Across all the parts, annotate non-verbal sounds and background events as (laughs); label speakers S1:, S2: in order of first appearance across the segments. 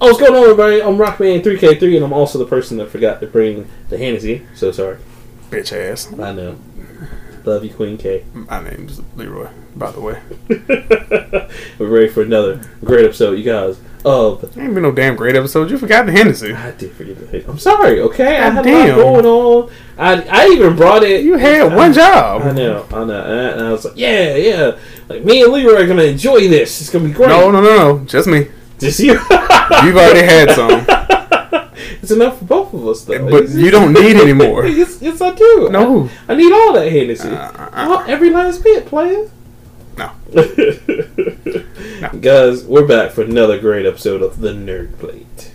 S1: Oh, what's going on, everybody? I'm Rockman 3K3, and I'm also the person that forgot to bring the Hennessy. So sorry.
S2: Bitch ass.
S1: I know. Love you, Queen K. (laughs)
S2: My name's Leroy, by the way.
S1: We're ready for another great episode, you guys. Of
S2: Ain't been no damn great episode. You forgot the Hennessy.
S1: I did forget to hit. I'm sorry. Okay, I had
S2: Damn.
S1: a lot going on. I I even brought it.
S2: You had
S1: I-
S2: one job.
S1: I know. I know. And I, and I was like, yeah, yeah. Like me and Leroy are gonna enjoy this. It's gonna be great.
S2: No, no, no, no. Just me.
S1: This year.
S2: You've already had some,
S1: (laughs) it's enough for both of us, though.
S2: but you don't
S1: (laughs)
S2: need any more.
S1: yes, yes, I do.
S2: No.
S1: I need all that Hennessy.
S2: Uh,
S1: Oh, every last bit, player.
S2: No.
S1: (laughs) Guys, we're back for another great episode of The Nerd Plate.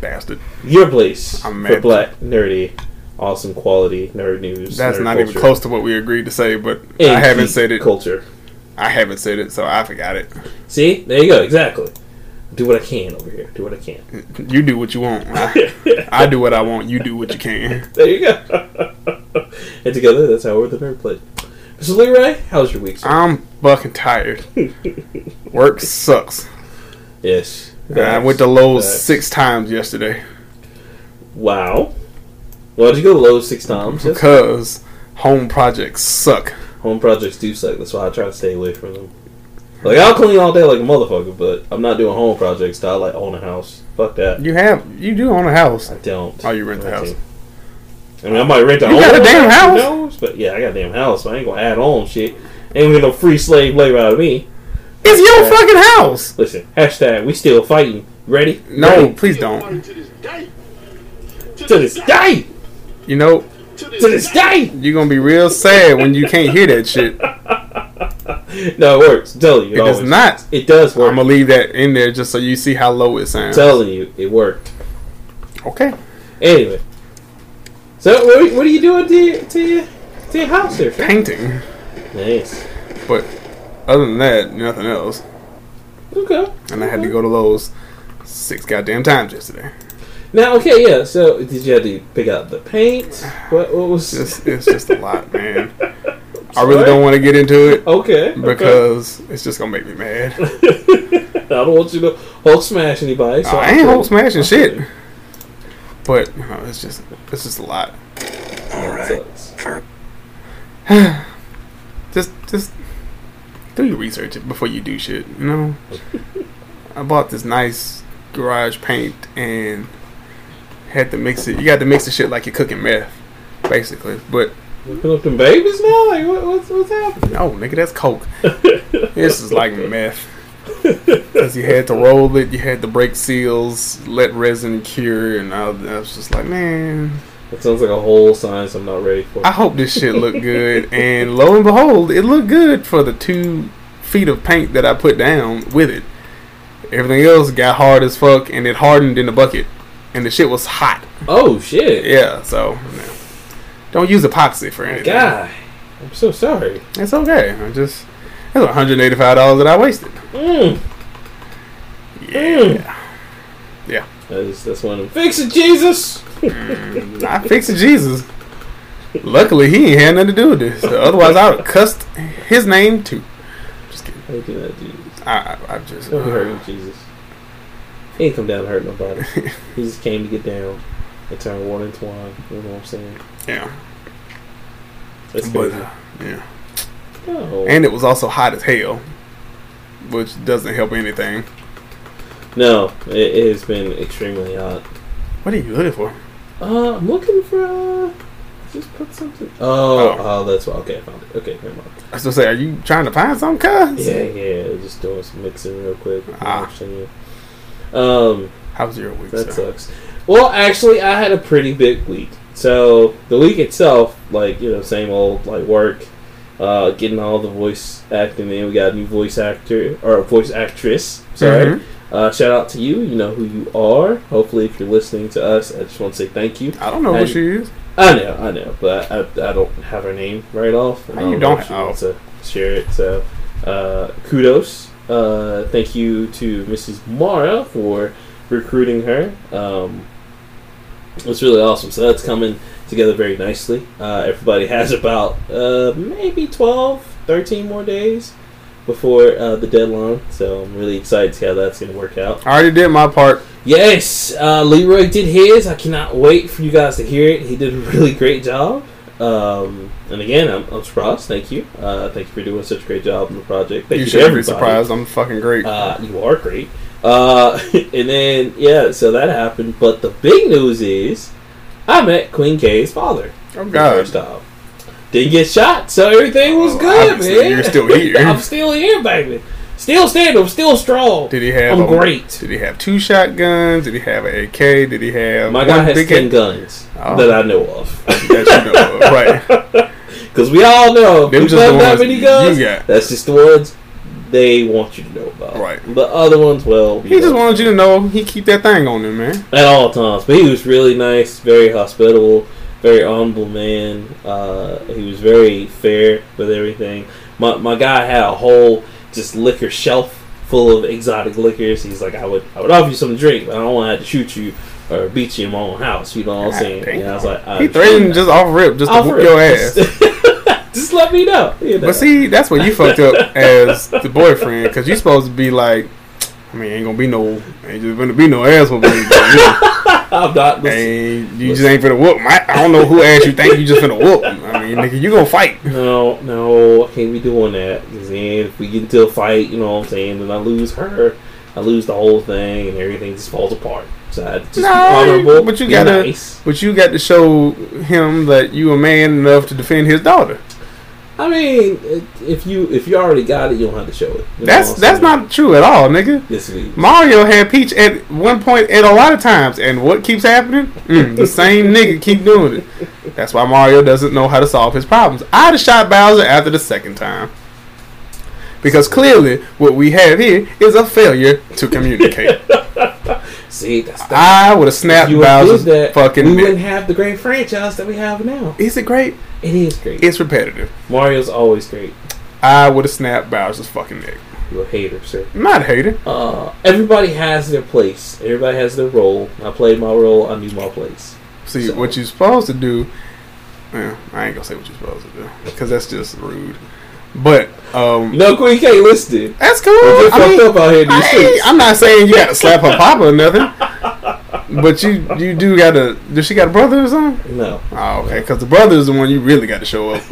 S2: bastard.
S1: Your place
S2: I'm
S1: for
S2: mad.
S1: black, nerdy, awesome quality, nerd news.
S2: That's
S1: nerd
S2: not even
S1: culture,
S2: close to what we agreed to say, but
S1: and
S2: I haven't
S1: geek
S2: said it.
S1: Culture.
S2: I haven't said it, so I forgot it.
S1: See? There you go. Exactly. Do what I can over here. Do what I can.
S2: You do what you want. I,
S1: (laughs)
S2: I do what I want. You do what you can.
S1: There you go. (laughs) and together, that's how we're The Nerd Plate. Mr. Leroy, how's your week, sir?
S2: I'm fucking tired. Work sucks.
S1: (laughs) yes.
S2: I went to Lowe's six times yesterday.
S1: Wow. Why'd you go low six times? That's
S2: because home projects suck.
S1: Home projects do suck. That's why I try to stay away from them. Like I'll clean all day like a motherfucker, but I'm not doing home projects. till I like own a house. Fuck that.
S2: You have you do own a house.
S1: I don't.
S2: Oh, you rent the
S1: I
S2: house.
S1: do. I mean, I might rent a
S2: You got a damn house?
S1: but yeah, I got a damn house. So I ain't gonna add on shit. Ain't gonna get no free slave labor out of me.
S2: It's your fucking house.
S1: Listen, hashtag we still fighting. Ready?
S2: No,
S1: Ready?
S2: please don't.
S3: To this day. To
S1: to this day,
S2: You know
S3: To
S1: to this day.
S2: you're gonna be real sad when you can't hear that shit.
S1: No, it works. I'm telling you,
S2: It does
S1: always-
S2: not.
S1: It does
S2: I'm
S1: work.
S2: gonna leave that in there just so you see how low it sounds.
S1: telling you, it worked.
S2: Okay.
S1: Anyway, so what, what are you doing to your, to your, to your house there? Frank?
S2: Painting,
S1: Nice.
S2: but other than that, nothing else.
S1: Okay.
S2: And I had to go to Lowe's six goddamn times yesterday.
S1: Now, okay, yeah. So, did you have to pick out the paint? What, what was?
S2: It's, it's just a lot,
S1: (laughs)
S2: man. I really don't want to get into it
S1: Oh, Okay. okay.
S2: because it's just gonna make me mad.
S1: (laughs) I don't want you to Hulk smash anybody. (laughs) So
S2: I ain't Hulk smashing shit. But you know, it's just it's just a lot.
S1: Sucks.
S2: Just just do your research before you do shit. You know. I bought this nice garage paint and had to mix it. You got to mix the shit like you're cooking meth, basically. But
S1: You Put up them babies now. Like, what, what's what's happening?
S2: no, oh, nigga, that's coke. this is
S1: (laughs)
S2: like meth. Cause you had to roll it, you had to break seals, let resin cure, and I I was just like, man,
S1: That sounds like a whole science I'm not ready for.
S2: I hope this shit looked good. and lo and behold, it looked good for the two feet of paint that I put down with it. Everything else got hard as fuck, and it hardened in the bucket, and the shit was hot.
S1: oh shit!
S2: Yeah, so no. don't use epoxy for anything.
S1: God, I'm so sorry.
S2: It's okay. I just that's one hundred eighty-five dollars that I wasted.
S1: Mm.
S2: Yeah,
S1: That's that's one. of them. Fix it, Jesus.
S2: I fixed it, Jesus. Luckily, he ain't had nothing to do with this. Otherwise, I would have cussed his name too. Just kidding.
S1: I do that, Jesus.
S2: I, I, I just
S1: Don't be hurting Jesus. He ain't come down to
S2: (laughs)
S1: hurt nobody. he just came to get down and turn water into wine. You know what I'm saying?
S2: yeah,
S1: That's
S2: but
S1: crazy.
S2: uh, yeah.
S1: no.
S2: and it was also hot as hell, which doesn't help anything.
S1: no, it, it has been extremely hot.
S2: What are you looking for?
S1: Uh, I'm looking for. Uh, just put something. Oh, oh, that's why. Okay, I found it. Okay, never mind.
S2: I was gonna say, are you trying to find some cuz?
S1: Yeah, yeah, just doing some mixing real quick.
S2: Ah.
S1: Actually, Um,
S2: How was your week?
S1: That
S2: sir?
S1: sucks. Well, actually, I had a pretty big week. So the week itself, like you know, same old like work, uh, getting all the voice acting in. We got a new voice actor or voice actress. Sorry.
S2: Mhm.
S1: Uh, shout out to you. You know who you are. Hopefully, if you're listening to us, I just want to say thank you.
S2: I don't know what
S1: And-
S2: she is.
S1: I know, I know, but I, I don't have her name right off. and
S2: How
S1: I
S2: you
S1: know
S2: don't
S1: if She
S2: have-
S1: wants to share it. So, uh, kudos. Uh, thank you to Mrs. Mara for recruiting her. Um, it's really awesome. So that's coming together very nicely. Uh, everybody has about uh, maybe 12, 13 more days before uh, the deadline. So I'm really excited to see how that's going to work out.
S2: I already did my part.
S1: Yes, uh, Leroy did his. I cannot wait for you guys to hear it. He did a really (laughs) great job. Um, and again, I'm, I'm surprised. Thank you. Uh, thank you for doing such a great job on the project. Thank
S2: you
S1: you, to
S2: should be
S1: everybody.
S2: surprised. I'm fucking great.
S1: Uh, you are great. Uh, (laughs) and then, yeah, so that happened. But the big news is I met Queen K's father.
S2: oh
S1: for the
S2: God.
S1: First off. Didn't get shot, so everything was
S2: Well,
S1: good,
S2: obviously,
S1: man.
S2: you're
S1: (laughs)
S2: still here.
S1: I'm still here, baby. Still standing. I'm still strong.
S2: Did he have?
S1: I'm
S2: a-
S1: great.
S2: Did he have two shotguns? Did he have an AK? Did he have?
S1: My guy
S2: one
S1: has
S2: big
S1: ten
S2: head-
S1: guns
S2: Oh.
S1: that I know of.
S2: That you know of, (laughs)
S1: (laughs)
S2: right.
S1: Because we all know
S2: Them
S1: if
S2: just
S1: you
S2: the
S1: have that
S2: ones
S1: many
S2: you
S1: guns,
S2: got.
S1: that's just the ones they want you to know about.
S2: Right.
S1: The other ones, well,
S2: He just wanted you to know he keep that thing on him, man.
S1: at all times. But he was really nice, very hospitable, very honorable man. Uh, he was very fair with everything. My my guy had a whole just liquor shelf full of exotic liquors. He's like, I would I would offer you some drink, but I don't want to have to shoot you or beat you in my own house. You know what I'm
S2: God
S1: saying?
S2: damn.
S1: And I was like, I
S2: He threatened just off rip, just to
S1: Offer
S2: whoop
S1: it.
S2: your ass.
S1: Just, (laughs) just let me know. you know.
S2: But see, that's what you fucked up as the boyfriend, because you supposed to be like, I mean, ain't gonna be no, ain't just gonna be no ass whooping.
S1: I'm not.
S2: And you just ain't finna whoop. I, I don't know who ass you think you just finna whoop. I mean, nigga, you gonna fight.
S1: No, no, I can't be doing that. 'Cause then if we get into a fight, you know what I'm saying, then I lose her. I lose the whole thing and everything just falls apart. So I just be
S2: No,
S1: honorable.
S2: but you
S1: be
S2: gotta-
S1: Nice.
S2: But you got to show him that you a man enough to defend his daughter.
S1: I mean, it- if you if you already got it, you don't have to show it. You know
S2: That's
S1: what I'm
S2: that's
S1: saying?
S2: not true at all, nigga.
S1: this week.
S2: Mario had Peach at one point at a lot of times, and what keeps happening? Mm, the same nigga keep doing it. That's why Mario doesn't know how to solve his problems. I'd have shot Bowser after the second time. Because clearly, what we have here is a failure to communicate.
S1: (laughs) See, that's the,
S2: I would have
S1: if
S2: snapped
S1: you would've
S2: Bowser's
S1: did that, we
S2: fucking
S1: wouldn't
S2: neck.
S1: have the great franchise that we have now.
S2: Is it great?
S1: It is great.
S2: It's repetitive.
S1: Mario's always great.
S2: I would have snapped Bowser's fucking neck.
S1: You're a hater, sir.
S2: I'm not hating.
S1: Uh, everybody has their place. Everybody has their role. I played my role. I knew my place.
S2: See
S1: So-
S2: what you're supposed to do. Well, I ain't gonna say what you're supposed to do because that's just rude. But um,
S1: You know, Queen K listed.
S2: that's cool.
S1: We're
S2: I
S1: fucked
S2: mean,
S1: up out here in these
S2: I ain't-
S1: streets.
S2: I'm not saying you gotta slap her papa or nothing. But you you do gotta. Does she got a brother or something?
S1: No.
S2: Oh, okay. Because the brother is the one you really got to show
S1: (laughs)
S2: up.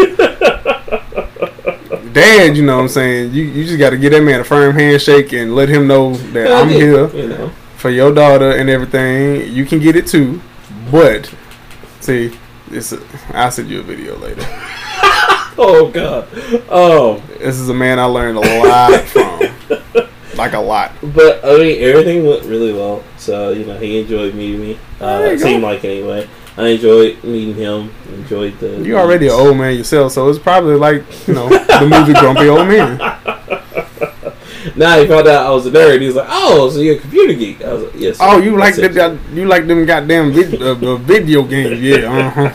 S2: Dad, you know what I'm saying? You you just got to give that man a firm handshake and let him know that
S1: I
S2: I'm
S1: did,
S2: here.
S1: (laughs) You know.
S2: for your daughter and everything. You can get it too, but see, it's. A, I'll send you a video later.
S1: Oh god. Oh,
S2: This is a man I learned a lot from, like a lot.
S1: but I mean, everything went really well. So you know, he enjoyed meeting me. Uh,
S2: There you
S1: it
S2: go.
S1: seemed like anyway. I enjoyed meeting him. Enjoyed the.
S2: You already an old man yourself, so it's probably like you know the movie Grumpy Old Man.
S1: Now he found out I was a nerd. He was like, "Oh, so you're a computer geek?" I was like, "Yes."
S2: Oh,
S1: sir."
S2: you like
S1: That's it.
S2: them? You like them goddamn vid- uh, the video games? Yeah. Uh-huh.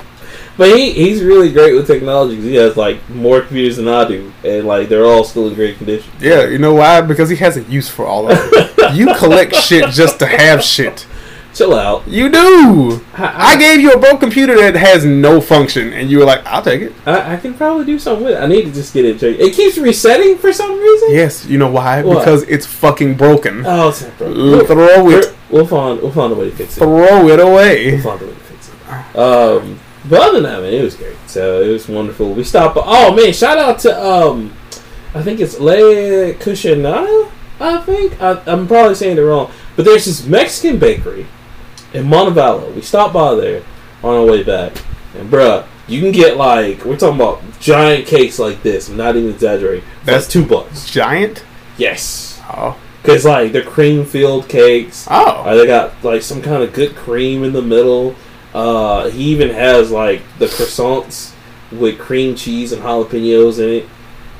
S1: But he, he's really great with technology 'cause he has like more computers than I do, and like they're all still in great condition.
S2: Yeah. You know why? Because he has a use for all of it. You collect shit just to have shit.
S1: Chill out.
S2: You do. I
S1: I,
S2: gave you a broke computer that has no function, and you were like, "I'll take it."
S1: I, I, can probably do something with it. I need to just get it checked. It keeps resetting for some reason.
S2: Yes, you know why?
S1: Why?
S2: Because it's fucking broken.
S1: Oh, it's not broken.
S2: L-
S1: We'll,
S2: throw
S1: we'll,
S2: it,
S1: we'll find we'll find a way to fix it.
S2: throw it
S1: We'll
S2: away.
S1: find a way to fix it. Um, but other than that, man, it was great. So it was wonderful. We stopped. Oh man, shout out to um, I think it's Le Cushinada. I think I, I'm probably saying it wrong, but there's this Mexican bakery in Montevallo. We stopped by there on our way back, and bruh, you can get like we're talking about giant cakes like this. I'm not even exaggerating. for,
S2: That's-
S1: like, two bucks.
S2: Giant.
S1: Yes,
S2: Oh,
S1: because like they're cream filled cakes. Uh,
S2: oh,
S1: they got like some kind of good cream in the middle. Uh, he even has like the croissants with cream cheese and jalapenos in it.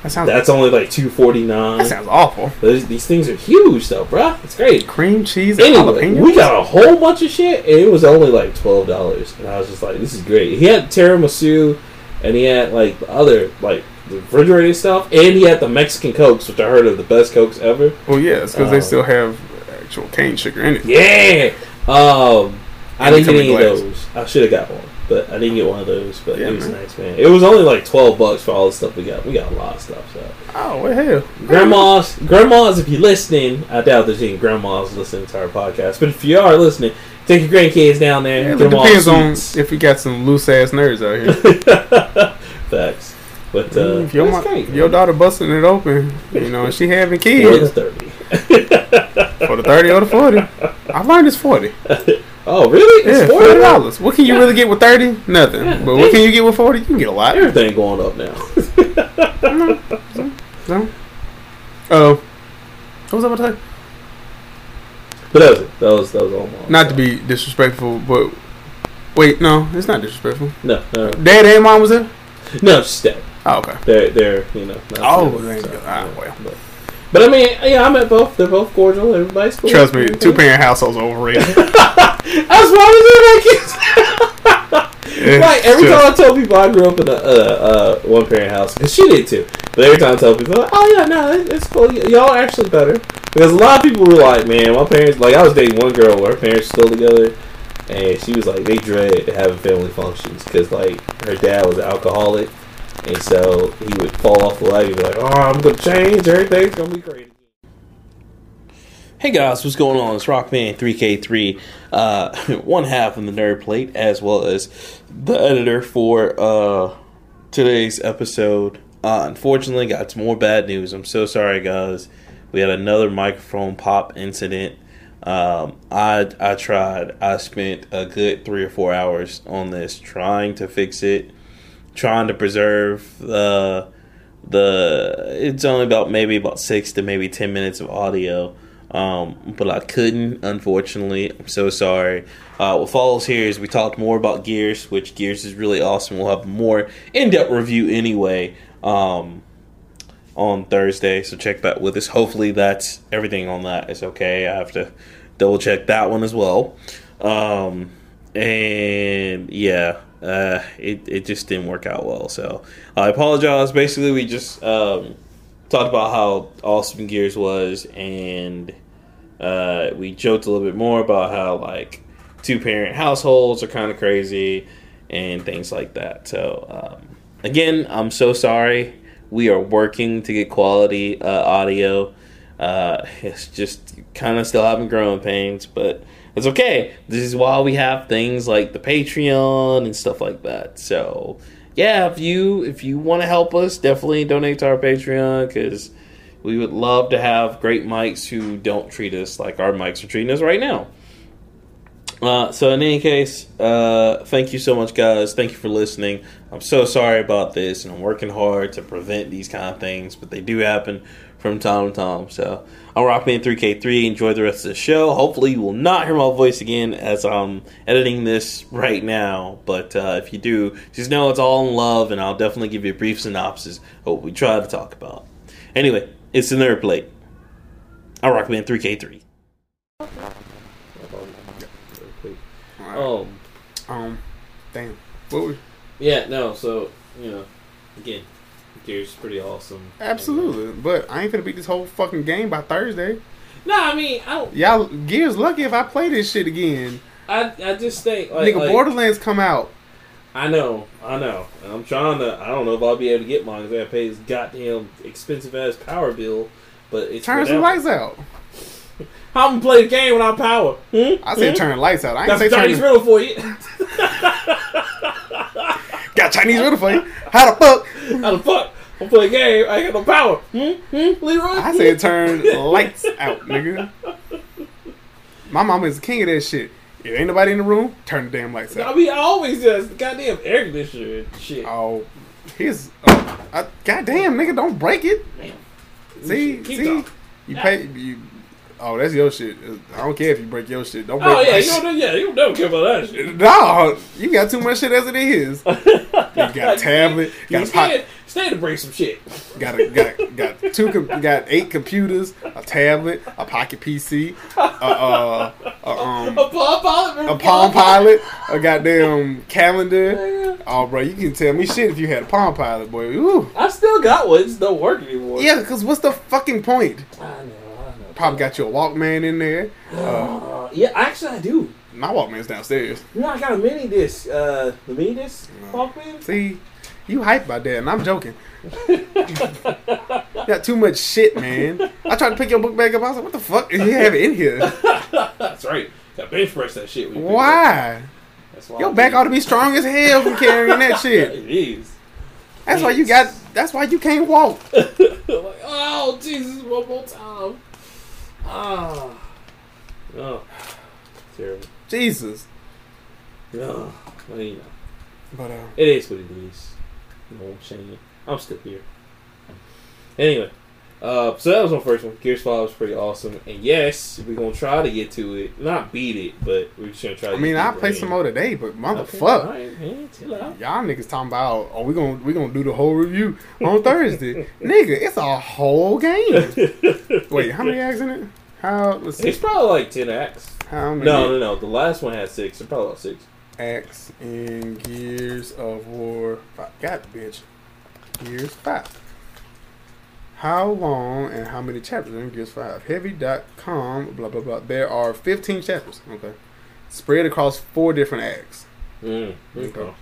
S2: that sounds
S1: That's only like two forty
S2: that
S1: nine.
S2: sounds awful.
S1: These things are huge though, bruh. It's great.
S2: Cream cheese and
S1: Anyway,
S2: jalapeno.
S1: we got a whole bunch of shit, and it was only like twelve dollars. And I was just like, "This is great." He had tiramisu, and he had like the other like the refrigerated stuff, and he had the Mexican cokes, which I heard are the best cokes ever.
S2: Well, yes, because
S1: Oh.
S2: they still have actual cane sugar in it.
S1: Yeah. Um, I
S2: And
S1: didn't
S2: they
S1: get
S2: come
S1: any
S2: in
S1: of
S2: glass.
S1: those. I should have got one. But I didn't get one of those. But
S2: Yeah,
S1: it was
S2: man.
S1: nice, man. It was only like twelve bucks for all the stuff we got. We got a lot of stuff. So
S2: Oh, what hell?
S1: grandmas, grandmas, if you're listening, I doubt there's any grandmas listening to our podcast. But if you are listening, take your grandkids down there.
S2: Yeah,
S1: It
S2: it depends on
S1: sweets.
S2: if you got some loose ass nerds out
S1: (laughs)
S2: here. Mm,
S1: facts. But uh,
S2: if your,
S1: it's
S2: mo-
S1: great,
S2: if your
S1: man.
S2: daughter busting it open, you know, and she
S1: (laughs)
S2: having
S1: It's
S2: kids
S1: thirty.
S2: for the 30 or the
S1: (laughs)
S2: 40. I learned it's 40.
S1: Oh, really?
S2: Yeah,
S1: It's
S2: forty
S1: forty dollars.
S2: dollars. What can you really get with thirty? Nothing.
S1: Yeah.
S2: But what can you get with forty? You can get a lot.
S1: Everything going up now.
S2: So, oh, what was I about to say?
S1: but that was it. That was that was all. Mom,
S2: Not to be disrespectful, but wait, no, it's not disrespectful.
S1: No, no,
S2: Dad and mom was there.
S1: no. Just that.
S2: Oh, okay.
S1: They're they're you know. not
S2: Oh,
S1: together,
S2: there you go. Ah, well.
S1: But, but I mean, yeah, I met both. They're both cordial. Everybody's cool.
S2: Trust me, two parent households are
S1: (laughs)
S2: overrated.
S1: That's why we do that. (laughs)
S2: Yeah,
S1: Like every
S2: just-
S1: time I tell people I grew up in a uh, uh, one parent house, because she did too. But every time I tell people, like, oh yeah, no, it- it's cool. Y- y'all are actually better because a lot of people were like, man, my parents. Like I was dating one girl where her parents still together, and she was like, they dread having family functions because like her dad was an alcoholic, and so he would fall off the ladder. and be like, oh, I'm gonna change. Everything's gonna be great. Hey guys, what's going on? It's Rockman 3K3, uh, (laughs) one half of the Nerd Plate, as well as the editor for uh, today's episode. Uh, unfortunately, got some more bad news. I'm so sorry, guys. We had another microphone pop incident. Um, I I tried. I spent a good three or four hours on this, trying to fix it, trying to preserve uh, the the. It's only about maybe about six to maybe ten minutes of audio um, but I couldn't, unfortunately. I'm so sorry. Uh, what follows here is we talked more about Gears, which Gears is really awesome. We'll have a more in depth review anyway um, on Thursday, so check back with us. Hopefully, that's everything on that is okay. I have to double check that one as well. Um, and yeah, uh, it, it just didn't work out well, so I apologize. Basically, we just. Um, talked about how awesome Gears was, and uh, we joked a little bit more about how like two parent households are kind of crazy and things like that. So um, again, I'm so sorry. We are working to get quality uh, audio. Uh, (laughs) it's just kind of still having growing pains, but it's okay. This is why we have things like the Patreon and stuff like that. So yeah, if you if you want to help us, definitely donate to our Patreon because we would love to have great mics who don't treat us like our mics are treating us right now. Uh, so in any case, uh, thank you so much, guys. Thank you for listening. I'm so sorry about this, and I'm working hard to prevent these kind of things, but they do happen from time to time. So I'm Rockman 3K3. Enjoy the rest of the show. Hopefully, you will not hear my voice again as I'm editing this right now. But uh, if you do, just know it's all in love, and I'll definitely give you a brief synopsis of what we tried to talk about. Anyway, it's the Nerd Plate. I'm Rockman 3K3. Oh,
S2: Um, damn. What was,
S1: yeah, no, so, you know, again, Gears is pretty awesome.
S2: absolutely, but I ain't gonna beat this whole fucking game by Thursday.
S1: No, I mean, I, don't-
S2: Y'all, gears lucky if I play this shit again.
S1: I, I just think, like,
S2: Nigga,
S1: like,
S2: Borderlands come out.
S1: I know, I know. And I'm trying to, I don't know if I'll be able to get mine because I gotta pay this goddamn expensive ass power bill. But it's
S2: Turn some
S1: whatever.
S2: lights out.
S1: How I'm gonna play the game without power? Hmm?
S2: I said
S1: Hmm?
S2: turn the lights out. I ain't
S1: That's
S2: say
S1: a
S2: turn.
S1: Chinese
S2: the-
S1: riddle for you. (laughs)
S2: Got Chinese riddle for you. How the fuck?
S1: How the fuck? I'm playing a game. I ain't got no power. Hmm? Hmm? Leroy?
S2: I
S1: Hmm?
S2: said turn lights out,
S1: (laughs)
S2: nigga. My mama is the king of that shit. If ain't nobody in the room, turn the damn lights
S1: I
S2: out.
S1: mean, I always does the goddamn air conditioner and shit.
S2: Oh, here's. Uh, uh, goddamn, nigga, don't break it.
S1: Damn.
S2: See,
S1: Keep
S2: see,
S1: going.
S2: you pay. You, oh, that's your shit. I don't care if you break your shit. Don't break.
S1: Oh yeah,
S2: my
S1: you
S2: shit.
S1: don't, yeah, you don't care about that shit.
S2: (laughs) No, you got too much shit as it is. (laughs) You got a tablet.
S1: You
S2: Got a pot.
S1: scared, scared to break some shit.
S2: got a, got got two com- got eight computers, a tablet, a pocket PC, a uh, a, um,
S1: A palm pilot. (laughs)
S2: a Palm Pilot, a goddamn calendar. Oh, bro, you can tell me shit if you had a Palm Pilot, boy. Ooh.
S1: I still got one. It just don't work anymore.
S2: Yeah, because what's the fucking point?
S1: I know. I know.
S2: Probably got your Walkman in there. Uh,
S1: Uh, yeah, actually, I do.
S2: My Walkman's downstairs.
S1: No, I got a mini disc. Uh, the mini disc
S2: No.
S1: Walkman.
S2: See, you hype about that, and I'm joking. You got too much shit, man. I tried to pick your book back up. I was like, what the fuck? You have it in here.
S1: That's right. Got bench press that shit. when you pick it up.
S2: Why?
S1: That's why
S2: Your
S1: I
S2: back
S1: do.
S2: ought to be strong as hell from carrying that shit.
S1: It is. (laughs)
S2: That's why you got. That's why you can't walk.
S1: like, oh Jesus, one more time. Ah. Oh. Terrible.
S2: Jesus.
S1: No. Well, you know.
S2: But uh,
S1: It is what it is. No shame. I'm still here. Anyway. Uh, so that was my first one. Gears 5 was pretty awesome. And yes, we're going to try to get to it. Not beat it, but we're just going to try to
S2: I mean,
S1: get
S2: I'll
S1: to
S2: play
S1: it.
S2: some more today, but
S1: Okay,
S2: motherfucker.
S1: alright, man, chill out.
S2: Y'all niggas talking about oh we gonna we gonna do the whole review on Thursday, nigga. It's a whole game. (laughs) Wait, how many acts in it? How let's see,
S1: (laughs) It's probably like 10 acts.
S2: how many
S1: No, no, no. The last one had six. It's probably about six.
S2: acts in Gears of War? Five. God, bitch, Gears Five. How long and how many chapters are in Gears Five? Heavy.com, blah blah blah. There are fifteen chapters. Okay, spread across four different acts.
S1: Mm, okay.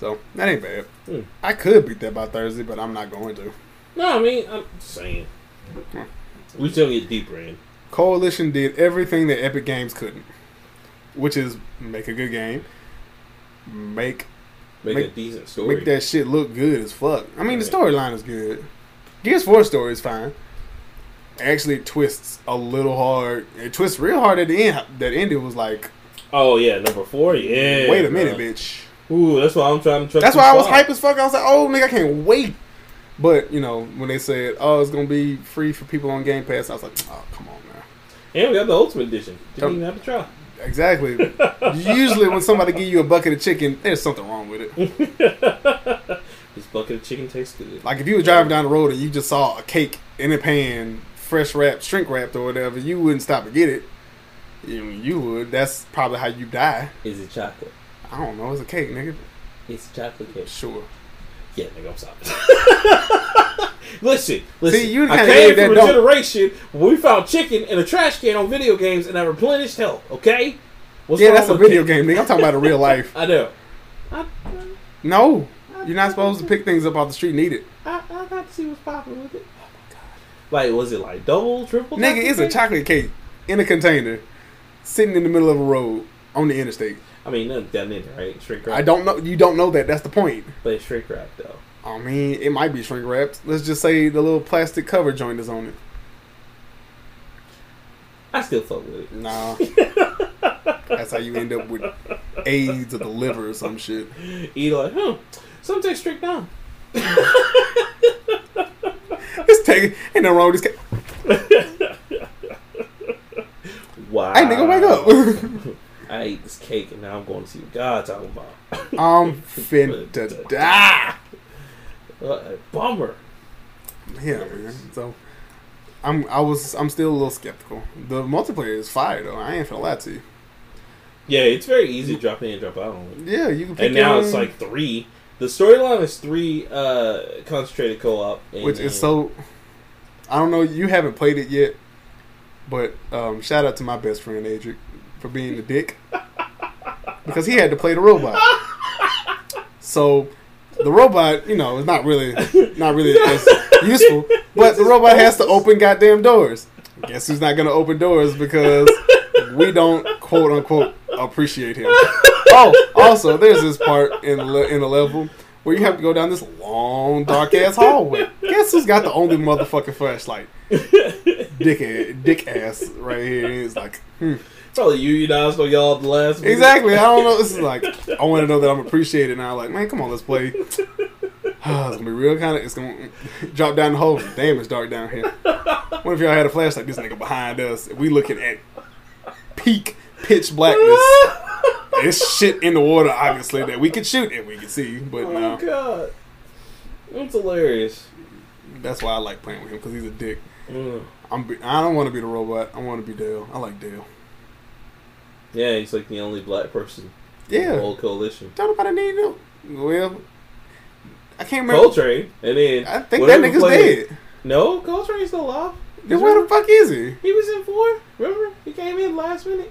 S2: So that ain't bad.
S1: Hmm.
S2: I could beat that by Thursday, but I'm not going to.
S1: No, I mean, I'm just saying. We still get deeper in.
S2: Coalition did everything that Epic Games couldn't, which is make a good game, make
S1: Make, a
S2: Make-
S1: decent story.
S2: make that shit look good as fuck. I mean, the
S1: Yeah.
S2: storyline is good. Gears Four story is fine. Actually, it twists a little hard. It twists real hard at the end. That ended was like,
S1: oh, yeah, number four? Yeah.
S2: wait a minute,
S1: bruh.
S2: bitch.
S1: Ooh, that's why I'm trying to truck
S2: That's
S1: through
S2: why I was
S1: five.
S2: hype as fuck. I was like, oh nigga, I can't wait. But you know, when they said, oh, it's gonna be free for people on Game Pass, I was like, oh, come on, man.
S1: And we got the Ultimate Edition. Didn't
S2: Tell-
S1: even have to try.
S2: Exactly.
S1: (laughs)
S2: Usually, when somebody give you a bucket of chicken, there's something wrong with it.
S1: (laughs) This bucket of chicken tastes good.
S2: Like if you were driving down the road and you just saw a cake in a pan, fresh wrapped, shrink wrapped, or whatever, you wouldn't stop to get it. You, you would. That's probably how you die.
S1: Is it chocolate?
S2: I don't know. It's a cake, nigga.
S1: It's chocolate cake.
S2: Sure.
S1: Yeah, nigga, I'm sorry. (laughs) listen, listen.
S2: See, you the
S1: I
S2: kinda
S1: came
S2: nigga that
S1: from a
S2: don't-
S1: generation where we found chicken in a trash can on video games and I replenished health, okay? What's
S2: yeah,
S1: wrong
S2: that's a
S1: with
S2: video game,
S1: cake?
S2: nigga. I'm talking about a real
S1: (laughs)
S2: life.
S1: I know. I,
S2: No, you're not supposed to pick things up off the street. and eat it,
S1: I, I got to see what's popping with it. Oh my god! Like, was it like double, triple?
S2: nigga. It's a
S1: chocolate?
S2: chocolate cake in a container, sitting in the middle of a road on the interstate.
S1: cake? I mean, nothing down in there, right? Shrink wrap.
S2: I don't know. You don't know that. That's the point.
S1: But it's shrink wrap though.
S2: I mean, it might be shrink wrapped. Let's just say the little plastic cover joint is on it.
S1: I still fuck with it. (laughs)
S2: Nah. That's how you end up with AIDS of the liver or some shit.
S1: Eat like, huh? Some take shrink down.
S2: It's taking ain't no wrong with this ca-
S1: Wow.
S2: Hey nigga, wake
S1: I ate this cake and now I'm going to see what God talking about.
S2: up. (laughs) I'm finna to
S1: (laughs)
S2: die.
S1: What a Uh, bummer.
S2: Yeah, man. So I'm I was I'm still a little skeptical. The multiplayer is fire though. I ain't finna lie to you.
S1: Yeah, it's very easy to drop in and drop out on it.
S2: Yeah, you can pick
S1: And now
S2: your
S1: it's
S2: own,
S1: like three. The storyline is three uh, concentrated co-op, and
S2: which is so I don't know, you haven't played it yet, but um, shout out to my best friend Adric for being the dick. Because he had to play the robot. So the robot, you know, is not really not really as useful. But the robot has to open goddamn doors. Guess who's not gonna open doors because we don't quote unquote appreciate him. Oh, also there's this part in the le- in the level where you have to go down this long dark ass hallway. Guess who's got the only motherfucking flashlight? Dick ass, dick ass right here. It's like hmm.
S1: (laughs) probably you, you know, so y'all the last minute. (laughs)
S2: Exactly. I don't know. This is like I want to know that I'm appreciated now. Like, man, come on, let's play. (sighs) it's gonna be real kind of. It's gonna drop down the hole. Damn, it's dark down here. What if y'all had a flashlight? This nigga behind us. We looking at peak pitch blackness. It's shit in the water, obviously, that we could shoot and we could see. But
S1: Oh
S2: no,
S1: my god, that's hilarious.
S2: that's why I like playing with him because he's a dick.
S1: Mm.
S2: I'm. Be, I don't want to be the robot. I want to be Dale. I like Dale.
S1: Yeah, he's like the only black person. in the
S2: Yeah.
S1: whole coalition.
S2: Don't nobody need him. Well, I can't remember.
S1: Coltrane, and then
S2: I think that
S1: whatever
S2: nigga's
S1: played-
S2: dead.
S1: No, Coltrane's still alive.
S2: Then where the fuck is he?
S1: He was in four. Remember, he came in last minute.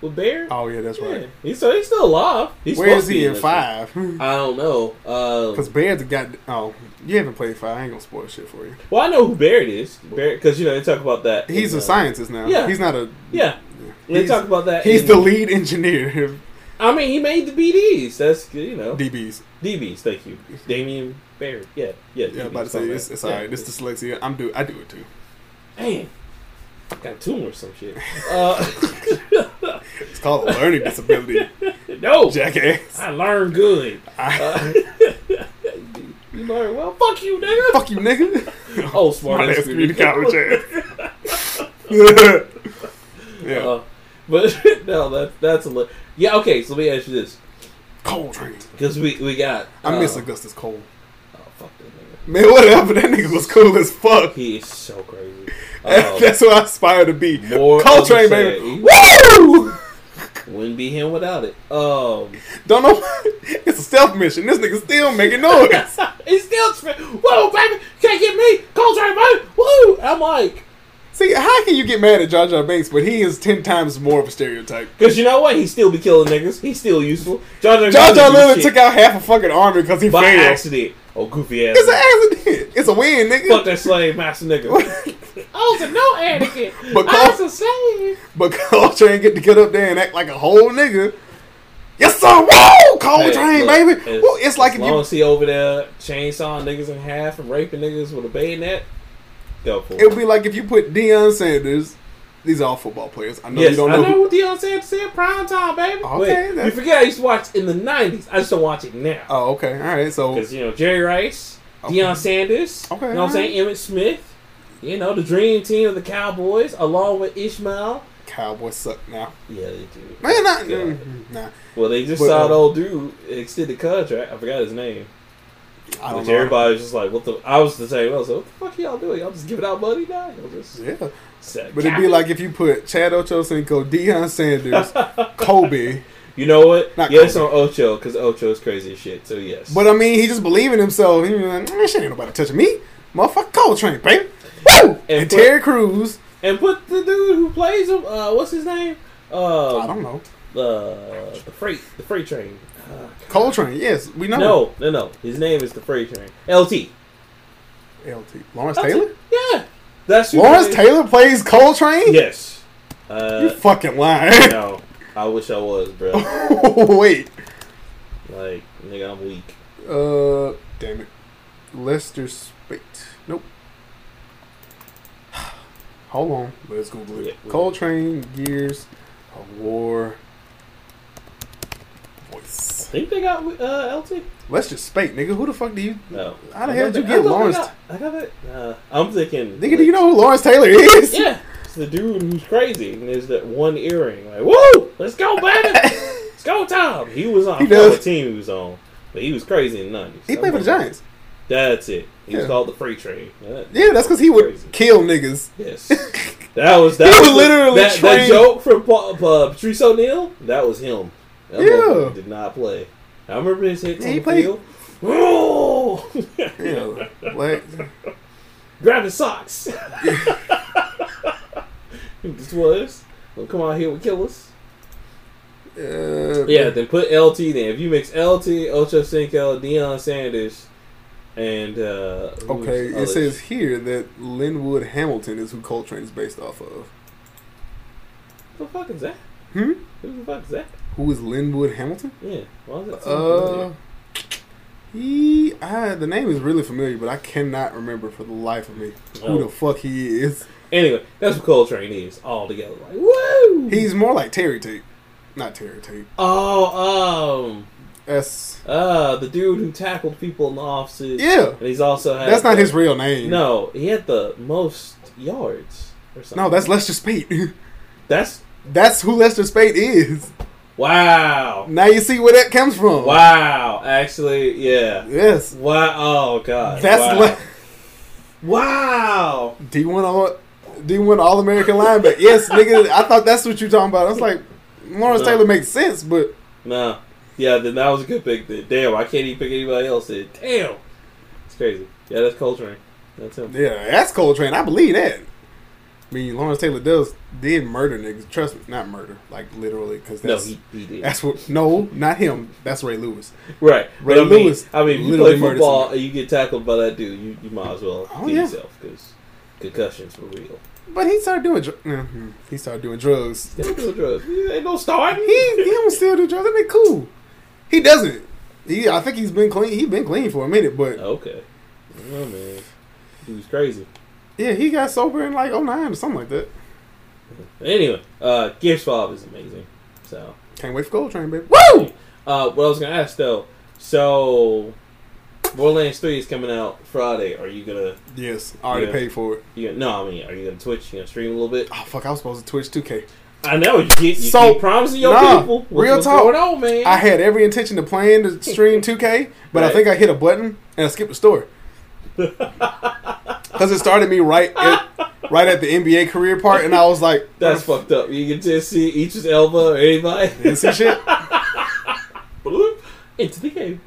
S1: with Bear.
S2: Oh yeah, that's
S1: yeah,
S2: right.
S1: he's so he's still alive. He's
S2: Where
S1: supposed
S2: is
S1: to be
S2: he in
S1: this
S2: five? (laughs)
S1: one. I don't know.
S2: Because
S1: Uh,
S2: Bear's got. Oh, you haven't played five. I ain't gonna spoil shit for you.
S1: well, I know who Barrett is. Barrett, because you know they talk about that.
S2: He's
S1: in,
S2: a
S1: uh,
S2: scientist now.
S1: yeah.
S2: He's not a.
S1: Yeah, they
S2: He's,
S1: talk about that.
S2: he's
S1: in-
S2: the lead engineer of
S1: I mean, he made the BDs. That's good, you know
S2: DBs.
S1: DBs. Thank you, Damian Barrett. Yeah,
S2: Yeah,
S1: yeah. DBs,
S2: I'm about to say
S1: something
S2: it's,
S1: like
S2: it's
S1: that. Yeah.
S2: alright. It's dyslexia. I'm do. I do it too.
S1: Damn. Got a tumor or some shit. Uh, (laughs)
S2: It's called a learning disability,
S1: no.
S2: jackass.
S1: I learned good.
S2: I-
S1: Oh. Uh, (laughs) you learned well. Fuck you,
S2: (laughs)
S1: nigga.
S2: Fuck you, nigga.
S1: (laughs) Oh, smart
S2: My
S1: ass
S2: ass
S1: community
S2: community
S1: (laughs)
S2: college ass. (laughs) yeah.
S1: Uh, but (laughs) no, that, that's a li- yeah. Okay, so let me ask you this
S2: Cold train.
S1: because we we got.
S2: I
S1: uh,
S2: miss Augustus Cole.
S1: Oh fuck that nigga.
S2: Man, whatever. That nigga was cool as fuck.
S1: He is so crazy.
S2: That- (laughs)
S1: Um,
S2: That's what I aspire to be.
S1: More
S2: Cole
S1: of
S2: train,
S1: the
S2: baby.
S1: same.
S2: Woo! (laughs)
S1: wouldn't be him without it. Um,
S2: Don't know. it's a stealth mission. This nigga still making
S1: (laughs)
S2: noise.
S1: he's still tra- whoa, baby, can't get me. Call train, baby. Woo! I'm like,
S2: See, how can you get mad at Jar Jar Banks when he is ten times more of a stereotype?
S1: cause you know what? He still be killing niggas. He's still useful. Jar Jar,
S2: Jar Jar
S1: Binks is
S2: literally
S1: shit
S2: took out half a fucking army because he
S1: by
S2: failed.
S1: accident. Oh, goofy ass.
S2: It's
S1: nigga.
S2: an accident. It's a win, nigga.
S1: Fuck that slave master
S2: (laughs)
S1: nigga. I was a no Anakin.
S2: But
S1: I
S2: Cole-
S1: was a slave.
S2: But Coltrane get to get up there and act like a whole nigga. Yes, sir. Whoa, Coltrane,
S1: Hey,
S2: baby.
S1: look,
S2: It's, Woo, it's like
S1: as
S2: if
S1: long
S2: you.
S1: as he over there chainsawing niggas in half and raping niggas with a bayonet, go for
S2: It would
S1: it.
S2: be like if you put Deion Sanders. These are all football players. I know
S1: Yes,
S2: you don't
S1: I
S2: know.
S1: know
S2: who-
S1: what Deion Sanders said. Prime time, baby.
S2: Okay,
S1: Wait,
S2: that's-
S1: you forget I used to watch in the '90s. I just don't watch it now
S2: Oh, okay. All right. So,
S1: because you know Jerry Rice, Deion Sanders.
S2: Okay,
S1: you know what I'm saying? Emmett Smith. You know the dream team of the Cowboys, along with Ishmael.
S2: Cowboys suck now.
S1: Yeah, they do.
S2: Man, I,
S1: Yeah.
S2: mm, nah.
S1: Well, they just
S2: But,
S1: saw
S2: um,
S1: the old dude extend the contract. I forgot his name.
S2: I don't
S1: Which
S2: know.
S1: everybody was just like, "What the?" I was the same. I was like, "What the fuck y'all doing? Y'all just giving out money now?" Y'all just
S2: Yeah.
S1: set
S2: But it'd
S1: cap."
S2: be like if you put Chad Ochocinco, Deion Sanders, Kobe.
S1: you know what?
S2: Not
S1: yes, on Ocho because Ocho is crazy as shit. So yes,
S2: But uh, I mean, he just believed in himself. He was like, "Man, shit ain't nobody touching me. Motherfucker, Coltrane, baby. Woo! And,
S1: And put-
S2: Terry Crews.
S1: and put the dude who plays him. Uh, what's his name? Um,
S2: I don't know.
S1: Uh, the freight, the freight train. Uh,
S2: Coltrane, yes, we know.
S1: no, no, no. His name is the freight train. LT.
S2: LT. Lawrence Taylor?
S1: Yeah, that's who
S2: Lawrence
S1: plays-
S2: Taylor plays Coltrane?
S1: Yes.
S2: You
S1: Uh,
S2: fucking lying.
S1: no, I wish I was, bro.
S2: (laughs) Oh. Wait.
S1: Like, nigga, I'm weak.
S2: Uh, damn it. Lester Spate. Nope. (sighs) Hold on. Let's Google it.
S1: Yeah, we-
S2: Coltrane, Gears of War, Voice.
S1: Think they got uh, LT?
S2: Lester Spate, nigga. Who the fuck do you.
S1: No.
S2: How the
S1: I
S2: hell
S1: thought
S2: did you get
S1: they- I thought they
S2: Lawrence-
S1: got- I got it. Uh, I'm thinking.
S2: Nigga, do you know who Lawrence Taylor is?
S1: Yeah, it's the dude who's crazy, and there's that one earring. Like, woo, let's go, baby,
S2: (laughs)
S1: let's go, Tom. He was on
S2: He
S1: I forgot
S2: does.
S1: what team he was on, but he was crazy in the nineties.
S2: he played for the Giants.
S1: That's it. He was
S2: Yeah.
S1: called the freight train. That-
S2: Yeah, that's because he would
S1: Crazy.
S2: kill niggas. (laughs)
S1: Yes, that was that
S2: He
S1: was
S2: was literally
S1: that, that
S2: trained-
S1: joke from Paul, uh, Patrice O'Neill. That was him. That
S2: Yeah.
S1: motherfucker did not play. I remember his hits
S2: Yeah,
S1: on
S2: he
S1: the
S2: played-
S1: field. Woo!
S2: (laughs) Yeah, like
S1: (laughs) grabbing socks. (laughs) this was. Well, come on here with killers.
S2: uh,
S1: Yeah, then put LT then. If you mix LT, Ocho Cinco, Deion Sanders, and uh who was
S2: Okay,
S1: the
S2: it
S1: other-
S2: says here that Linwood Hamilton is who Coltrane is based off of.
S1: Who the fuck is that?
S2: Hmm?
S1: Who the fuck is that?
S2: Who is Linwood Hamilton?
S1: Yeah. Why is that so
S2: Uh,
S1: familiar?
S2: he. I, the name is really familiar, but I cannot remember for the life of me who
S1: Oh.
S2: the fuck he
S1: (laughs)
S2: is.
S1: Anyway, that's what Coltrane is all together. Like, woo!
S2: He's more like Terry Tate, not Terry Tate.
S1: oh um
S2: That's
S1: uh the dude who tackled people in the offices.
S2: yeah.
S1: And he's also had
S2: That's not
S1: the-
S2: his real name.
S1: Uh, No, he had the most yards or something.
S2: no, that's Lester Spate. (laughs)
S1: That's
S2: that's who Lester Spate is.
S1: wow,
S2: Now you see where that comes from.
S1: wow. Actually, yeah.
S2: Yes.
S1: Wow. Oh god.
S2: That's
S1: wow.
S2: like
S1: wow.
S2: D1 all D1 All American linebacker. Yes, nigga, I thought that's what you talking about. I was like, Lawrence
S1: No.
S2: Taylor makes sense, but
S1: No. Yeah. Then that was a good pick. Then. Damn, I can't even pick anybody else. Then. Damn, it's crazy. Yeah, that's Coltrane. That's him.
S2: yeah, that's Coltrane. I believe that. I mean, Lawrence Taylor does did murder niggas. Trust me, not murder, like literally, because
S1: No,
S2: that's
S1: he, he
S2: (laughs)
S1: did.
S2: that's what. No, not him. That's Ray Lewis.
S1: Right.
S2: Ray
S1: but I mean,
S2: Lewis
S1: I mean, if you
S2: literally
S1: play
S2: murdered
S1: football
S2: somebody.
S1: and you get tackled by that dude, you, you might as well
S2: Oh,
S1: kill
S2: yeah.
S1: yourself because concussions for real. (laughs)
S2: But he started doing. Dr- mhm, he started doing drugs.
S1: They don't do drugs. Yeah, ain't no starting.
S2: He he don't still do drugs. That make cool. He doesn't. He I think he's been clean. He been clean for a minute, but
S1: (laughs) Okay. Oh man, dude's crazy.
S2: yeah, he got sober in like 09 or something like that.
S1: Anyway, uh, Gears Five is amazing. So,
S2: Can't wait for Gold Train, baby. Woo!
S1: uh, what I was gonna ask though, so Borderlands Three is coming out Friday. Are you gonna?
S2: Yes, I already
S1: Yeah.
S2: paid for it.
S1: You gonna, no, I mean, are you gonna Twitch? You gonna stream a little bit?
S2: Oh fuck, I was supposed to Twitch 2K.
S1: I know you keep, you
S2: So,
S1: keep promising your
S2: nah,
S1: people. What's,
S2: real
S1: what's
S2: talk.
S1: going on, man?
S2: I had every intention of playing the stream 2K, but I
S1: Right.
S2: think I hit a button and I skipped the
S1: (laughs)
S2: story. Because it started me right at, right at the NBA career part, and I was like,
S1: That's
S2: "What
S1: fucked up. You can just see Idris Elba
S2: (laughs)
S1: or anybody.
S2: the f- is this shit.
S1: Bloop. Into the game.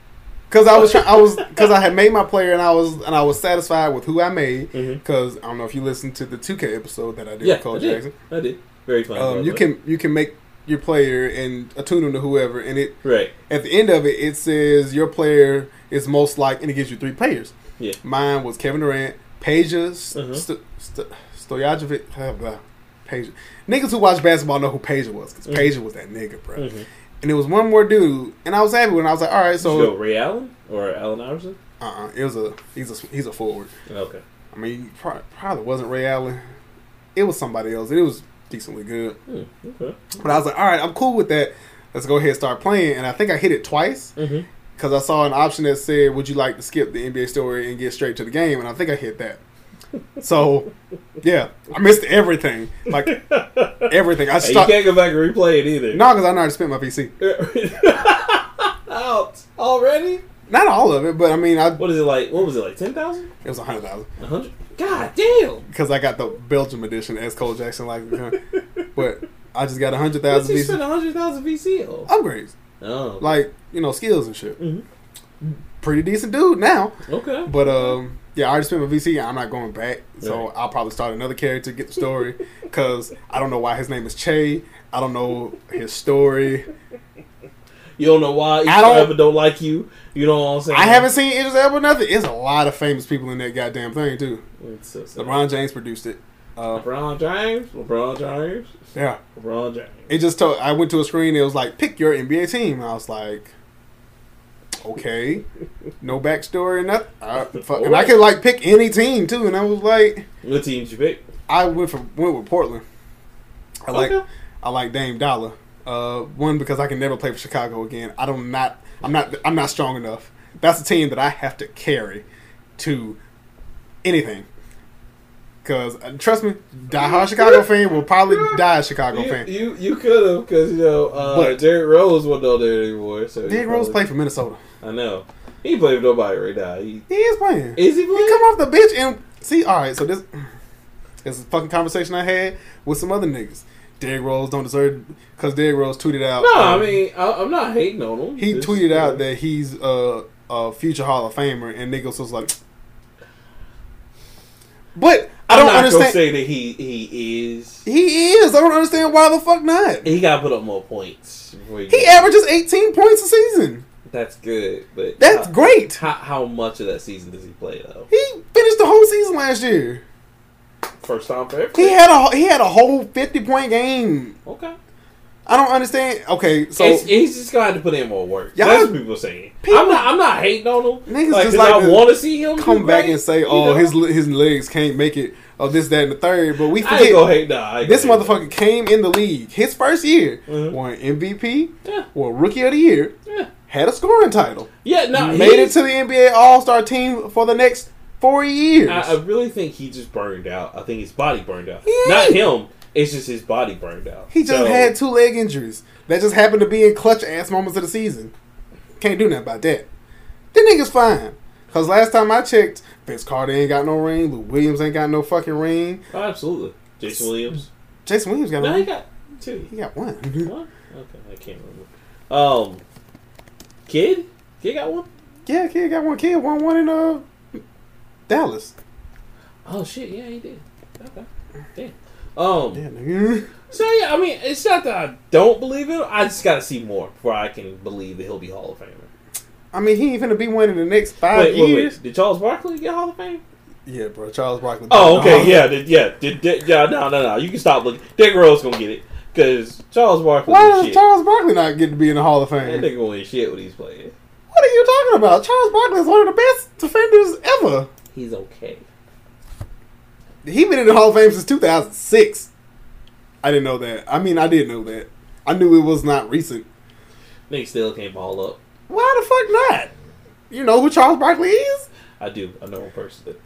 S2: Because I was trying, I was because I had made my player, and I was and I was satisfied with who I made.
S1: Mhm.
S2: Because I don't know if you listened to the 2K episode that I did
S1: Yeah,
S2: with Cole
S1: I did.
S2: Jackson.
S1: I did. Very fun. by
S2: Um, you
S1: the way.
S2: can you can make your player and attune them to whoever, and it
S1: Right.
S2: at the end of it, it says your player is most like, and it gives you three players.
S1: Yeah.
S2: Mine was Kevin Durant, Peja,
S1: Uh-huh.
S2: St- St- Stojakovic, blah, blah, Peja. Niggas who watch basketball know who Peja was because
S1: Mhm.
S2: Peja was that nigga, bro.
S1: Mm-hmm.
S2: And it was one more dude, and I was happy when I was like, all right,
S1: So
S2: so
S1: Ray Allen or Allen Iverson?
S2: uh-uh, it was a he's a he's a forward.
S1: Okay.
S2: I mean, probably, probably wasn't Ray Allen. It was somebody else, and it was decently good.
S1: Hmm. Okay.
S2: But I was like, all right, I'm cool with that. Let's go ahead and start playing. And I think I hit it twice.
S1: (laughs) Mm-hmm.
S2: because I saw an option that said, "Would you like to skip the NBA story and get straight to the game?" And I think I hit that. So, yeah, I missed everything, like everything. I
S1: Hey,
S2: stopped.
S1: you can't go back and replay it either.
S2: No, because I know how to spend my PC.
S1: (laughs) Out already?
S2: Not all of it, but I mean, I
S1: What is it like? What was it like? Ten thousand?
S2: it was a hundred thousand
S1: A hundred? God damn!
S2: because I got the Belgium edition as Cole Jackson, like,
S1: (laughs)
S2: but I just got a hundred
S1: What
S2: thousand
S1: you spend
S2: PC
S1: a hundred thousand VC on?
S2: upgrades,
S1: Oh.
S2: like you know, skills and shit.
S1: Mhm.
S2: Pretty decent dude now,
S1: okay.
S2: but um, yeah, I already spent my VC. I'm not going back, so I'll probably start another character, get the story, because I don't know why his name is Che. I don't know his story.
S1: You don't know why each
S2: I don't-
S1: rapper don't like you. You know what I'm saying?
S2: I haven't seen Idris Elba nothing. It's a lot of famous people in that goddamn thing too.
S1: It's so sad.
S2: LeBron James produced it. Uh,
S1: LeBron James. LeBron James.
S2: yeah,
S1: LeBron James.
S2: it just told. I went to a screen. It was like pick your NBA team. And I was like, okay, no backstory, or nothing. Uh, fuck. And I could like pick any team too. And I was like,
S1: What team did you pick?
S2: I went for went with Portland. I like.
S1: Okay.
S2: I like Dame Dollar. Uh, one because I can never play for Chicago again. I don't not I'm not I'm not strong enough. That's a team that I have to carry to anything. Cause uh, trust me, diehard
S1: (laughs)
S2: Chicago fan will probably die a Chicago
S1: You,
S2: fan.
S1: you you could have because you know uh,
S2: But-
S1: Derrick Rose wasn't on there anymore. So he
S2: Derrick Rose
S1: probably-
S2: played for Minnesota.
S1: I know he ain't playing with nobody right now. He,
S2: He is playing.
S1: is he
S2: He
S1: playing?
S2: come off the bench and see. All right, so this this is a fucking conversation I had with some other niggas. Derrick Rose don't deserve because Derrick Rose tweeted out.
S1: No,
S2: um,
S1: I mean I, I'm not hating on him.
S2: He
S1: Just,
S2: tweeted
S1: you
S2: out
S1: know.
S2: that he's uh, a future Hall of Famer, and Nichols was like, "But I
S1: I'm
S2: don't
S1: not gonna
S2: understand.
S1: say that he he is.
S2: he is. I don't understand why the fuck not.
S1: He got to put up more points. Before he
S2: He
S1: gets-
S2: averages 18 points a season.
S1: That's good, but
S2: That's
S1: how,
S2: great.
S1: how, how much of that season does he play though?
S2: He finished the whole season last year.
S1: First time for everything.
S2: He had a he had a whole 50 point game.
S1: okay.
S2: I don't understand. Okay, so
S1: it's, he's just gonna have to put in more work.
S2: Y'all-
S1: That's what people are saying.
S2: People-
S1: I'm not. I'm not hating on him.
S2: Niggas
S1: Niggas like,
S2: just
S1: 'cause
S2: like
S1: I
S2: to
S1: want to see him do
S2: come back
S1: great,
S2: and say,
S1: you
S2: "Oh,
S1: know?
S2: his his legs can't make it." Oh, this, that, and the third. But we
S1: I ain't
S2: forget
S1: gonna hate. Nah, I ain't
S2: this
S1: gonna hate
S2: motherfucker came in the league his first year,
S1: Mhm.
S2: won MVP,
S1: Yeah.
S2: won Rookie of the Year,
S1: him.
S2: had a scoring title,
S1: Yeah, yeah. No,
S2: made it to the NBA All Star team for the next four years.
S1: I, I really think he just burned out. I think his body burned out.
S2: Yeah.
S1: Not him. It's just his body burned out.
S2: he just
S1: So,
S2: had two leg injuries that just happened to be in clutch ass moments of the season. Can't do nothing about that. That nigga's fine. Cause last time I checked, Vince Carter ain't got no ring, Lou Williams ain't got no fucking ring,
S1: Oh, absolutely. Jason Williams.
S2: Jason Williams got (laughs)
S1: No,
S2: no
S1: he
S2: ring.
S1: got two.
S2: He got one. (laughs)
S1: One? Okay, I can't remember. Um, kid, kid got one.
S2: yeah, kid got one. Kid won one in uh Dallas.
S1: Oh shit! Yeah, he did. Okay. Damn. Um.
S2: Yeah, nigga. (laughs)
S1: So yeah, I mean, it's not that I don't believe him. I just got to see more before I can believe that he'll be Hall of Famer.
S2: I mean, he ain't gonna be one in the next five
S1: Wait, wait,
S2: years.
S1: wait. Did Charles Barkley get Hall of Fame?
S2: Yeah, bro. Charles Barkley.
S1: Oh,
S2: (laughs)
S1: okay,
S2: Uh-huh.
S1: yeah, did, yeah, did, did, yeah, no, no, no. You can stop looking. Dick Rose gonna get it because Charles Barkley.
S2: Why
S1: Why
S2: does
S1: shit.
S2: Charles Barkley not get to be in the Hall of
S1: That
S2: Fame?
S1: nigga gonna win shit when he's playing.
S2: What are you talking about? Charles Barkley is one of the best defenders ever.
S1: He's okay.
S2: He been in the Hall of Fame since 2006. I didn't know that. I mean, I did know that. I knew it was not recent.
S1: Nigga still can't ball up.
S2: Why the fuck not? You know who Charles Barkley is?
S1: I do. I know one person that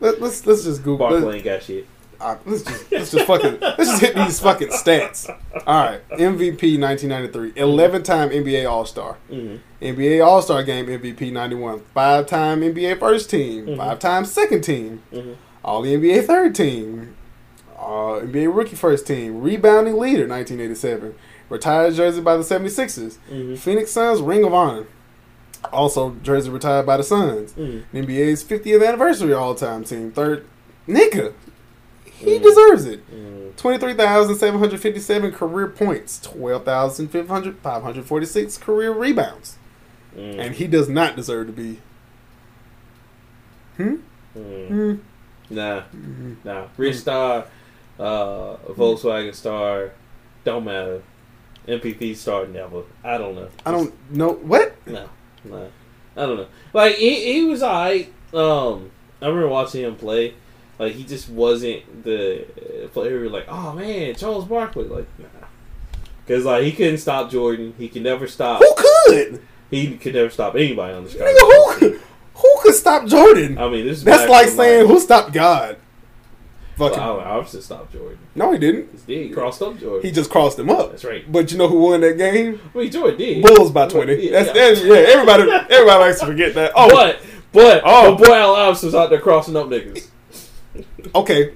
S2: Let, let's let's just Google.
S1: Barkley
S2: Let,
S1: ain't got shit.
S2: uh, let's just let's just fucking let's just hit these fucking stats. All right, MVP 1993, 11 time NBA All Star.
S1: hmm
S2: NBA All Star Game MVP 91, five time NBA first team,
S1: Mhm.
S2: five time second team,
S1: hmm
S2: All the NBA third team, uh, NBA rookie first team, rebounding leader 1987, retired jersey by the 76ers,
S1: hmm
S2: Phoenix Suns Ring of Honor, also jersey retired by the Suns,
S1: hmm
S2: NBA's 50th anniversary all time team, third. Nigga, he
S1: Mm.
S2: deserves it.
S1: hmm
S2: 23,757 career points, 12,546 career rebounds and he does not deserve to be. Hmm.
S1: mm
S2: Mm.
S1: Nah, nah. Rich star, uh, Volkswagen star, don't matter. MPP star, never. I don't know.
S2: I don't know what.
S1: No, no. I don't know. Like he, he was alright. Um, I remember watching him play. Like he just wasn't the uh, player. we were like, oh man, Charles Barkley. Like, nah. Because like he couldn't stop Jordan. He could never stop.
S2: Who could?
S1: He could never stop anybody on the sky.
S2: Nigga, who could? Who could stop Jordan?
S1: I mean, this is
S2: That's
S1: back
S2: like
S1: to,
S2: saying who stopped God. Fucking
S1: Well, Allen Iverson stopped Jordan.
S2: no, he didn't.
S1: He did. He crossed up Jordan.
S2: He just crossed him up.
S1: That's right.
S2: But you know who won that game?
S1: I mean, Jordan did.
S2: Bulls by twenty.
S1: Yeah,
S2: That's
S1: yeah.
S2: that's- yeah. Everybody, everybody likes to forget that. Oh,
S1: But but
S2: Oh.
S1: oh boy, Allen Iverson was out there crossing up niggas.
S2: okay.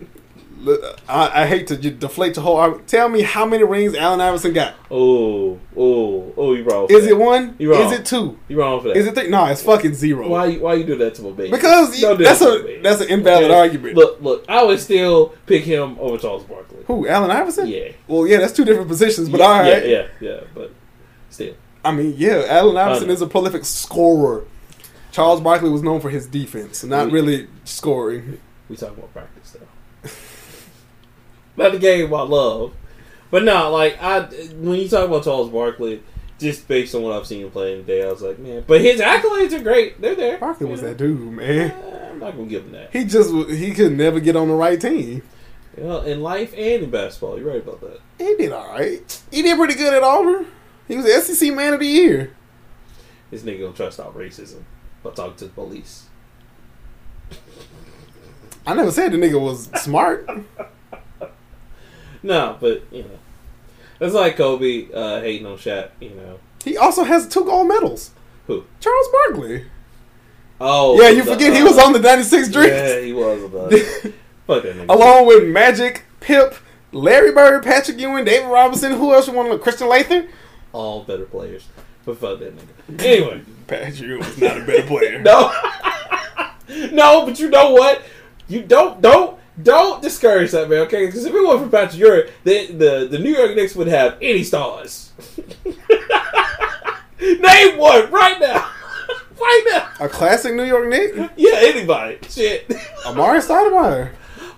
S2: L- I, I hate to j- deflate the whole. arg- Tell me how many rings Allen Iverson got?
S1: Oh oh oh, you wrong. for
S2: Is
S1: that.
S2: it one?
S1: You're wrong.
S2: Is it two?
S1: You wrong for that.
S2: Is it three? No, it's fucking zero.
S1: Why why you do that to my baby?
S2: Because
S1: Don't do
S2: that's
S1: that to
S2: a
S1: my baby.
S2: that's an invalid
S1: Okay?
S2: argument.
S1: Look look, I would still pick him over Charles Barkley.
S2: Who? Allen Iverson?
S1: Yeah.
S2: Well, yeah, that's two different positions, but
S1: yeah,
S2: all right.
S1: yeah, yeah, yeah, but still.
S2: I mean, yeah, Allen Iverson
S1: Um,
S2: is a prolific scorer. Charles Barkley was known for his defense, not
S1: Mm.
S2: really scoring.
S1: We talk about practice though. (laughs) about the game I love, but no, like I when you talk about Charles Barkley, just based on what I've seen him play today, I was like, man. But his accolades are great; they're there.
S2: Barkley was
S1: You know?
S2: that dude, man.
S1: Eh, I'm not gonna give him that.
S2: He just w- he could never get on the right team.
S1: You know, in life and in basketball, you're right about that.
S2: He did all right. He did pretty good at Auburn. He was the SEC Man of the Year.
S1: This nigga gonna try to stop racism by talking to the police.
S2: I never said the nigga was smart.
S1: No, but you know, that's like Kobe uh, hating on Shaq. You know
S2: He also has two gold medals.
S1: who?
S2: Charles Barkley.
S1: Oh,
S2: yeah, you
S1: the-
S2: forget he
S1: uh,
S2: was on the '96
S1: Yeah,
S2: Dreams.
S1: he
S2: (laughs)
S1: was. About it. Fuck that nigga.
S2: along with Magic, Pip, Larry Bird, Patrick Ewing, David Robinson. Who else you want to look? Christian Latham?
S1: All better players, but fuck that nigga. Anyway,
S2: Patrick Ewing's not a better (laughs) player.
S1: no, (laughs) no, but you know what? You don't, don't, don't discourage that man, okay? Because if it weren't for Patrick Ewing, the the the New York Knicks would have any stars. (laughs) Name one right now, (laughs) right now.
S2: A classic New York Knick?
S1: Yeah, anybody. Shit. (laughs)
S2: Amari Stoudemire.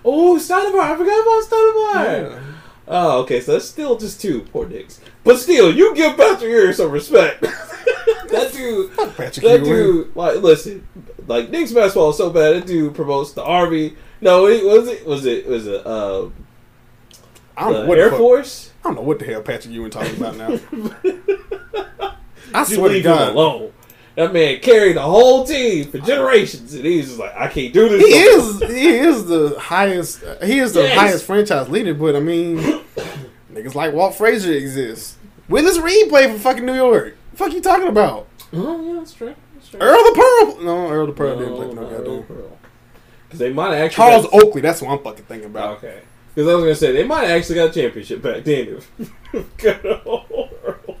S1: Oh, Stoudemire! I forgot about Stoudemire. Oh, okay. So that's still just two poor dicks. But still, you give Patrick Ewing some respect. (laughs) that dude,
S2: Fuck Patrick
S1: that
S2: Ewing.
S1: dude. Like, listen, like Knicks basketball is so bad. That dude promotes the army. No, it was it was it was it uh,
S2: I don't know
S1: the
S2: what the
S1: Air
S2: fuck-
S1: Force.
S2: I don't know what the hell Patrick Ewing talking about
S1: (laughs)
S2: now. I
S1: I
S2: swear to
S1: leave him
S2: God.
S1: alone. That man carried the whole team for generations, and he's just like, I can't do this.
S2: He
S1: no more.
S2: is he is the highest he is the
S1: Yes.
S2: highest franchise leader, but I mean niggas like Walt Frazier exists. Willis Reed played for fucking New York. fuck you talking about?
S1: Oh yeah, that's true. That's true. Oh,
S2: Earl the Pearl no Earl the Pearl didn't play for no goddamn
S1: Because they might have actually
S2: Charles
S1: got-
S2: Oakley, that's what I'm fucking thinking about.
S1: Okay. Because I was gonna say they might have actually got a championship back then. if- (laughs) Good old Earl.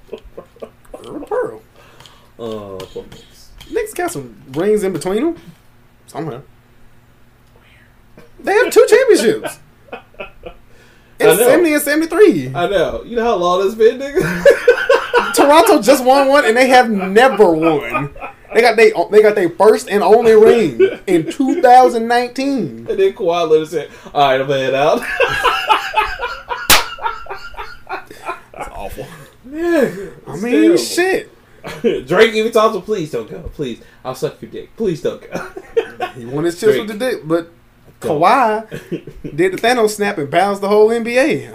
S2: Earl the Pearl.
S1: Oh, fuck this.
S2: Knicks got some rings in between them. Somehow. They have two relationships.
S1: I
S2: It's
S1: know.
S2: 70 and 73.
S1: I know. You know how long it's been, nigga. (laughs)
S2: Toronto just won one and they have never won. They got they they got their first and only ring in 2019.
S1: and then Kawhi Leonard said, "All right, I'm gonna head (laughs) out."
S2: That's awful.
S1: Nigga,
S2: I
S1: it's
S2: mean,
S1: terrible.
S2: shit.
S1: (laughs) Drake even talks to, "Please don't go. Please, I'll suck your dick. Please don't go." (laughs)
S2: He won his chips
S1: Drake.
S2: with the dick, but Kawhi did the Thanos snap and bounced the whole NBA.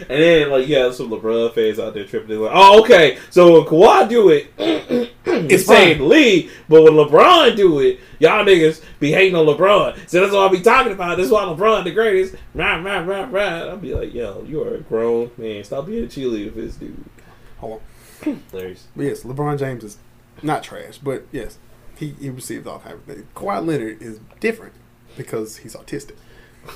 S1: and then like you have some LeBron fans out there tripping. They're like, "Oh, okay. So when Kawhi do it, (clears throat) it's
S2: fine.
S1: saying lead, but when LeBron do it, y'all niggas be hating on LeBron. So that's what I be talking about. That's why LeBron the greatest. Rah rah rah rah. I'll be like, yo, you are a grown man. Stop being a cheerleader for this dude.
S2: Hold on.
S1: Hilarious.
S2: But Oh, yes, LeBron James is not trash, but yes, he, he received off everything. Kawhi Leonard is different because he's
S1: (laughs)
S2: autistic.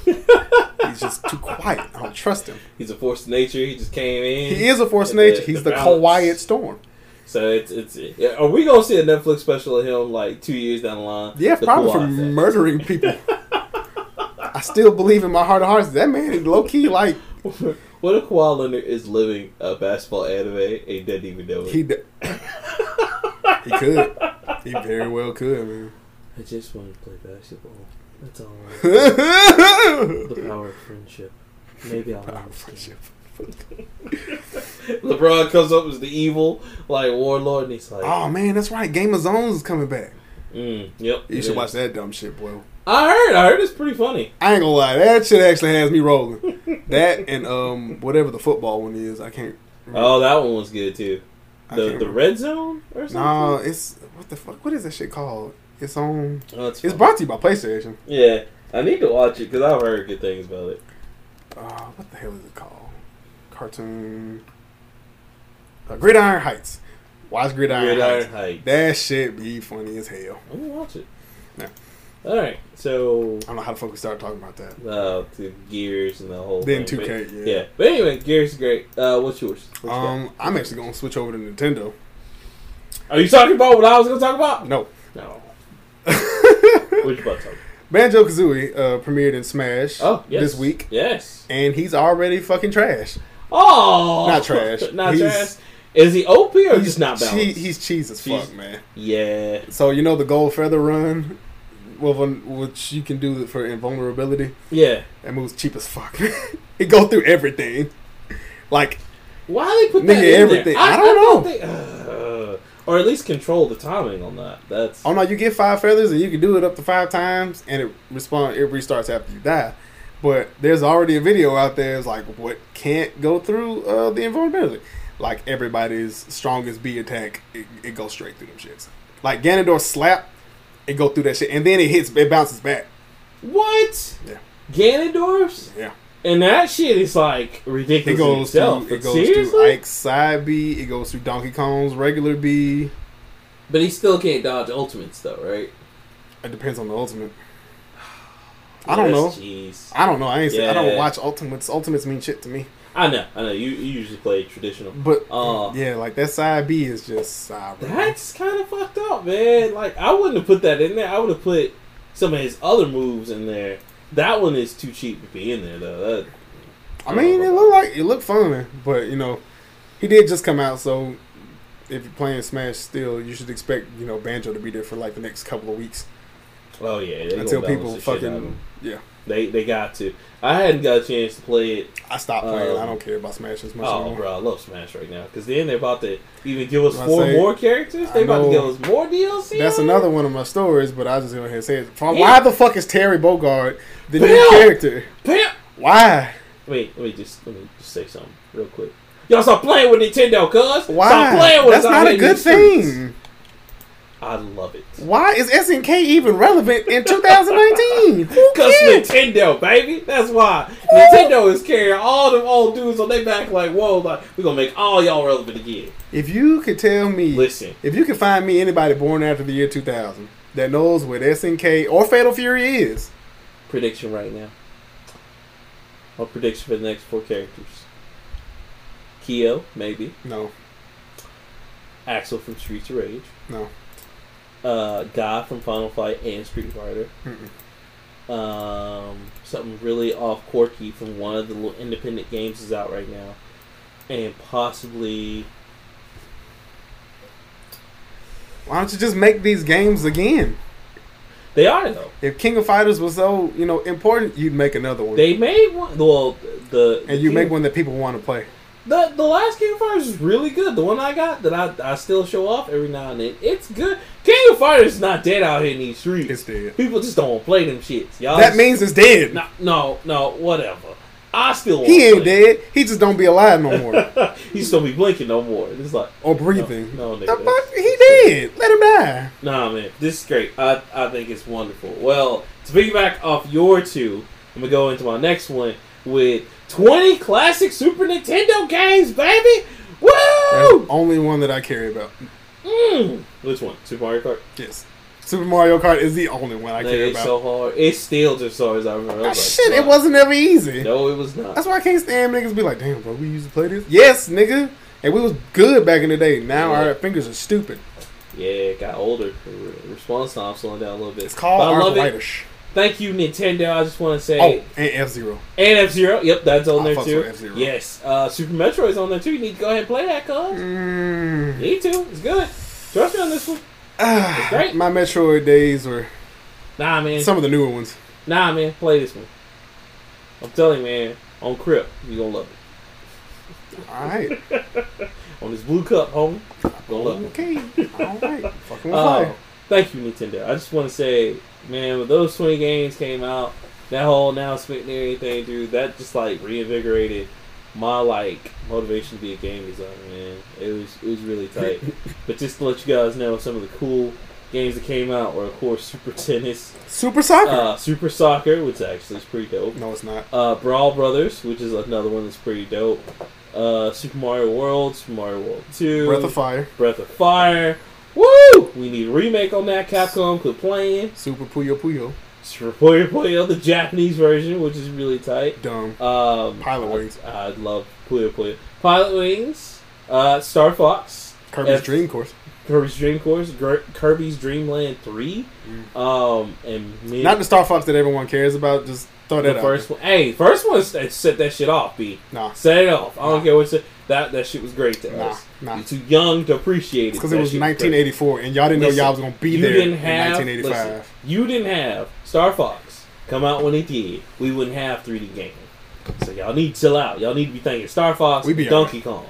S2: he's just too quiet. I don't trust him.
S1: He's a force of nature. He just came in.
S2: He is a force of
S1: And the-
S2: nature. He's the,
S1: the balance.
S2: quiet storm.
S1: So it's it's. Are we gonna see a Netflix special of him like two years down the line?
S2: Yeah,
S1: The
S2: probably
S1: Kawhi
S2: for
S1: effect.
S2: murdering people. I still believe in my heart of hearts that man is low key like
S1: (laughs) what if Kawhi Leonard is living a basketball anime and doesn't even know it?
S2: he d- he could he very well could man.
S1: I just want to play basketball. That's all.
S2: (laughs)
S1: (laughs)
S2: Power
S1: power of friendship. Maybe I'll
S2: of friendship.
S1: LeBron comes up as the evil like warlord, and he's like,
S2: Oh man, that's right. Game of Zones is coming back.
S1: mm, "Yep,
S2: You
S1: it
S2: should
S1: is."
S2: watch that dumb shit, boy.
S1: I heard. I heard it's pretty funny. (laughs)
S2: I ain't gonna lie, that shit actually has me rolling. That and um whatever the football one is, I can't.
S1: Oh, that one was good too.
S2: I
S1: The
S2: can't
S1: the
S2: remember.
S1: red zone or
S2: No,
S1: something.
S2: it's what the fuck? What is that shit called? It's on.
S1: Oh, it's
S2: It's
S1: fun.
S2: brought to you by PlayStation.
S1: yeah. I need to watch it because I've heard good things about it.
S2: Uh, what the hell is it called? Cartoon. Uh, Gridiron Heights. Watch Gridiron,
S1: Gridiron
S2: Heights.
S1: Heights.
S2: That shit be funny as hell.
S1: I'm gonna watch it.
S2: Yeah.
S1: All right. So
S2: I don't know how the fuck we started talking about that.
S1: uh, the gears and the whole
S2: Then
S1: thing.
S2: 2K,
S1: But-
S2: yeah.
S1: yeah. But anyway, gears is great. Uh, what's yours? What you got?
S2: Um, I'm actually gonna switch over to Nintendo.
S1: Are you talking about what I was gonna talk about?
S2: No,
S1: No. what you about to talk? about? (laughs)
S2: Banjo Kazooie uh, premiered in Smash
S1: Oh, yes.
S2: this week,
S1: Yes.
S2: and he's already fucking trash.
S1: Oh,
S2: Not trash.
S1: (laughs) not trash.
S2: He's-
S1: Is he OP or just not
S2: Che-
S1: balanced?
S2: he's cheese as
S1: Cheese.
S2: fuck, man.
S1: yeah.
S2: So you know the gold feather run, well, when- which you can do for invulnerability.
S1: Yeah.
S2: That move's cheap as fuck. (laughs) it go through everything, like
S1: Why they put that
S2: Nigga,
S1: in
S2: everything.
S1: There?
S2: I don't
S1: think they- Ugh. or at least control the timing on that. That's
S2: Oh no, you get five feathers and you can do it up to five times and it respond it restarts after you die. But there's already a video out there that's like what can't go through uh, the invulnerability. Like everybody's strongest B attack, it, it goes straight through them shits. Like Ganondorf slap, it go through that shit and then it hits it bounces back.
S1: what
S2: Yeah.
S1: Ganondorf's
S2: Yeah.
S1: and that shit is like
S2: It
S1: ridiculous. in
S2: goes
S1: itself.
S2: through it
S1: but
S2: goes through
S1: seriously,
S2: Ike's side B, it goes through Donkey Kong's regular B.
S1: but he still can't dodge ultimates though, right?
S2: It depends on the ultimate. I don't know.
S1: Jeez,
S2: I don't know. I ain't say, I
S1: Yeah.
S2: don't watch ultimates. Ultimates mean shit to me.
S1: I know. I know. You, you usually play traditional.
S2: But
S1: Uh,
S2: yeah, like that side B is just side.
S1: That's kind of fucked up, man. Like I wouldn't have put that in there. I would have put some of his other moves in there. That one is too cheap to be in there, though. That,
S2: I mean, it looked like it looked fun, but you know, he did just come out, so if you're playing Smash still, you should expect you know Banjo to be there for like the next couple of weeks
S1: oh yeah, they gonna
S2: until
S1: balance
S2: people
S1: the shit out of
S2: fucking
S1: him.
S2: yeah.
S1: they they got to. I hadn't got a chance to play it.
S2: I stopped playing.
S1: Um,
S2: I don't care about Smash as much
S1: Oh,
S2: anymore.
S1: bro, I love Smash right now because then they're about to even give us
S2: I
S1: four
S2: say-
S1: more characters. They
S2: I
S1: about to
S2: know.
S1: give us more DLC.
S2: That's
S1: on it?
S2: another one of my stories, but I just go ahead and say it. From-
S1: Yeah.
S2: Why the fuck is Terry Bogard the new
S1: Bill!
S2: character?
S1: Pimp.
S2: Why?
S1: Wait, let me just let me just say something real quick. Y'all stop playing with Nintendo, cuz. Stop
S2: Why?
S1: playing with
S2: That's
S1: us out
S2: not
S1: here
S2: a
S1: in these
S2: good
S1: streets.
S2: thing.
S1: I love it.
S2: Why is SNK even relevant
S1: (laughs)
S2: in 2019? Who
S1: Because
S2: cares?
S1: Nintendo, baby. That's why. Nintendo is carrying all them old dudes on their back like, whoa, like, we're going to make all y'all relevant again.
S2: If you could tell me,
S1: Listen.
S2: if you could find me anybody born after the year 2000 that knows what SNK or Fatal Fury is,
S1: Prediction right now. My prediction for the next four characters. Kyo, maybe.
S2: no,
S1: Axel from Streets of Rage.
S2: no,
S1: Uh, Guy from Final Fight and Street Fighter.
S2: Mm-mm.
S1: Um, something really off quirky from one of the little independent games is out right now, and possibly
S2: Why don't you just make these games again?
S1: they are though.
S2: If King of Fighters was so you know important, you'd make another one,
S1: They made one. Well, the
S2: and you
S1: the-
S2: make one that people want to play.
S1: The the last King of Fighters is really good. The one I got that I, I still show off every now and then. It's good. King of Fighters is not dead out here in these streets.
S2: It's dead.
S1: People just don't want to play them shits. Y'all
S2: That
S1: just-
S2: means it's dead.
S1: no no no whatever. I still want
S2: He ain't dead. He just don't be alive no
S1: (laughs)
S2: more
S1: dead. he just don't be blinking no more. It's like
S2: or breathing.
S1: No, no
S2: the
S1: nigga.
S2: fuck? He dead. Let him die.
S1: Nah, man, this is great. I, I think it's wonderful. Well, to piggyback off your two, I'm gonna go into my next one with 20 classic Super Nintendo games, baby.
S2: That's
S1: Woo!
S2: the only one that I care about.
S1: Mm. Which one? Super Mario Kart.
S2: Yes, Super Mario Kart is the only one I
S1: That
S2: care
S1: is
S2: about.
S1: so hard. It's still just hard as I remember. I
S2: Ah,
S1: was like,
S2: shit, it
S1: "Fuck."
S2: wasn't ever easy.
S1: No, it was not.
S2: That's why I can't stand niggas be like, damn, bro, we used to play this. Yes, nigga. And we was good back in the day. Now
S1: Yeah.
S2: our fingers are stupid.
S1: yeah, it got older. The re- Response time slowing down a little bit.
S2: It's called
S1: But I love it.
S2: arthritis.
S1: Thank you, Nintendo. I just want to say.
S2: Oh, and F Zero.
S1: And F Zero. Yep, that's on
S2: I
S1: there
S2: fucks
S1: too.
S2: with F-Zero.
S1: Yes. Uh, Super Metroid's on there too. You need to go ahead and play that, cuz. You
S2: Mm.
S1: need to. It's good. Trust me on this one.
S2: Ah,
S1: great.
S2: my Metroid days were
S1: Nah, man.
S2: some of the newer ones.
S1: nah, man. Play this one. I'm telling you, man. On Crip, you gonna love it.
S2: All right.
S1: On this blue cup, homie, you gonna love it.
S2: Okay. All right. Fucking
S1: Uh,
S2: fine.
S1: thank you, Nintendo. I just want to say, man, when those 20 games came out, that whole announcement and everything, dude, that just like reinvigorated my like motivation to be a game designer, man. It was it was
S2: (laughs)
S1: really tight. but just to let you guys know, some of the cool games that came out were, of course, Super Tennis,
S2: Super Soccer. (laughs)
S1: uh, Super Soccer, which actually is pretty dope.
S2: no, it's not.
S1: Uh, Brawl Brothers, which is another one that's pretty dope. Uh, Super Mario World, Super Mario World 2.
S2: Breath of Fire.
S1: Breath of Fire. Woo! We need a remake on that. Capcom could playing.
S2: Super Puyo Puyo.
S1: Super Puyo Puyo, the Japanese version, which is really tight.
S2: Dumb.
S1: Um,
S2: Pilot Wings.
S1: I, I love Puyo Puyo. Pilot Wings. Uh, Star Fox.
S2: Kirby's
S1: F-
S2: Dream Course.
S1: Kirby's Dream Course. Gr- Kirby's Dream Land Three. Um, and many-
S2: Mm. Not the Star Fox that everyone cares about. Just throw that
S1: the
S2: out.
S1: first one. Hey, first one set set that shit off, B.
S2: Nah.
S1: Set it off. I don't care what you- that that shit was great to
S2: Nah.
S1: us.
S2: Nah.
S1: You're too young to appreciate it.
S2: Because it
S1: That
S2: was
S1: shit great.
S2: 1984, and y'all didn't know
S1: Listen,
S2: y'all was gonna be
S1: you
S2: there
S1: didn't
S2: in
S1: have,
S2: 1985.
S1: listen, you didn't have Star Fox come out when it did. We wouldn't have 3D gaming. So y'all need to chill out. Y'all need to be thinking Star Fox,
S2: We be
S1: Donkey Kong.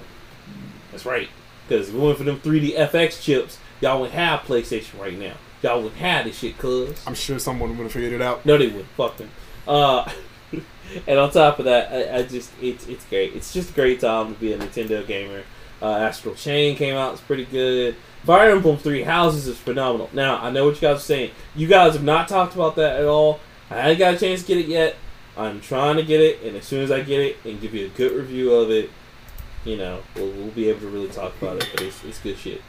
S1: That's right. Because if we went for them 3D FX chips, y'all wouldn't have PlayStation right now. Y'all wouldn't have this shit, cuz.
S2: I'm sure someone would have figured it out.
S1: No, they would. Fuck them. Uh, (laughs) and on top of that, I, I just it's it's great. It's just a great time to be a Nintendo gamer. Uh, Astral Chain came out; it's pretty good. Fire Emblem Three Houses is phenomenal. Now I know what you guys are saying. You guys have not talked about that at all. I haven't got a chance to get it yet. I'm trying to get it, and as soon as I get it and give you a good review of it, you know, we'll, we'll be able to really talk about it. But it's, it's good shit.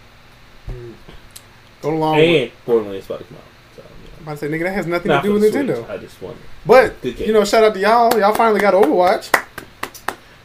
S2: Go along. With,
S1: and Borderlands about to come out. So,
S2: I'm
S1: you
S2: about to say, nigga, that has nothing
S1: know. Not
S2: to do
S1: for
S2: with
S1: the
S2: Nintendo.
S1: Switch, I just wonder.
S2: But
S1: Good game.
S2: you know, shout out to y'all. Y'all finally got Overwatch,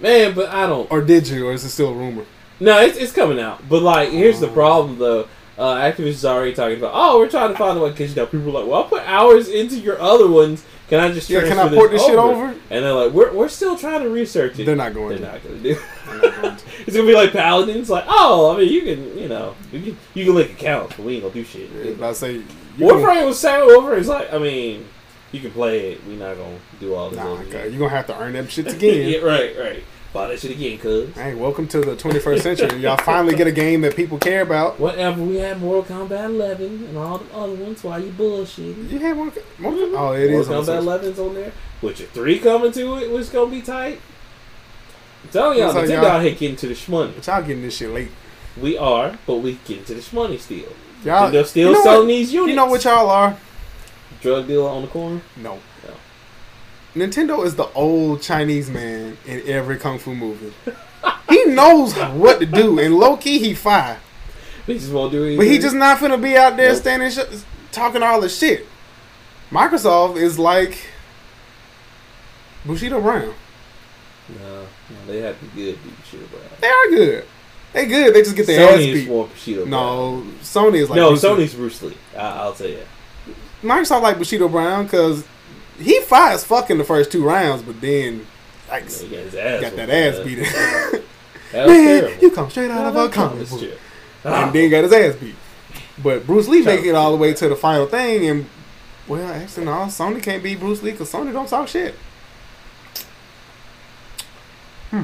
S1: Man, but I don't.
S2: or did you? Or is it still a rumor?
S1: No, it's, it's coming out. But like, here's the
S2: Oh.
S1: problem though. Uh, Activision is already talking about, oh, we're trying to find a one because you know people are like, well, I put hours into your other ones. Can I just
S2: Yeah,
S1: transfer
S2: can I port this shit over?
S1: over? And they're like, we're, we're still trying to research it.
S2: They're not
S1: They're
S2: going. to.
S1: not gonna do.
S2: They're not going to.
S1: (laughs) it's gonna be like Paladins, like, oh, I mean, you can, you know, you can, you can link accounts, but we ain't gonna do shit.
S2: Yeah, but I say, you gonna,
S1: Warframe was sad over. It's like, I mean, you can play it. We're not gonna do all this.
S2: nah,
S1: other
S2: okay, you gonna have to earn them shits
S1: shit.
S2: again.
S1: (laughs) yeah, right, right. Buy that shit again, cuz.
S2: Hey, welcome to the 21st century. Y'all finally get a game that people care about.
S1: Whatever, we had Mortal Kombat 11 and all the other ones. Why you bullshitting?
S2: You had one. one oh, it is.
S1: Mortal
S2: on the
S1: Kombat
S2: Switch.
S1: 11's on there. With your three coming to it, which gonna be tight. I'm telling y'all,
S2: Looks like
S1: Nintendo
S2: y'all-
S1: out here getting to the shmoney.
S2: But y'all getting this shit late.
S1: We are, but we getting to the shmoney still.
S2: Y'all
S1: Nintendo still
S2: Uh, you know
S1: selling
S2: what?
S1: these units.
S2: You know what y'all are?
S1: Drug dealer on the corner.
S2: No. Nintendo is the old Chinese man in every kung fu
S1: (laughs)
S2: movie. he knows what to do, and low key he fine,
S1: They just won't do anything.
S2: but he just not finna be out there
S1: Nope.
S2: standing sh- talking all the shit. Microsoft is like Bushido Brown.
S1: No, no, they have to be good beat Bushido Brown.
S2: They are good. They good. They just get their
S1: Sony
S2: ass
S1: is
S2: beat.
S1: more Bushido Brown.
S2: No, Sony is like
S1: no,
S2: Bruce Lee.
S1: Sony's Bruce Lee. I- I'll tell you.
S2: Microsoft like Bushido Brown because he fires fucking the first two rounds, but then like
S1: He got his ass
S2: got
S1: whooped,
S2: that ass
S1: man.
S2: beat. (laughs)
S1: That was
S2: Man,
S1: terrible.
S2: you come straight out
S1: That
S2: of a
S1: was
S2: comic
S1: terrible.
S2: book.
S1: Ah,
S2: and then got his ass beat. But Bruce Lee
S1: Shout
S2: make it all the way to the final thing, and well, actually, no, Sony can't beat Bruce Lee because Sony don't talk shit. Hmm.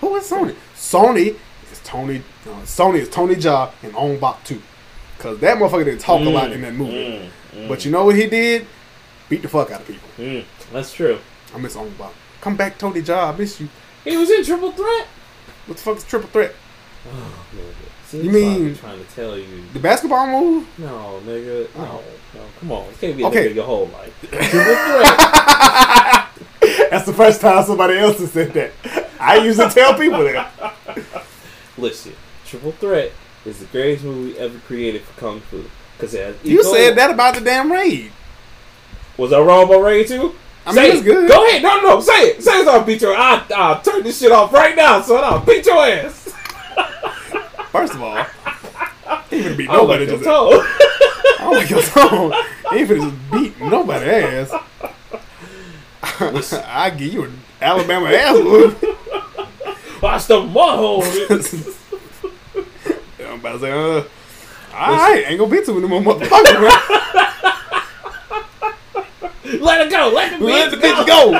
S2: Who is Sony? Sony is Tony. No, Sony is Tony Jaa and On Bak too, because that motherfucker didn't talk a lot in that movie.
S1: mm, mm,
S2: But you know what he did? Beat the fuck out of people.
S1: mm, that's true.
S2: I miss On Bak. Come back, Tony Jaa. I miss you.
S1: He was in triple threat.
S2: What the fuck is triple threat?
S1: Oh, nigga.
S2: You
S1: See, that's what I'm
S2: mean-
S1: trying to tell you?
S2: The basketball move?
S1: No, nigga. No,
S2: Oh.
S1: no. Come on, you can't be a
S2: Okay.
S1: nigga your whole life. Triple
S2: (laughs)
S1: threat.
S2: That's the first time somebody else has said that. I used to tell people that.
S1: Listen, triple threat is the greatest movie ever created for kung fu because it has.
S2: You
S1: ego.
S2: said that about the damn raid.
S1: Was I wrong about Ray too?
S2: I mean,
S1: say
S2: it's good.
S1: Go ahead. No, no. Say it. Say it. I'll beat your. I, I'll turn this shit off right now, son. I'll beat your ass.
S2: First of all, he finna beat
S1: I don't like
S2: nobody.
S1: your
S2: Just,
S1: tone. (laughs)
S2: I don't like your tone. He finna just beat nobody ass. (laughs) I give you an Alabama ass whoop. (laughs)
S1: Watch the mud hole. nigga.
S2: I'm about to say, uh, all right, ain't gonna beat too many more motherfuckers. bro.
S1: Let it go. Let the
S2: Let
S1: bitch
S2: the bitch go.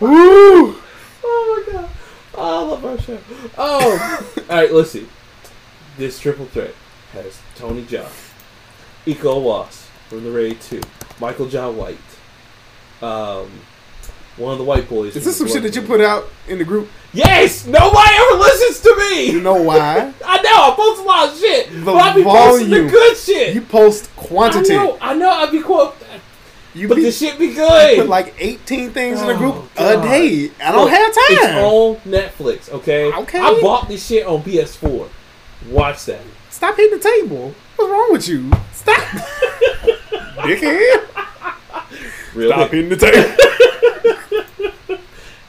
S2: Woo.
S1: Oh my god. Oh, I love our show. Oh. (laughs) Alright, listen. This triple threat has Tony Jaa, Iko Was from the Raid 2, Michael John White, um, one of the white boys.
S2: Is
S1: from
S2: this some
S1: the
S2: shit that
S1: Blood
S2: you
S1: Moon.
S2: put out in the group?
S1: Yes! Nobody ever listens to
S2: You
S1: me!
S2: know why?
S1: I know, I post a lot of shit,
S2: The
S1: but I be posting the
S2: volume.
S1: good shit!
S2: You post
S1: I
S2: quantity.
S1: know, I know, I be quote,
S2: You
S1: but
S2: be-
S1: the shit be
S2: I
S1: good!
S2: put (laughs) like 18 things in a group
S1: Oh,
S2: a
S1: God.
S2: day. I don't
S1: Look,
S2: have time.
S1: It's on Netflix, okay?
S2: Okay.
S1: I bought this shit on PS4. Watch that.
S2: Stop hitting the table. What's wrong with you?
S1: (laughs)
S2: Stop. Dickhead.
S1: Real quick.
S2: hitting the table.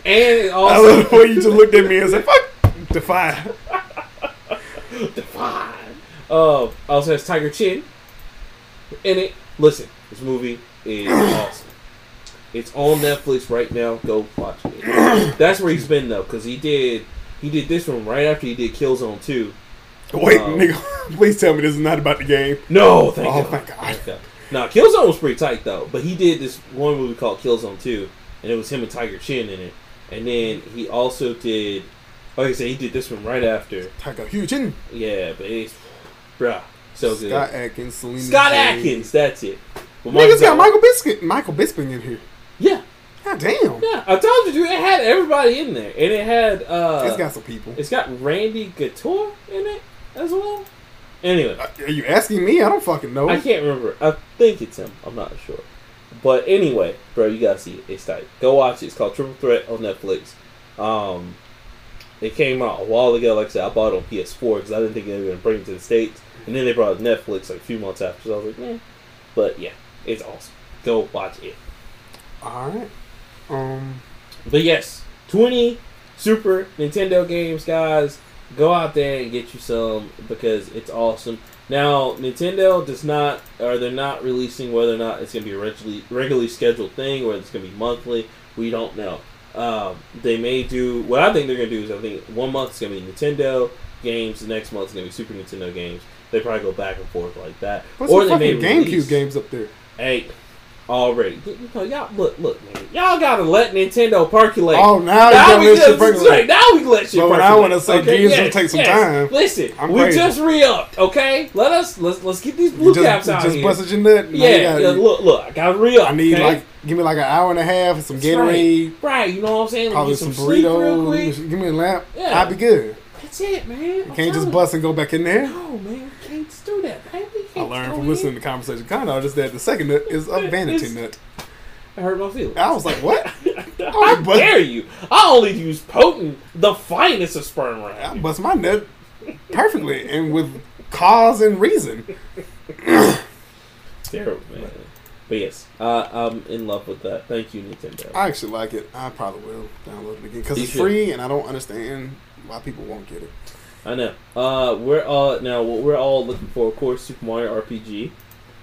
S1: And it
S2: (laughs) I
S1: also
S2: love the way you just looked at me and said, fuck the fire.
S1: Fine. Uh, also has Tiger Chin in it. Listen, this movie
S2: (coughs)
S1: is awesome. It's on Netflix right now. Go watch it. That's where he's been though, because he did he did this one right after he did Killzone Two.
S2: Wait,
S1: Um,
S2: nigga. (laughs) Please tell me this is not about the game.
S1: No, thank
S2: Oh,
S1: God.
S2: thank God.
S1: Thank God. Now Killzone was pretty tight though, but he did this one movie called Killzone Two, and it was him and Tiger Chin in it. And then he also did, like I said, he did this one right after.
S2: Tiger Hugin.
S1: Yeah, but it's bruh, so good.
S2: Scott Atkins. Selena
S1: Scott
S2: Jay.
S1: Atkins, that's it. But
S2: Niggas got
S1: John-
S2: Michael Bisping, Michael Bisping in here.
S1: Yeah,
S2: God damn.
S1: yeah. I told you, dude. It had everybody in there, and it had uh,
S2: it's got some people.
S1: it's got Randy Couture in it as well. Anyway,
S2: Uh, Are you asking me? I don't fucking know.
S1: I can't remember. I think it's him. I'm not sure. But anyway, bro, you gotta see it. It's tight. Go watch it. It's called Triple Threat on Netflix. Um, it came out a while ago. Like I said, I bought it on PS4 because I didn't think they were gonna bring it to the states, and then they brought it to Netflix like a few months after. So I was like, eh. But yeah, it's awesome. Go watch it.
S2: All right. Um.
S1: But yes, 20 Super Nintendo games, guys. Go out there and get you some because it's awesome. Now, Nintendo does not, or they're not releasing whether or not it's going to be a regularly, regularly scheduled thing or it's going to be monthly. We don't know. Um, they may do, what I think they're going to do is I think one month's going to be Nintendo games, the next month's going to be Super Nintendo games. They probably go back and forth like that.
S2: What's or the fucking GameCube
S1: release-
S2: games up there?
S1: Hey, already. You know, y'all look, look, man. Y'all gotta let Nintendo percolate.
S2: oh, now you
S1: now
S2: got
S1: we
S2: me
S1: let
S2: shit
S1: shit percolate. Now we let
S2: But
S1: shit percolate.
S2: when I wanna say games will take some time,
S1: Listen,
S2: I'm
S1: we
S2: crazy.
S1: just re upped. Okay, let us let's let's get these blue
S2: You just,
S1: caps out
S2: just
S1: here.
S2: busted your nut. Now
S1: yeah,
S2: you got-
S1: yeah, look, look, I got re up.
S2: I need
S1: okay?
S2: like give me like an hour and a half and some
S1: That's
S2: Gatorade,
S1: Right, right, you know what I'm saying? Let
S2: probably
S1: me get some,
S2: some,
S1: sleep real
S2: burritos.
S1: quick.
S2: Give me a lamp.
S1: Yeah.
S2: I'll be good.
S1: That's it, man. You
S2: Can't just bust and go back in there.
S1: No, man, we can't just do that. Man. We
S2: I
S1: can't just
S2: learned
S1: go
S2: from
S1: in.
S2: listening to conversation kind of just that the second nut is a vanity
S1: It's- (laughs)
S2: nut.
S1: I hurt my feelings.
S2: I was like, what?
S1: How
S2: Oh, but-
S1: dare you? I only use potent, the finest of sperm
S2: I
S1: round.
S2: bust my nut perfectly and with cause and reason.
S1: Terrible, man. But yes, uh, I'm in love with that. Thank you, Nintendo.
S2: I actually like it. I probably will download it again because
S1: You
S2: it's
S1: should.
S2: free and I don't understand why people won't get it.
S1: I know. Uh, we're all now. What we're all looking for, of course, Super Mario RPG.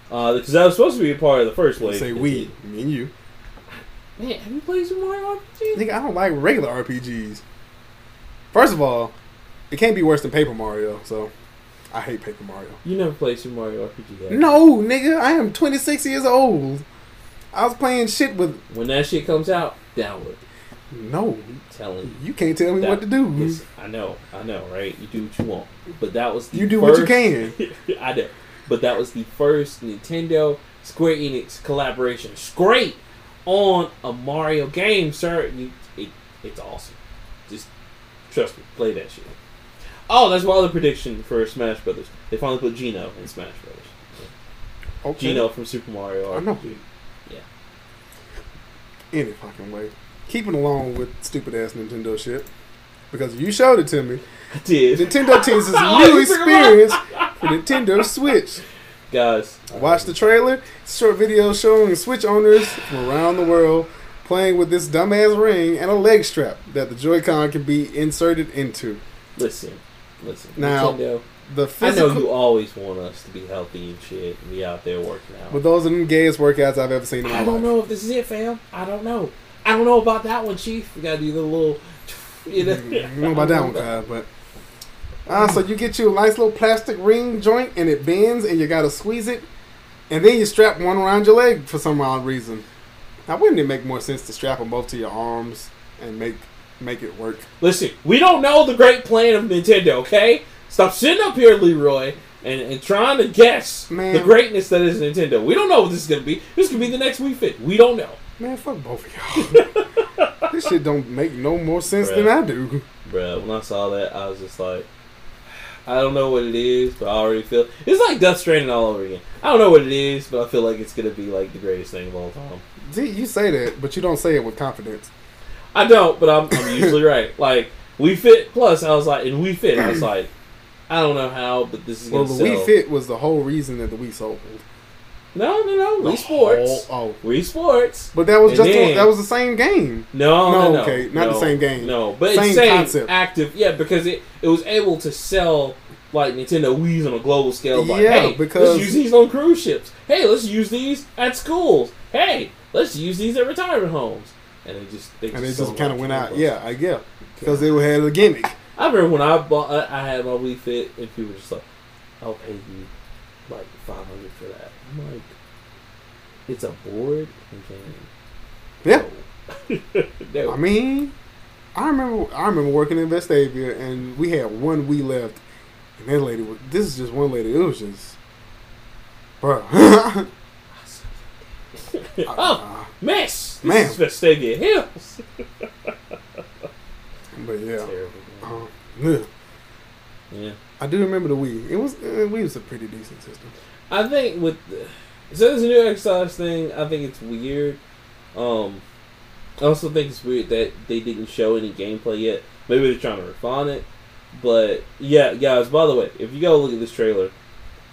S1: Because that was supposed to be a part of the first
S2: Let's
S1: wave.
S2: say we, me and you.
S1: Man, have you played some Mario RPG?
S2: Nigga, I don't like regular RPGs. First of all, it can't be worse than Paper Mario, so I hate Paper Mario.
S1: You never played Super Mario RPG? have you?
S2: No, nigga, I am 26 years old. I was playing shit with.
S1: When that shit comes out, download. it.
S2: No,
S1: I'm telling you.
S2: you can't tell me
S1: That-
S2: what to do.
S1: Listen, I know, I know, right? You do what you want, but that was the
S2: You do what
S1: first,
S2: you can.
S1: can. (laughs) I know, but that was the first Nintendo Square Enix collaboration straight on a Mario game, sir. You, it, it's awesome. Just trust me, play that shit. Oh, that's my other prediction for Smash Brothers. They finally put Gino in Smash Brothers.
S2: Okay.
S1: Gino from Super Mario
S2: I
S1: RPG.
S2: know.
S1: Yeah.
S2: Any fucking way. Keeping along with stupid ass Nintendo shit. Because you showed it to me.
S1: I did.
S2: Nintendo teases
S1: Oh,
S2: new
S1: you forgot.
S2: experience for Nintendo Switch.
S1: (laughs) Guys,
S2: Watch the trailer. Short video showing Switch owners from around the world playing with this dumbass ring and a leg strap that the Joy-Con can be inserted into.
S1: listen. Listen.
S2: Now,
S1: Nintendo.
S2: The
S1: I
S2: physical.
S1: know you always want us to be healthy and shit and be out there working out.
S2: But those are the gayest workouts I've ever seen in my
S1: I don't
S2: life.
S1: know if this is it, fam. I don't know. I don't know about that one, Chief. We gotta do the little. You know,
S2: I don't know about that one, Kyle, but. Ah, so you get you a nice little plastic ring joint and it bends and you gotta squeeze it and then you strap one around your leg for some odd reason. Now, wouldn't it make more sense to strap them both to your arms and make make it work?
S1: Listen, we don't know the great plan of Nintendo. Okay, stop sitting up here, Leroy, and, and trying to guess
S2: Man.
S1: the greatness that is Nintendo. We don't know what this is gonna be. This could be the next Wii Fit. We don't know.
S2: Man, fuck both of y'all. (laughs) this shit don't make no more sense than I do. (laughs)
S1: Bruh, when I saw that, I was just like, I don't know what it is, but I already feel it's like Death Stranding all over again. I don't know what it is, but I feel like it's gonna be like the greatest thing of all time.
S2: See, you say that, but you don't say it with confidence.
S1: I don't, but I'm, I'm usually right. Like We Fit Plus, I was like, and We Fit, I was like, I don't know how, but this is
S2: Well,
S1: gonna
S2: the
S1: sell.
S2: Wii Fit was the whole reason that the Wii sold.
S1: No, no, no,
S2: The
S1: Wii Sports,
S2: whole- oh,
S1: Wii Sports.
S2: but that was
S1: And
S2: just
S1: then-
S2: that was the same game.
S1: No, no,
S2: No,
S1: no,
S2: okay, not the
S1: no,
S2: same game.
S1: No, but
S2: Same
S1: it's same
S2: concept.
S1: active. Yeah, because it it was able to sell like Nintendo Wii's on a global scale. Like,
S2: Yeah,
S1: hey,
S2: because-
S1: let's use these on cruise ships. Hey, let's use these at schools. Hey, let's use these at retirement homes. And it just they
S2: and it just
S1: sold
S2: kind of
S1: like
S2: went out.
S1: gangbusters.
S2: Yeah, I guess because they had a gimmick.
S1: I remember when I bought, I, I had my Wii Fit, and people were just like, "I'll pay you like five hundred for that." I'm like, "It's a board and game."
S2: Yeah,
S1: No. (laughs) No.
S2: I mean, I remember I remember working in Vestavia, and we had one Wii left, and that lady. was- This is just one lady. It was just, (laughs) bro.
S1: oh, miss, this
S2: Man.
S1: is Vestavia Hills.
S2: but yeah.
S1: Terrible. man.
S2: Um, ugh.
S1: Yeah,
S2: I do remember the Wii. It was uh, Wii was a pretty decent system.
S1: I think with so this new exercise thing, I think it's weird. Um, I also think it's weird that they didn't show any gameplay yet. Maybe they're trying to refine it. But yeah, guys. By the way, if you go look at this trailer,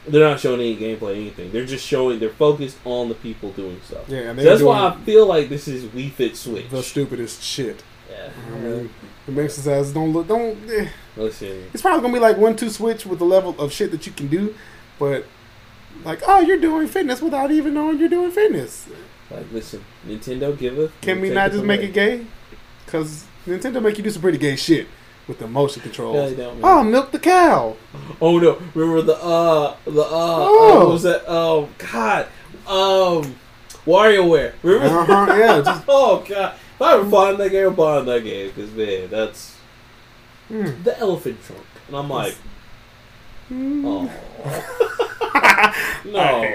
S1: they're not showing any gameplay, anything. They're just showing they're focused on the people doing stuff.
S2: Yeah, and
S1: So
S2: they
S1: that's
S2: were
S1: why I feel like this is We Fit Switch.
S2: doing the stupidest shit.
S1: yeah.
S2: I mean, the exercises don't look don't. eh.
S1: Listen,
S2: It's probably gonna be like one two switch with the level of shit that you can do, but like oh you're doing fitness without even knowing you're doing fitness.
S1: like listen, Nintendo giveth.
S2: Can
S1: and
S2: we
S1: taketh
S2: not just make
S1: away.
S2: it gay? Cause Nintendo make you do some pretty gay shit with the motion
S1: No, they
S2: controls.
S1: don't, man.
S2: Oh, milk the cow.
S1: Oh no! Remember the uh the uh,
S2: Oh.
S1: uh what was that? Oh God, um, WarioWare. Remember?
S2: Uh-huh, yeah, just-
S1: (laughs) oh God, if I ever bought that game, I bought that game because man, that's
S2: Hmm.
S1: the elephant trunk, and I'm like,
S2: Hmm. (laughs)
S1: oh no,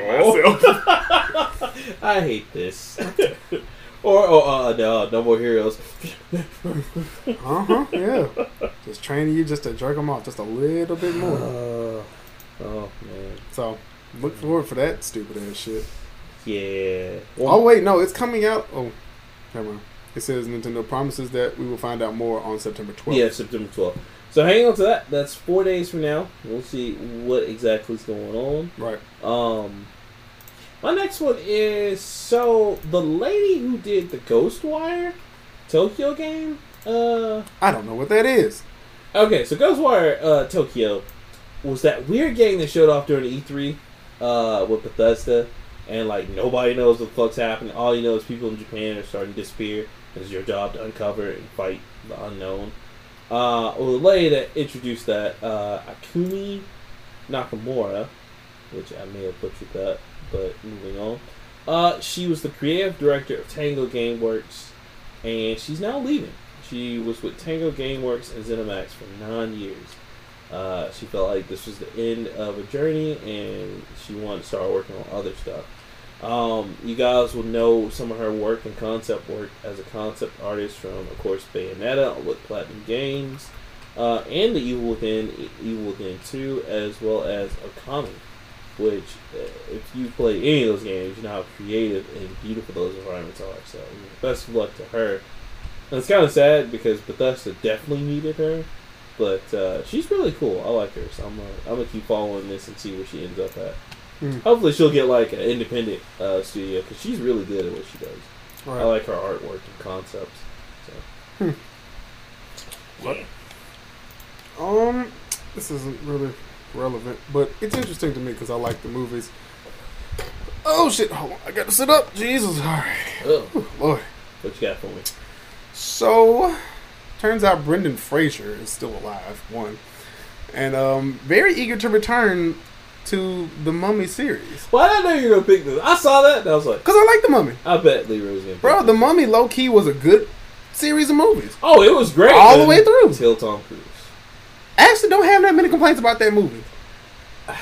S2: I hate myself.
S1: I hate this. (laughs) or oh uh, no, no more heroes. (laughs)
S2: uh huh. Yeah. Just training you just to jerk them off just a little bit more.
S1: Uh, oh man,
S2: So look forward for that stupid ass shit.
S1: yeah.
S2: Oh wait, no, it's coming out. Oh, never mind. It says Nintendo promises that we will find out more on September twelfth.
S1: Yeah, September 12th. So hang on to that. That's four days from now. We'll see what exactly is going
S2: Right.
S1: on. Um, my next one is so the lady who did the Ghostwire Tokyo game. Uh,
S2: I don't know what that is.
S1: okay, so Ghostwire uh, Tokyo was that weird game that showed off during the E3. Uh, uh, with Bethesda, and like nobody knows what the fuck's happening. All you know is people in Japan are starting to disappear. It's your job to uncover and fight the unknown. Uh, well, the lady that introduced that, uh, Akumi Nakamura, which I may have butchered that, but moving on. Uh, she was the creative director of Tango Gameworks, and she's now leaving. She was with Tango Gameworks and ZeniMax for nine years. Uh, she felt like this was the end of a journey, and she wanted to start working on other stuff. Um, you guys will know some of her work and concept work as a concept artist from, of course, Bayonetta with Platinum Games, uh, and the Evil Within, E- Evil Within 2, as well as Okami which uh, if you play any of those games, you know how creative and beautiful those environments are. So you know, best of luck to her. And it's kind of sad because Bethesda definitely needed her, but uh, she's really cool. I like her, so I'm gonna, I'm gonna keep following this and see where she ends up at.
S2: Mm.
S1: Hopefully, she'll get like an independent uh, studio because she's really good at what she does.
S2: All
S1: I
S2: right.
S1: like her artwork and concepts. So. Yeah.
S2: Um, this isn't really relevant, but it's interesting to me because I like the movies. Oh shit! Hold on, I gotta sit up. Jesus, all right,
S1: Oh,
S2: Lord.
S1: what you got for me?
S2: So, turns out Brendan Fraser is still alive. One, and um, very eager to return to the Mummy series
S1: Well, I didn't know you were gonna pick this. I saw that and I was like,
S2: because I like the Mummy,
S1: I bet Leroy's gonna. pick
S2: bro.
S1: this.
S2: The Mummy low key was a good series of movies.
S1: Oh, it was great
S2: All the way through.
S1: Till Tom Cruise.
S2: I actually don't have that many complaints about that movie. (sighs)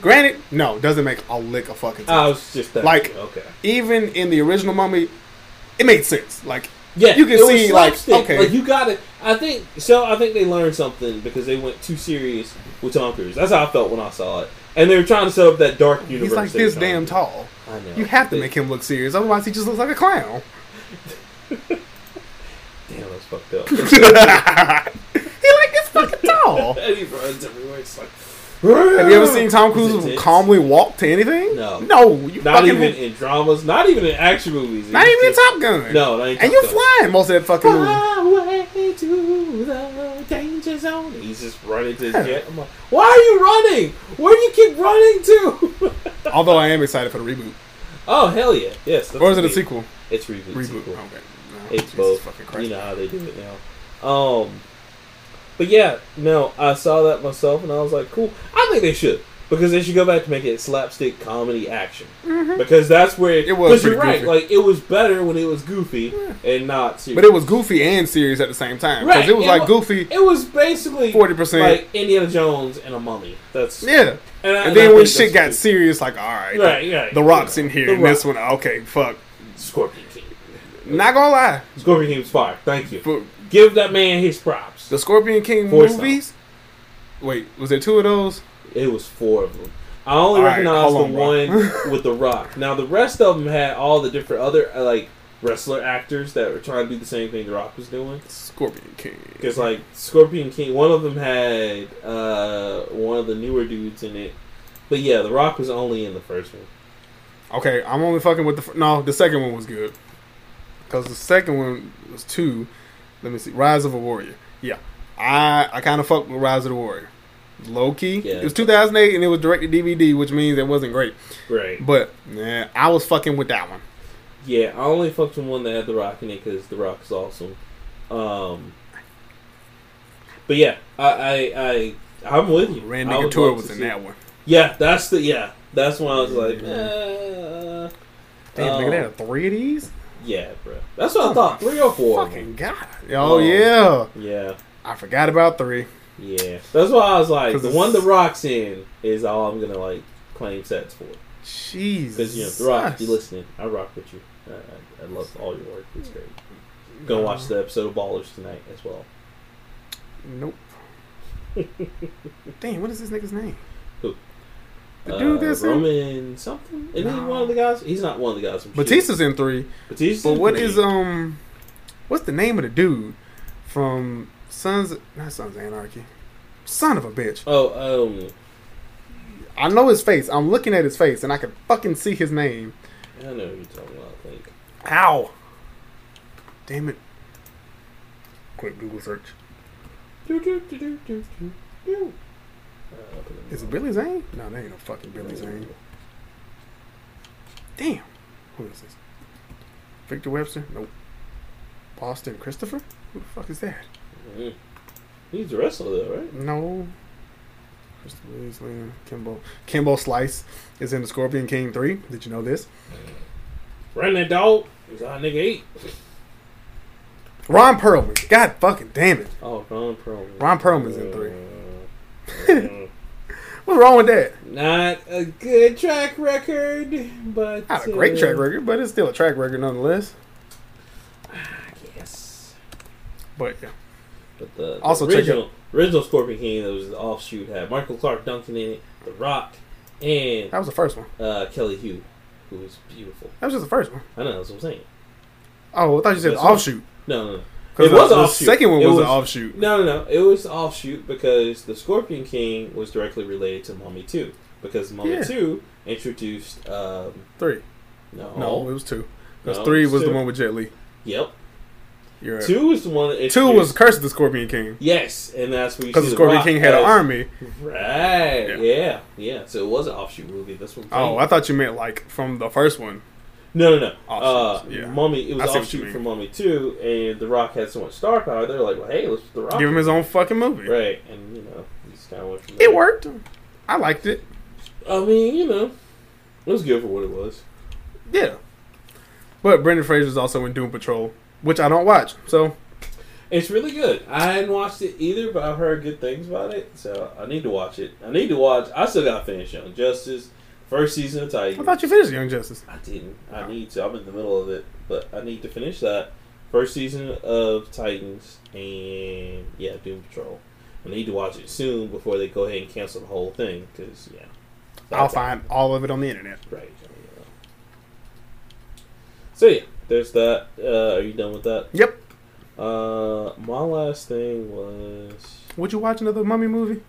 S2: Granted, no, doesn't make a lick of fucking sense.
S1: I was just that
S2: Like-
S1: okay,
S2: even in the original Mummy, it made sense. Like,
S1: yeah,
S2: You can
S1: it was
S2: see, like,
S1: slapstick.
S2: okay.
S1: like you got it. I think so. I think they learned something because they went too serious with Tom Cruise. That's how I felt when I saw it, and they were trying to set up that dark universe.
S2: he's like
S1: that
S2: this
S1: Tom
S2: damn
S1: Cruise-
S2: tall.
S1: I know.
S2: You have to
S1: They-
S2: make him look serious, otherwise he just looks like a clown. (laughs)
S1: Damn, that's
S2: (laughs)
S1: fucked up. (laughs)
S2: he like this fucking tall.
S1: and he runs everywhere. It's like.
S2: Have you ever seen Tom
S1: Is it
S2: Cruise
S1: tits?
S2: calmly walk to anything?
S1: No.
S2: no, you
S1: Not
S2: fucking,
S1: even in dramas. Not even in action movies.
S2: not
S1: It's
S2: even in
S1: just-
S2: Top Gun.
S1: No, not even
S2: and
S1: Top
S2: you're
S1: Gun.
S2: flying most of that fucking movie.
S1: Highway to the danger zone. He's just running to his jet. I'm like, why are you running? Where do you keep running to? (laughs)
S2: Although I am excited for the reboot,
S1: oh hell yeah, yes. that's
S2: or is it a
S1: what they-
S2: sequel?
S1: It's reboot.
S2: Reboot.
S1: sequel.
S2: Okay. No,
S1: It's
S2: Jesus
S1: both.
S2: Fucking
S1: You
S2: Christ.
S1: know how they do it now. Um, but yeah, no, I saw that myself, and I was like, cool. I think they should because they should go back to make it slapstick comedy action because that's where
S2: It was
S1: 'cause you're
S2: pretty
S1: right.
S2: goofy.
S1: Like it was better when it was goofy and not serious.
S2: But it was goofy and serious at the same time because
S1: Right,
S2: it was
S1: it
S2: like
S1: wa-
S2: goofy
S1: It was basically
S2: 40%.
S1: like Indiana Jones and a mummy. That's
S2: Yeah.
S1: And, I-
S2: And
S1: and I
S2: then when
S1: think
S2: shit got
S1: that's
S2: serious, like, all right,
S1: good. right, right,
S2: The Rock's in here,
S1: The
S2: and
S1: Rock.
S2: this one, okay, fuck.
S1: Scorpion King.
S2: Not gonna lie,
S1: Scorpion King's fire. Thank you.
S2: but
S1: Give that man his props.
S2: the Scorpion King
S1: Four
S2: movies. Wait, was there two of those?
S1: It was four of them. I only
S2: All right,
S1: recognize
S2: hold on, (laughs)
S1: the one with the Rock. Now the rest of them had all the different other uh, like wrestler actors that were trying to do the same thing the Rock was doing.
S2: Scorpion King.
S1: Because like Scorpion King, one of them had uh, one of the newer dudes in it. But yeah, the Rock was only in the first one.
S2: Okay, I'm only fucking with the fir- no. The second one was good because the second one was two. Let me see, Rise of a Warrior. Yeah, I I kind of fucked with Rise of the Warrior. Low key,
S1: Yeah.
S2: it was 2008, and it was directed DVD, which means it wasn't great.
S1: Right.
S2: But yeah, I was fucking with that one.
S1: Yeah, I only fucked with one that had The Rock in it because The Rock is awesome. Um, but yeah, I, I, I I'm with you.
S2: Randy
S1: I would
S2: Couture
S1: love
S2: was
S1: to
S2: in
S1: see-
S2: that one.
S1: Yeah, that's the yeah. That's when I was like,
S2: Yeah.
S1: eh,
S2: Damn, nigga,
S1: um,
S2: they had three of these.
S1: yeah, bro. That's what I thought. Three or four. of
S2: Fucking
S1: them.
S2: god. Oh,
S1: Oh.
S2: yeah.
S1: Yeah,
S2: I forgot about three.
S1: yeah. That's why I was like,
S2: 'Cause
S1: the
S2: it's-
S1: one The Rock's in is all I'm gonna like claim sets for
S2: Jesus.
S1: because you know The Rock. If you're listening, I rock with you. I, I, I love all your work. It's great. Go watch the episode of Ballers tonight as well.
S2: (laughs) Nope. Damn, what is this nigga's name?
S1: Who?
S2: The dude
S1: Uh,
S2: that's in-
S1: Roman something. Isn't he
S2: No.
S1: one of the guys? He's not one of the guys. From
S2: Batista's in three.
S1: Shit. Batista.
S2: But what is um what's the name of the dude from Sons not Sons of Anarchy. Son of a bitch.
S1: Oh, um,
S2: I know his face. I'm looking at his face and I can fucking see his name.
S1: I don't know who you're talking about. I think.
S2: Ow. Damn it. Quick Google search.
S1: Do, do, do, do, do, do, do. Uh,
S2: Is it Billy Zane? No, that ain't no fucking Billy Zane. Damn. Who is this? Victor Webster? Nope. Boston Christopher? Who the fuck is that?
S1: Mhm. He's a wrestler, though, right?
S2: No. Christopher Williams, Liam, Kimbo. Kimbo Slice is in the Scorpion King 3. Did you know this?
S1: Run that dog. Is our nigga eight?
S2: Ron Perlman. God fucking damn it.
S1: Oh, Ron Perlman.
S2: Ron Perlman's in three.
S1: three.
S2: What's wrong with that?
S1: (laughs) Not a good track record, but
S2: Not a great
S1: uh,
S2: track record, but it's still a track record nonetheless.
S1: I guess.
S2: But yeah.
S1: But the, the
S2: Also check
S1: original, original Scorpion King that was the offshoot had Michael Clark Duncan in it, The Rock, and
S2: That was the first one.
S1: uh, Kelly Hugh, who was beautiful.
S2: That was just the first one.
S1: I know that's what I'm saying.
S2: Oh, I thought you said
S1: That's
S2: the
S1: what-
S2: offshoot.
S1: No, no, no.
S2: Because
S1: It was
S2: the,
S1: an
S2: the
S1: offshoot.
S2: second one
S1: It
S2: was,
S1: was-
S2: an offshoot.
S1: No, no, no. It was offshoot because the Scorpion King was directly related to Mummy Two because Mummy
S2: Yeah.
S1: Two introduced um,
S2: Three.
S1: no,
S2: No, it was two. Because
S1: Oh. No,
S2: three
S1: it's
S2: was the
S1: two.
S2: one with Jet Li.
S1: yep,
S2: You're right. Two,
S1: two was the one. That
S2: was
S1: introduced-
S2: Curse of the Scorpion King.
S1: yes, and that's where you see
S2: Because the Scorpion
S1: Rock
S2: King had an
S1: as-
S2: army.
S1: Right. Yeah. yeah. So it was an offshoot movie. That's what. I'm saying.
S2: Oh, I thot you meant like from the first one.
S1: No, no, no. Uh,
S2: Offshoots, yeah.
S1: Mummy. It
S2: I see
S1: was
S2: what you
S1: offshoot
S2: mean.
S1: from Mummy Two, and The Rock had so much star power. They're like, well, hey, let's put The Rock.
S2: Give him his own fucking movie.
S1: right, and you know, he's kind of went from there.
S2: It worked. I liked it.
S1: I mean, you know, it was good for what it was.
S2: Yeah. But Brendan Fraser's also in Doom Patrol, which I don't watch. So
S1: It's really good. I hadn't watched it either, but I've heard good things about it, so I need to watch it. I need to watch. I still got to finish Young Justice, first season of
S2: I
S1: Titan.
S2: thought you finished Young Justice.
S1: I didn't. I need to. I'm in the middle of it, but I need to finish that first season of Titans and yeah, Doom Patrol. I need to watch it soon before they go ahead and cancel the whole thing because yeah,
S2: I'll
S1: That's-
S2: find all of it on the internet.
S1: right. yeah. So yeah, there's that. Uh, are you done with that?
S2: Yep.
S1: Uh, my last thing was
S2: Would you watch another Mummy movie?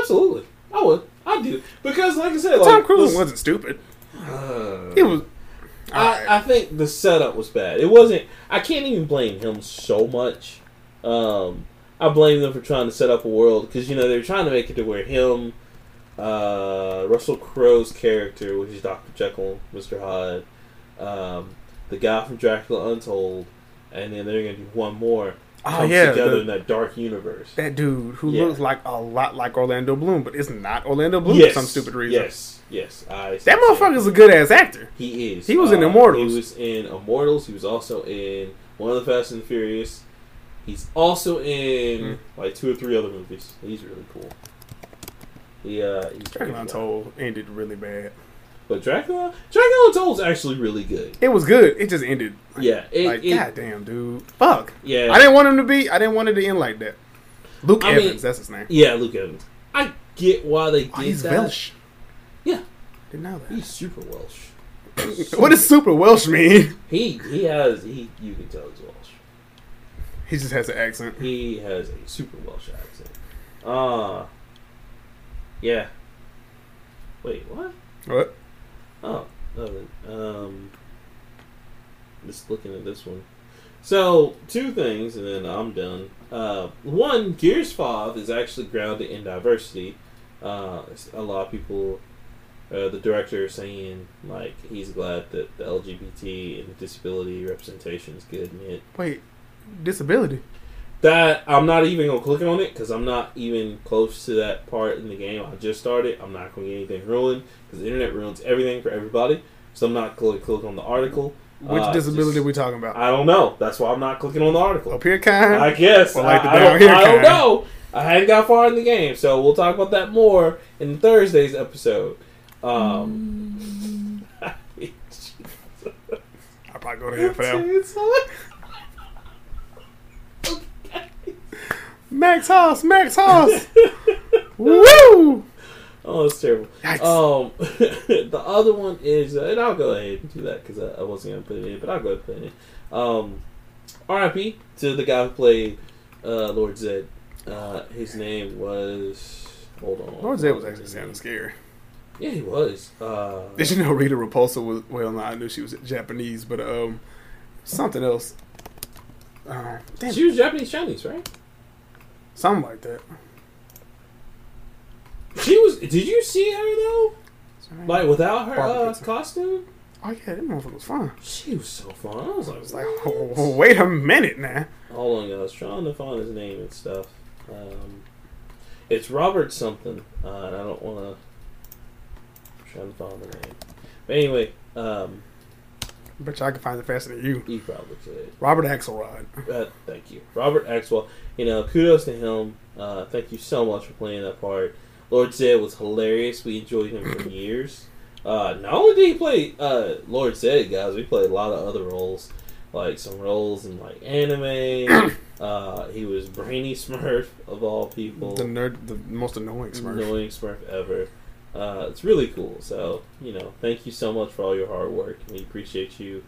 S1: absolutely. I would. I do because, like I said,
S2: Tom
S1: like,
S2: Cruise
S1: this-
S2: wasn't stupid.
S1: Uh,
S2: He was. Alright.
S1: I, I think the setup was bad. It wasn't. I can't even blame him so much. Um, I blame them for trying to set up a world because you know they're trying to make it to where him, uh, Russell Crowe's character, which is Doctor Jekyll, Mister Hyde, um, the guy from Dracula Untold, and then they're gonna do one more.
S2: oh
S1: comes
S2: yeah,
S1: together
S2: the-
S1: in that dark universe.
S2: that dude who
S1: Yeah.
S2: looks like a lot like Orlando Bloom, but it's not Orlando Bloom for some stupid reason.
S1: Yes, yes. I
S2: That motherfucker's a good ass actor.
S1: He is. uh,
S2: He was in Immortals.
S1: He was in Immortals. He was also in one of the Fast and the Furious. He's also in
S2: Mm.
S1: like two or three other movies. He's really cool. He, uh, he's
S2: Dracula
S1: really cool.
S2: Untold ended really bad.
S1: But Dracula, Dracula Untold's actually really good.
S2: It was good. It just ended.
S1: Yeah, it,
S2: Like
S1: it-
S2: goddamn, dude. Fuck.
S1: yeah,
S2: I didn't want him to be. I didn't want it to end like that. Luke
S1: I
S2: Evans,
S1: mean-
S2: that's his name.
S1: yeah. Luke Evans. I get why they did
S2: Oh, he's
S1: that.
S2: Welsh.
S1: Yeah.
S2: Didn't know that.
S1: He's super Welsh.
S2: (laughs) What does super Welsh mean? (laughs)
S1: he? He has he. You can tell he's Welsh.
S2: He just has an accent.
S1: He has a super Welsh accent. Uh yeah. Wait, what?
S2: What?
S1: Oh, nothing. Um, just looking at this one. So two things, and then I'm done. Uh, one, Gears Five is actually grounded in diversity. Uh, it's- a lot of people, uh, the director is saying like he's glad that the LGBT and disability representation is good in it.
S2: Wait, disability.
S1: That I'm not even gonna click on it because I'm not even close to that part in the game. I just started. I'm not gonna get anything ruined because the internet ruins everything for everybody. So I'm not going to click on the article.
S2: Which
S1: Uh,
S2: disability
S1: just-
S2: we talking about?
S1: I don't know. That's why I'm not clicking on the article.
S2: Up here, kind.
S1: I guess.
S2: Or like the
S1: I, I
S2: down
S1: don't,
S2: here
S1: I don't
S2: kind.
S1: know. I hadn't got far in the game, so we'll talk about that more in Thursday's episode. Um, (laughs)
S2: I'll probably go to hell for that. one.
S1: (laughs)
S2: Max House, Max
S1: (laughs)
S2: House. Woo!
S1: Oh, that's terrible.
S2: Yikes.
S1: Um, (laughs) the other one is, uh, and I'll go ahead and do that because I, I wasn't going to put it in, but I'll go ahead and put it in. Um, RIP to the guy who played uh, Lord Zed. Uh, his name was. Hold on.
S2: Lord Zed was actually sounding scary.
S1: Yeah, he was. Uh,
S2: Did you know Rita Repulsa was? Well, no, I knew she was Japanese, but um, something else. Uh, damn,
S1: she was Japanese Chinese, right?
S2: something like that.
S1: She was. Did you see her though? Like without her uh,
S2: Barbara Streisand.
S1: costume?
S2: oh yeah, that motherfucker was fine.
S1: She was so fun. I was like,
S2: I was like, oh, (laughs) wait a minute now.
S1: hold on, y'all. I was trying to find his name and stuff. Um, it's Robert something, uh, and I don't want to try to find the name. But anyway, um,
S2: Bet you I can find it faster than you.
S1: he probably could.
S2: Robert Axelrod.
S1: Uh, thank you, Robert Axwell. You know, kudos to him. Uh, thank you so much for playing that part. Lord Zed was hilarious. We enjoyed him for years. Uh, not only did he play uh, Lord Zed, guys, we played a lot of other roles, like some roles in like anime. uh, he was Brainy Smurf of all people,
S2: The nerd, the most annoying Smurf.
S1: annoying Smurf ever. Uh, it's really cool. So you know, thank you so much for all your hard work. We appreciate you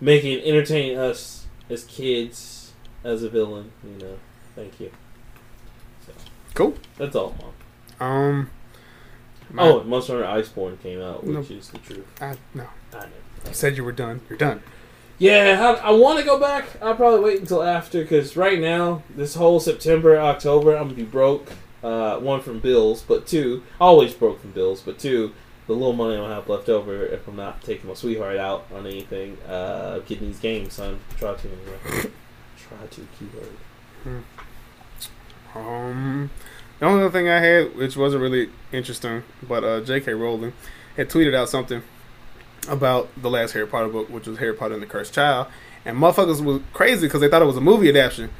S1: making entertaining us as kids as a villain. You know, thank you. So
S2: Cool.
S1: that's all, mom.
S2: Um. my-
S1: Oh, and Monster Hunter Iceborne came out, which is the truth.
S2: I, no.
S1: I know.
S2: You said you were done. You're done.
S1: Yeah, I, I want to go back. I'll probably wait until after because right now, this whole September, October, I'm gonna be broke. Uh, one from bills, but two, always broke from bills, but two, the little money I have left over if I'm not taking my sweetheart out on anything, uh, getting these games, son. Try to
S2: (laughs)
S1: anyway. Try to keyword.
S2: Um. The only other thing I had, which wasn't really interesting, but uh, J.K. Rowling had tweeted out something about the last Harry Potter book, which was Harry Potter and the Cursed Child, and motherfuckers was crazy because they thought it was a movie adaptation,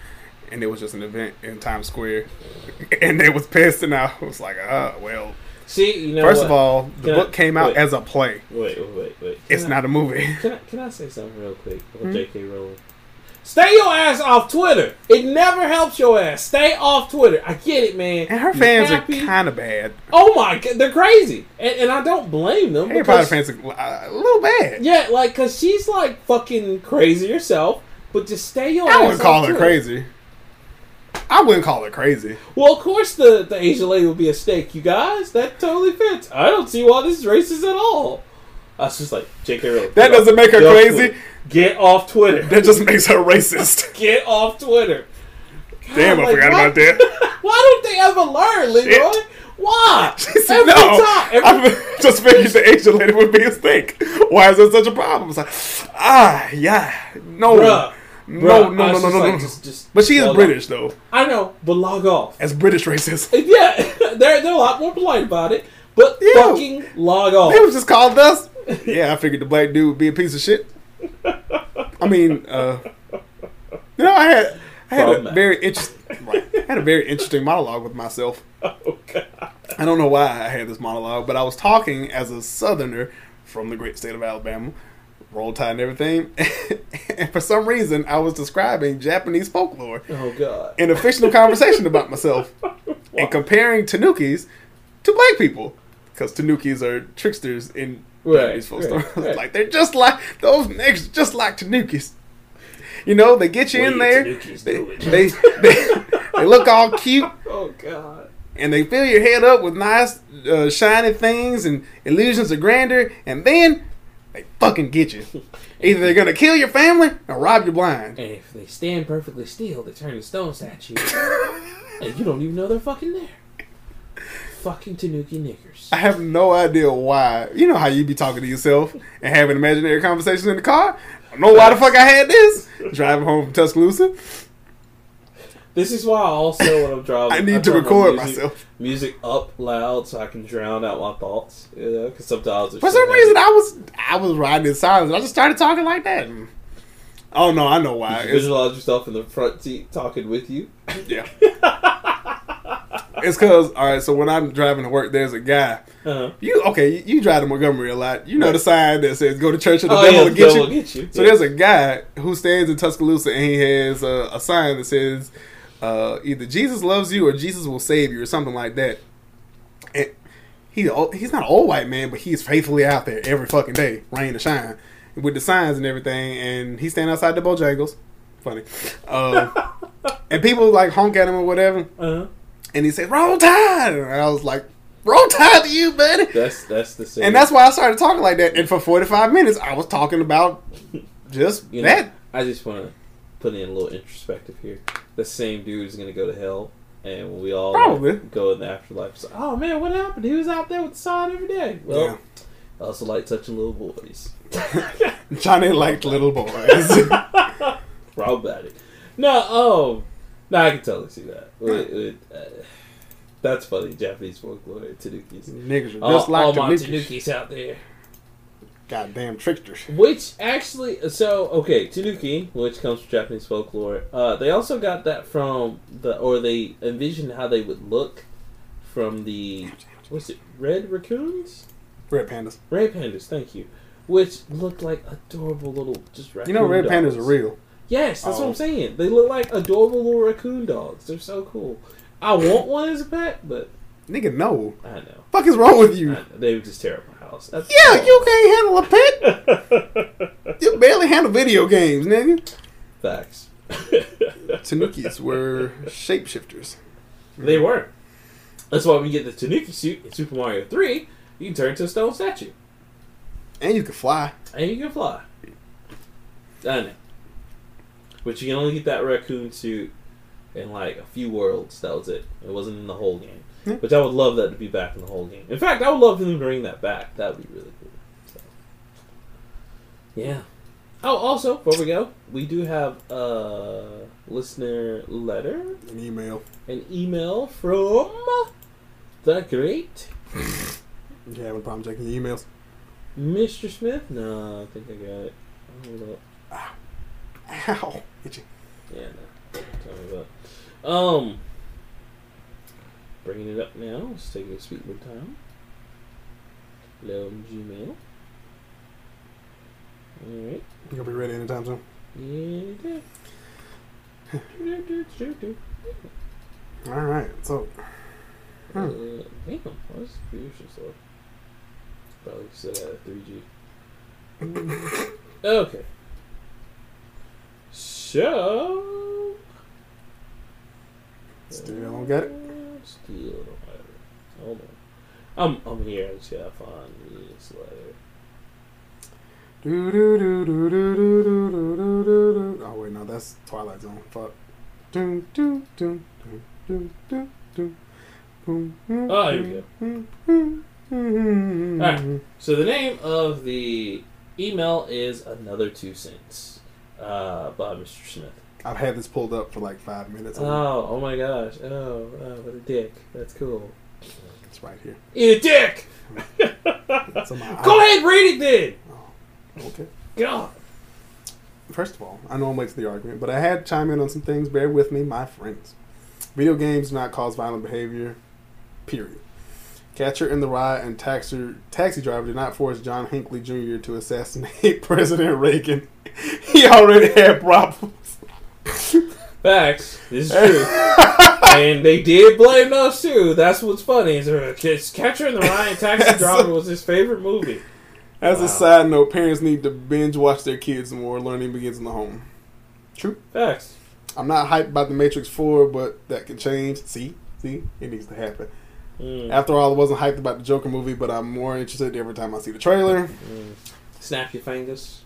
S2: and it was just an event in Times Square, (laughs) and they was pissed, and I was like, ah, well.
S1: See, you know.
S2: First
S1: what?
S2: of all, the
S1: Can I-
S2: book came out
S1: wait.
S2: as a play.
S1: wait, wait, wait, wait.
S2: It's
S1: Can I-
S2: not a movie. (laughs)
S1: Can I, can I say something real quick about
S2: Hmm?
S1: J.K. Rowling? Stay your ass off Twitter. It never helps your ass. Stay off Twitter. I get it, man.
S2: And her
S1: You
S2: fans are
S1: happy?
S2: kind of bad.
S1: Oh my god, they're crazy, and, and I don't blame them.
S2: Harry Potter
S1: because-
S2: fans are uh, a little bad.
S1: Yeah, like because she's like fucking crazy herself. But just stay your.
S2: I
S1: ass
S2: wouldn't call
S1: off
S2: her
S1: Twitter.
S2: crazy. I wouldn't call her crazy.
S1: Well, of course the the Asian lady would be a steak, you guys. That totally fits. I don't see why this is racist at all. I was just like J.K. Rowling.
S2: That
S1: get off-
S2: doesn't make her
S1: get off
S2: crazy.
S1: Twitter. Get off Twitter.
S2: That just makes her
S1: (laughs)
S2: racist.
S1: get off Twitter. God,
S2: Damn, I
S1: like,
S2: forgot
S1: why-
S2: about that.
S1: (laughs) Why don't they ever learn, Leroy? Why?
S2: (laughs) She said,
S1: every
S2: no,
S1: time, every,
S2: I (laughs) just figured the Asian lady would be a snake. Why is that such a problem? It's like, ah, yeah, no,
S1: Bruh.
S2: no,
S1: Bruh,
S2: no,
S1: I
S2: no,
S1: was
S2: no,
S1: just
S2: no,
S1: like,
S2: no.
S1: just- just
S2: but she is
S1: log off.
S2: British though.
S1: I know, but log off.
S2: As British racist,
S1: (laughs) Yeah, (laughs) they're they're a lot more polite about it, but
S2: Yeah.
S1: fucking log off.
S2: they was just called us. Yeah, I figured the black dude would be a piece of shit. I mean, uh, you know, I had I had a
S1: Problematic.
S2: very interesting, right, I had a very interesting monologue with myself.
S1: (laughs) Oh god.
S2: I don't know why I had this monologue, but I was talking as a Southerner from the great state of Alabama, roll tide and everything, (laughs) and for some reason I was describing Japanese folklore
S1: Oh god.
S2: in a fictional
S1: (laughs)
S2: conversation about myself and comparing Tanukis to black people. Because Tanukis are tricksters in
S1: Right,
S2: Japanese folklore. (laughs)
S1: right, right.
S2: like they're just like those niggas, just like Tanukis. You know, they get you
S1: What
S2: in
S1: you
S2: there.
S1: Tanukis
S2: They,
S1: doing?
S2: they, they,
S1: (laughs)
S2: they look all cute
S1: Oh god.
S2: and they fill your head up with nice, uh, shiny things and illusions of grandeur, and then they fucking get you. Either they're gonna kill your family or rob you blind.
S1: And if they stand perfectly still, they turn to stone statue,
S2: (laughs)
S1: and you don't even know they're fucking there. Fucking Tanuki niggers.
S2: I have no idea why. You know how you be talking to yourself and having imaginary conversations in the car. I don't know why the fuck I had this driving home from Tuscaloosa.
S1: This is why I also
S2: (laughs)
S1: when I'm driving,
S2: I need to
S1: turn my
S2: record
S1: music-
S2: myself.
S1: Music up loud so I can drown out my thoughts. You know, because sometimes
S2: For some reason, I was I was riding in silence. I just started talking like that. Oh no, I know why. It's-
S1: visualize yourself in the front seat talking with you.
S2: Yeah. it's because all right. So when I'm driving to work, there's a guy.
S1: Uh-huh.
S2: You okay? You, you drive to Montgomery a lot. You know the sign that says "Go to church or the
S1: Oh,
S2: devil
S1: yeah,
S2: will
S1: the
S2: get
S1: devil
S2: you."
S1: will get you.
S2: So
S1: Yeah.
S2: there's a guy who stands in Tuscaloosa and he has a, a sign that says uh, either "Jesus loves you" or "Jesus will save you" or something like that. And he he's not an old white man, but he's faithfully out there every fucking day, rain or shine, with the signs and everything. And he's standing outside the Bojangles. Funny. Uh, and people like honk at him or whatever.
S1: Uh-huh.
S2: And he said, "Roll Tide," and I was like, "Roll Tide to you, buddy."
S1: That's that's the same.
S2: And that's why I started talking like that. And for 45 minutes, I was talking about just
S1: You know,
S2: that.
S1: I just want to put in a little introspective here. The same dude is going to go to hell, and when we all
S2: Probably.
S1: go in the afterlife, it's like, oh man, what happened? He was out there with the sign every day. Well, I also like touching
S2: (laughs)
S1: little boys. (laughs)
S2: Johnny liked little boys.
S1: Problematic. No, oh, no, I can totally see that. It- it, uh, that's funny. Japanese folklore, Tanukis.
S2: Niggas are
S1: All,
S2: just
S1: all
S2: like
S1: Oh, my
S2: Tanukis.
S1: Tanukis out there.
S2: Goddamn tricksters.
S1: Which actually, so okay, tanuki, which comes from Japanese folklore, uh, they also got that from the, or they envisioned how they would look from the, what's it, red raccoons,
S2: Red pandas.
S1: red pandas. Thank you, which looked like adorable little just raccoon.
S2: You know, red
S1: dogs.
S2: pandas are real.
S1: Yes, that's what
S2: Oh.
S1: I'm saying. They look like adorable little raccoon dogs. They're so cool. I want one as a pet, but
S2: Nigga, no.
S1: I know,
S2: Fuck is wrong with you?
S1: I know. they would just tear up my house. That's
S2: Yeah, you can't handle a pet.
S1: you.
S2: You barely handle video games, nigga.
S1: (laughs)
S2: (laughs)
S1: Facts.
S2: Tanukis were shapeshifters.
S1: They were. That's why when you get the Tanuki suit in Super Mario 3, you can turn into a stone statue.
S2: And you could fly.
S1: And you can fly. I know. But you can only get that raccoon suit in like a few worlds. That was it. It wasn't in the whole game.
S2: Hmm.
S1: Which I would love that to be back in the whole game. In fact, I would love them to bring that back. That would be really cool. So. Yeah. Oh, also, before we go, we do have a listener letter.
S2: An email.
S1: an email from the great
S2: You having a problem checking your emails?
S1: Mr. Smith. No, I think I got it. Hold up.
S2: Ow. Itchy.
S1: Yeah, no. Sorry about. Um, bringing it up now. Let's take a sweet more time. Load Gmail. All right.
S2: You gonna be ready anytime soon?
S1: Yeah.
S2: All right. So, hmm.
S1: Uh, damn, why is the creation slow? Probably set out at 3G. okay. So.
S2: Still don't get it?
S1: Still don't have it. Hold on. I'm, I'm here until I find this letter.
S2: do do do do do do do do do do do. Oh wait, no, that's Twilight Zone. Fuck. Do do do do do do do.
S1: Oh, here we go.
S2: All
S1: Alright. So the name of the email is Another Two Cents uh, by Mr. Smith.
S2: I've had this pulled up for like five minutes.
S1: Oh, oh my gosh. Oh, oh, what a dick. That's cool.
S2: It's right here.
S1: You dick!
S2: It's on my
S1: Go ahead, read it then!
S2: iPad. Okay.
S1: God.
S2: First of all, I know I'm late to the argument, but I had to chime in on some things. Bear with me, my friends. Video games do not cause violent behavior, period. Catcher in the Rye and Taxer, Taxi Driver did not force John Hinckley Jr. to assassinate (laughs) President Reagan. (laughs) He already had problems.
S1: Facts. This is true. and they did blame us too. That's what's funny. Is uh, Catch- Catcher in the Rye and Taxi
S2: (laughs) That's
S1: Driver
S2: a-
S1: was his favorite movie.
S2: (laughs) As
S1: Wow.
S2: a side note, parents need to binge watch their kids more. Learning begins in the home. True.
S1: Facts.
S2: I'm not hyped about The Matrix 4, but that can change. See? See? It needs to happen.
S1: Mm,
S2: After all, I wasn't hyped about the Joker movie, but I'm more interested every time I see the trailer.
S1: mm. Snap your fingers.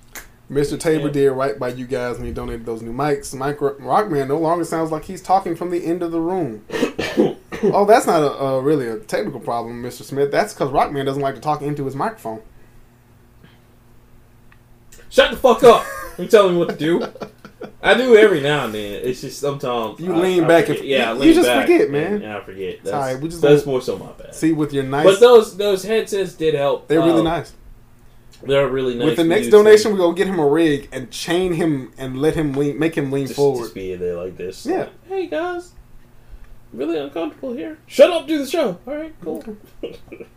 S2: Mr. Tabor
S1: Yeah.
S2: did right by you guys when he donated those new mics. Mike Ro- Rockman no longer sounds like he's talking from the end of the
S1: (coughs)
S2: room. oh, that's not a, a really a technical problem, Mr. Smith. That's because Rockman doesn't like to talk into his microphone.
S1: Shut the fuck up. You telling me what to do? I do every now and then. It's just sometimes
S2: You
S1: I-
S2: lean
S1: I
S2: back
S1: forget.
S2: and-
S1: yeah, I
S2: you
S1: lean
S2: just
S1: back
S2: forget, man.
S1: And I forget. That's,
S2: Sorry, we just
S1: that's
S2: gonna-
S1: more so my
S2: (laughs)
S1: bad.
S2: See, with your nice,
S1: but those those headsets did help.
S2: they're really
S1: Um,
S2: nice.
S1: They're really nice.
S2: With the
S1: We
S2: next
S1: do see-
S2: donation, we're gonna get him a rig and chain him and let him lean, make him lean
S1: just,
S2: forward.
S1: just be in there like this.
S2: Yeah.
S1: Like, hey guys, really uncomfortable here. Shut up, do the show. All right, cool.
S2: (laughs)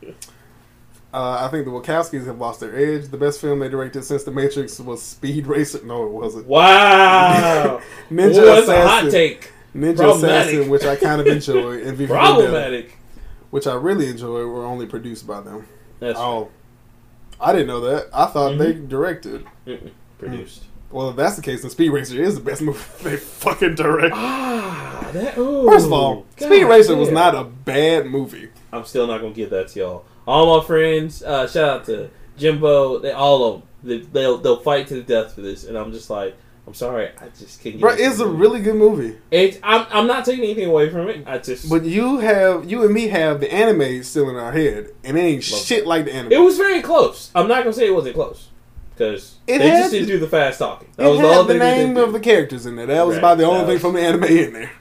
S2: Uh, I think the Wachowskis have lost their edge. The best film they directed since The Matrix was Speed Racer. No, it wasn't.
S1: wow,
S2: (laughs) Ninja
S1: Ooh, that's a hot
S2: Assassin.
S1: take.
S2: Ninja
S1: Problematic.
S2: Assassin, which I
S1: (laughs)
S2: kind of enjoy, and Viva Vendetta,
S1: Problematic.
S2: which I really enjoy, were only produced by them.
S1: That's Mm-hmm.
S2: oh, I didn't know that. I thought they directed.
S1: Mm-mm. produced.
S2: Well, if that's the case, then Speed Racer is the best movie (laughs) they fucking directed.
S1: Ah, that. Ooh,
S2: First of all,
S1: God
S2: Speed Racer was
S1: damn.
S2: not a bad movie.
S1: I'm still not gonna give that to y'all. All my friends, uh, shout out to Jimbo. They all of them. They, they'll they'll fight to the death for this, and I'm just like, I'm sorry, I just can't.
S2: Bro,
S1: into
S2: it's
S1: the
S2: a
S1: movie.
S2: really good movie.
S1: It's, I'm, I'm not taking anything away from it. I just.
S2: But you have you and me have the anime still in our head, and it ain't
S1: Love
S2: shit like the anime.
S1: it was very close. I'm not gonna say it wasn't close because
S2: It
S1: they
S2: had-
S1: just didn't do the fast talking. That
S2: It
S1: was
S2: had
S1: all
S2: the
S1: they did.
S2: name of the characters in there. That was
S1: Right,
S2: about the
S1: that
S2: only thing
S1: was-
S2: from the anime in there.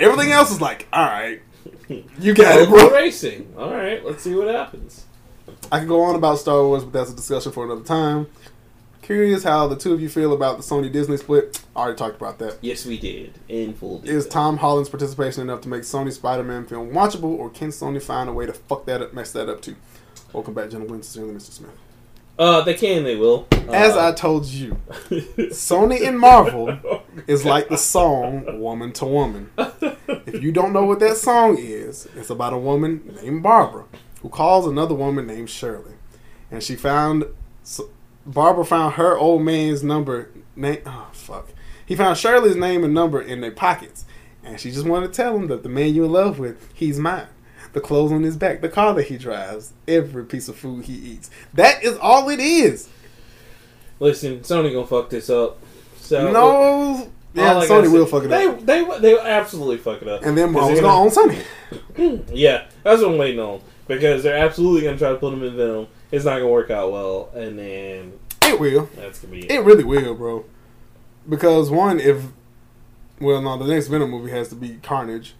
S2: Everything else is like, all
S1: (laughs)
S2: right, you got it,
S1: We're
S2: bro.
S1: racing. All right, let's see what happens.
S2: I can go on about Star Wars, but that's a discussion for another time. Curious how the two of you feel about the Sony Disney split. I already talked about that.
S1: Yes, we did in full.
S2: Is
S1: detail.
S2: Tom Holland's participation enough to make Sony Spider-Man film watchable, or can Sony find a way to fuck that up, mess that up too? Welcome back, gentlemen. Sincerely, Mr. Smith.
S1: Uh, they can. They will. Uh,
S2: As I told you,
S1: (laughs) I.
S2: Sony and Marvel is like the song "Woman to Woman." If you don't know what that song is, it's about a woman named Barbara who calls another woman named Shirley, and she found so Barbara found her old man's number name. Oh fuck! He found Shirley's name and number in their pockets, and she just wanted to tell him that the man you're in love with, he's mine. The clothes on his back, the car that he drives, every piece of food he eats. That is all it is.
S1: (laughs) Listen, Sony gonna fuck this up. So all
S2: no. Yeah,
S1: I gotta
S2: Sony
S1: say-
S2: will fuck it
S1: they,
S2: up.
S1: They they they absolutely fuck it up.
S2: And then
S1: 'Cause
S2: Marvel's
S1: they're
S2: gonna own Sony.
S1: (clears throat) Yeah, that's what I'm waiting on because they're absolutely gonna try to put him in Venom. It's not gonna work out well, and then
S2: It will.
S1: that's gonna be it.
S2: It really will, bro. Because one, if well, no, the next Venom movie has to be Carnage.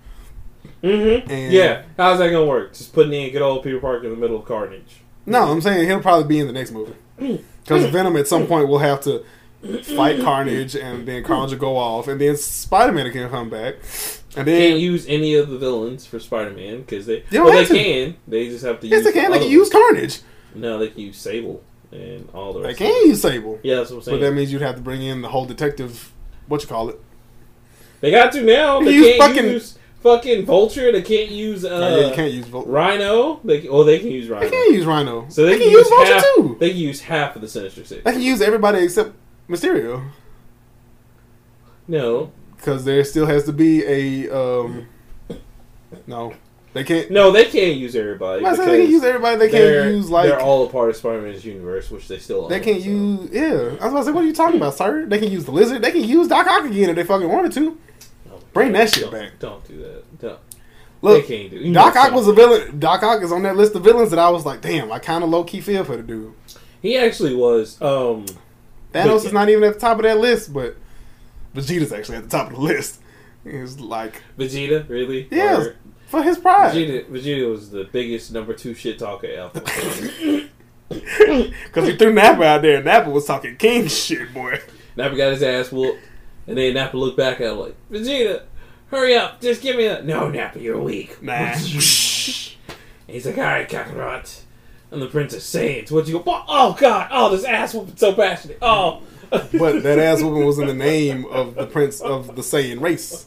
S1: Mm-hmm.
S2: And-
S1: Yeah, how's that gonna work? Just putting in good old Peter Parker in the middle of Carnage.
S2: No, I'm saying he'll probably be in the next movie. Because Venom at some point will have to fight Carnage, and then Carnage will go off, and then Spider Man can come back, and
S1: Can't
S2: then
S1: use any of the villains for Spider-Man because they
S2: don't
S1: well they
S2: have to.
S1: can. They just have to
S2: yes,
S1: use
S2: they can. They
S1: other
S2: can use Carnage.
S1: ones. no, they can use Sable and all the
S2: They
S1: rest.
S2: can use Sable,
S1: Yeah, that's what I'm
S2: but
S1: saying.
S2: that means you'd have to bring in the whole detective. What you call it?
S1: they got to now. They
S2: Use
S1: can't
S2: fucking-
S1: use fucking Vulture. They can't use uh,
S2: Oh, yeah, you can't use Vol-
S1: Rhino. They can, oh, they can use Rhino.
S2: They can use Rhino.
S1: So they,
S2: can, use Vulture
S1: half,
S2: too.
S1: They can use half of the Sinister Six.
S2: They can use everybody except Mysterio.
S1: No,
S2: because there still has to be a um no they can't
S1: no, they can't use everybody.
S2: I'm not saying
S1: because
S2: they can use everybody they
S1: they're-
S2: can't use like
S1: they're all a part of Spider-Man's universe, which they still
S2: they
S1: own,
S2: can
S1: so.
S2: use yeah I was about to say what are you talking about sir they can use the lizard they can use Doc Ock again if they fucking wanted to
S1: Oh,
S2: Bring that shit
S1: don't-
S2: back.
S1: Don't do that. Don't.
S2: look
S1: they can't do. you know
S2: Doc Ock
S1: something.
S2: was a villain Doc Ock is on that list of villains that I was like damn I kind of low key feel for the dude
S1: He actually was. Um,
S2: Thanos
S1: But-
S2: is not even at the top of that list but Vegeta's actually at the top of the list it's like
S1: Vegeta really?
S2: Yes.
S1: Or-
S2: for his pride
S1: Vegeta, Vegeta was the biggest number two shit talker ever.
S2: (coughs)
S1: (laughs)
S2: (laughs) because he threw Nappa out there and Nappa was talking king shit boy.
S1: Nappa got his ass whooped, and then Nappa looked back at him like, Vegeta, hurry up, just give me a. No, Nappa, you're weak.
S2: Nah.
S1: (laughs) And he's like, all right, Kakarot, I'm the Prince of Saiyans. What you go? "Oh, Oh God! Oh, this ass whooping so passionate. Oh, (laughs)
S2: but that ass whooping was in the name of the prince of the Saiyan race.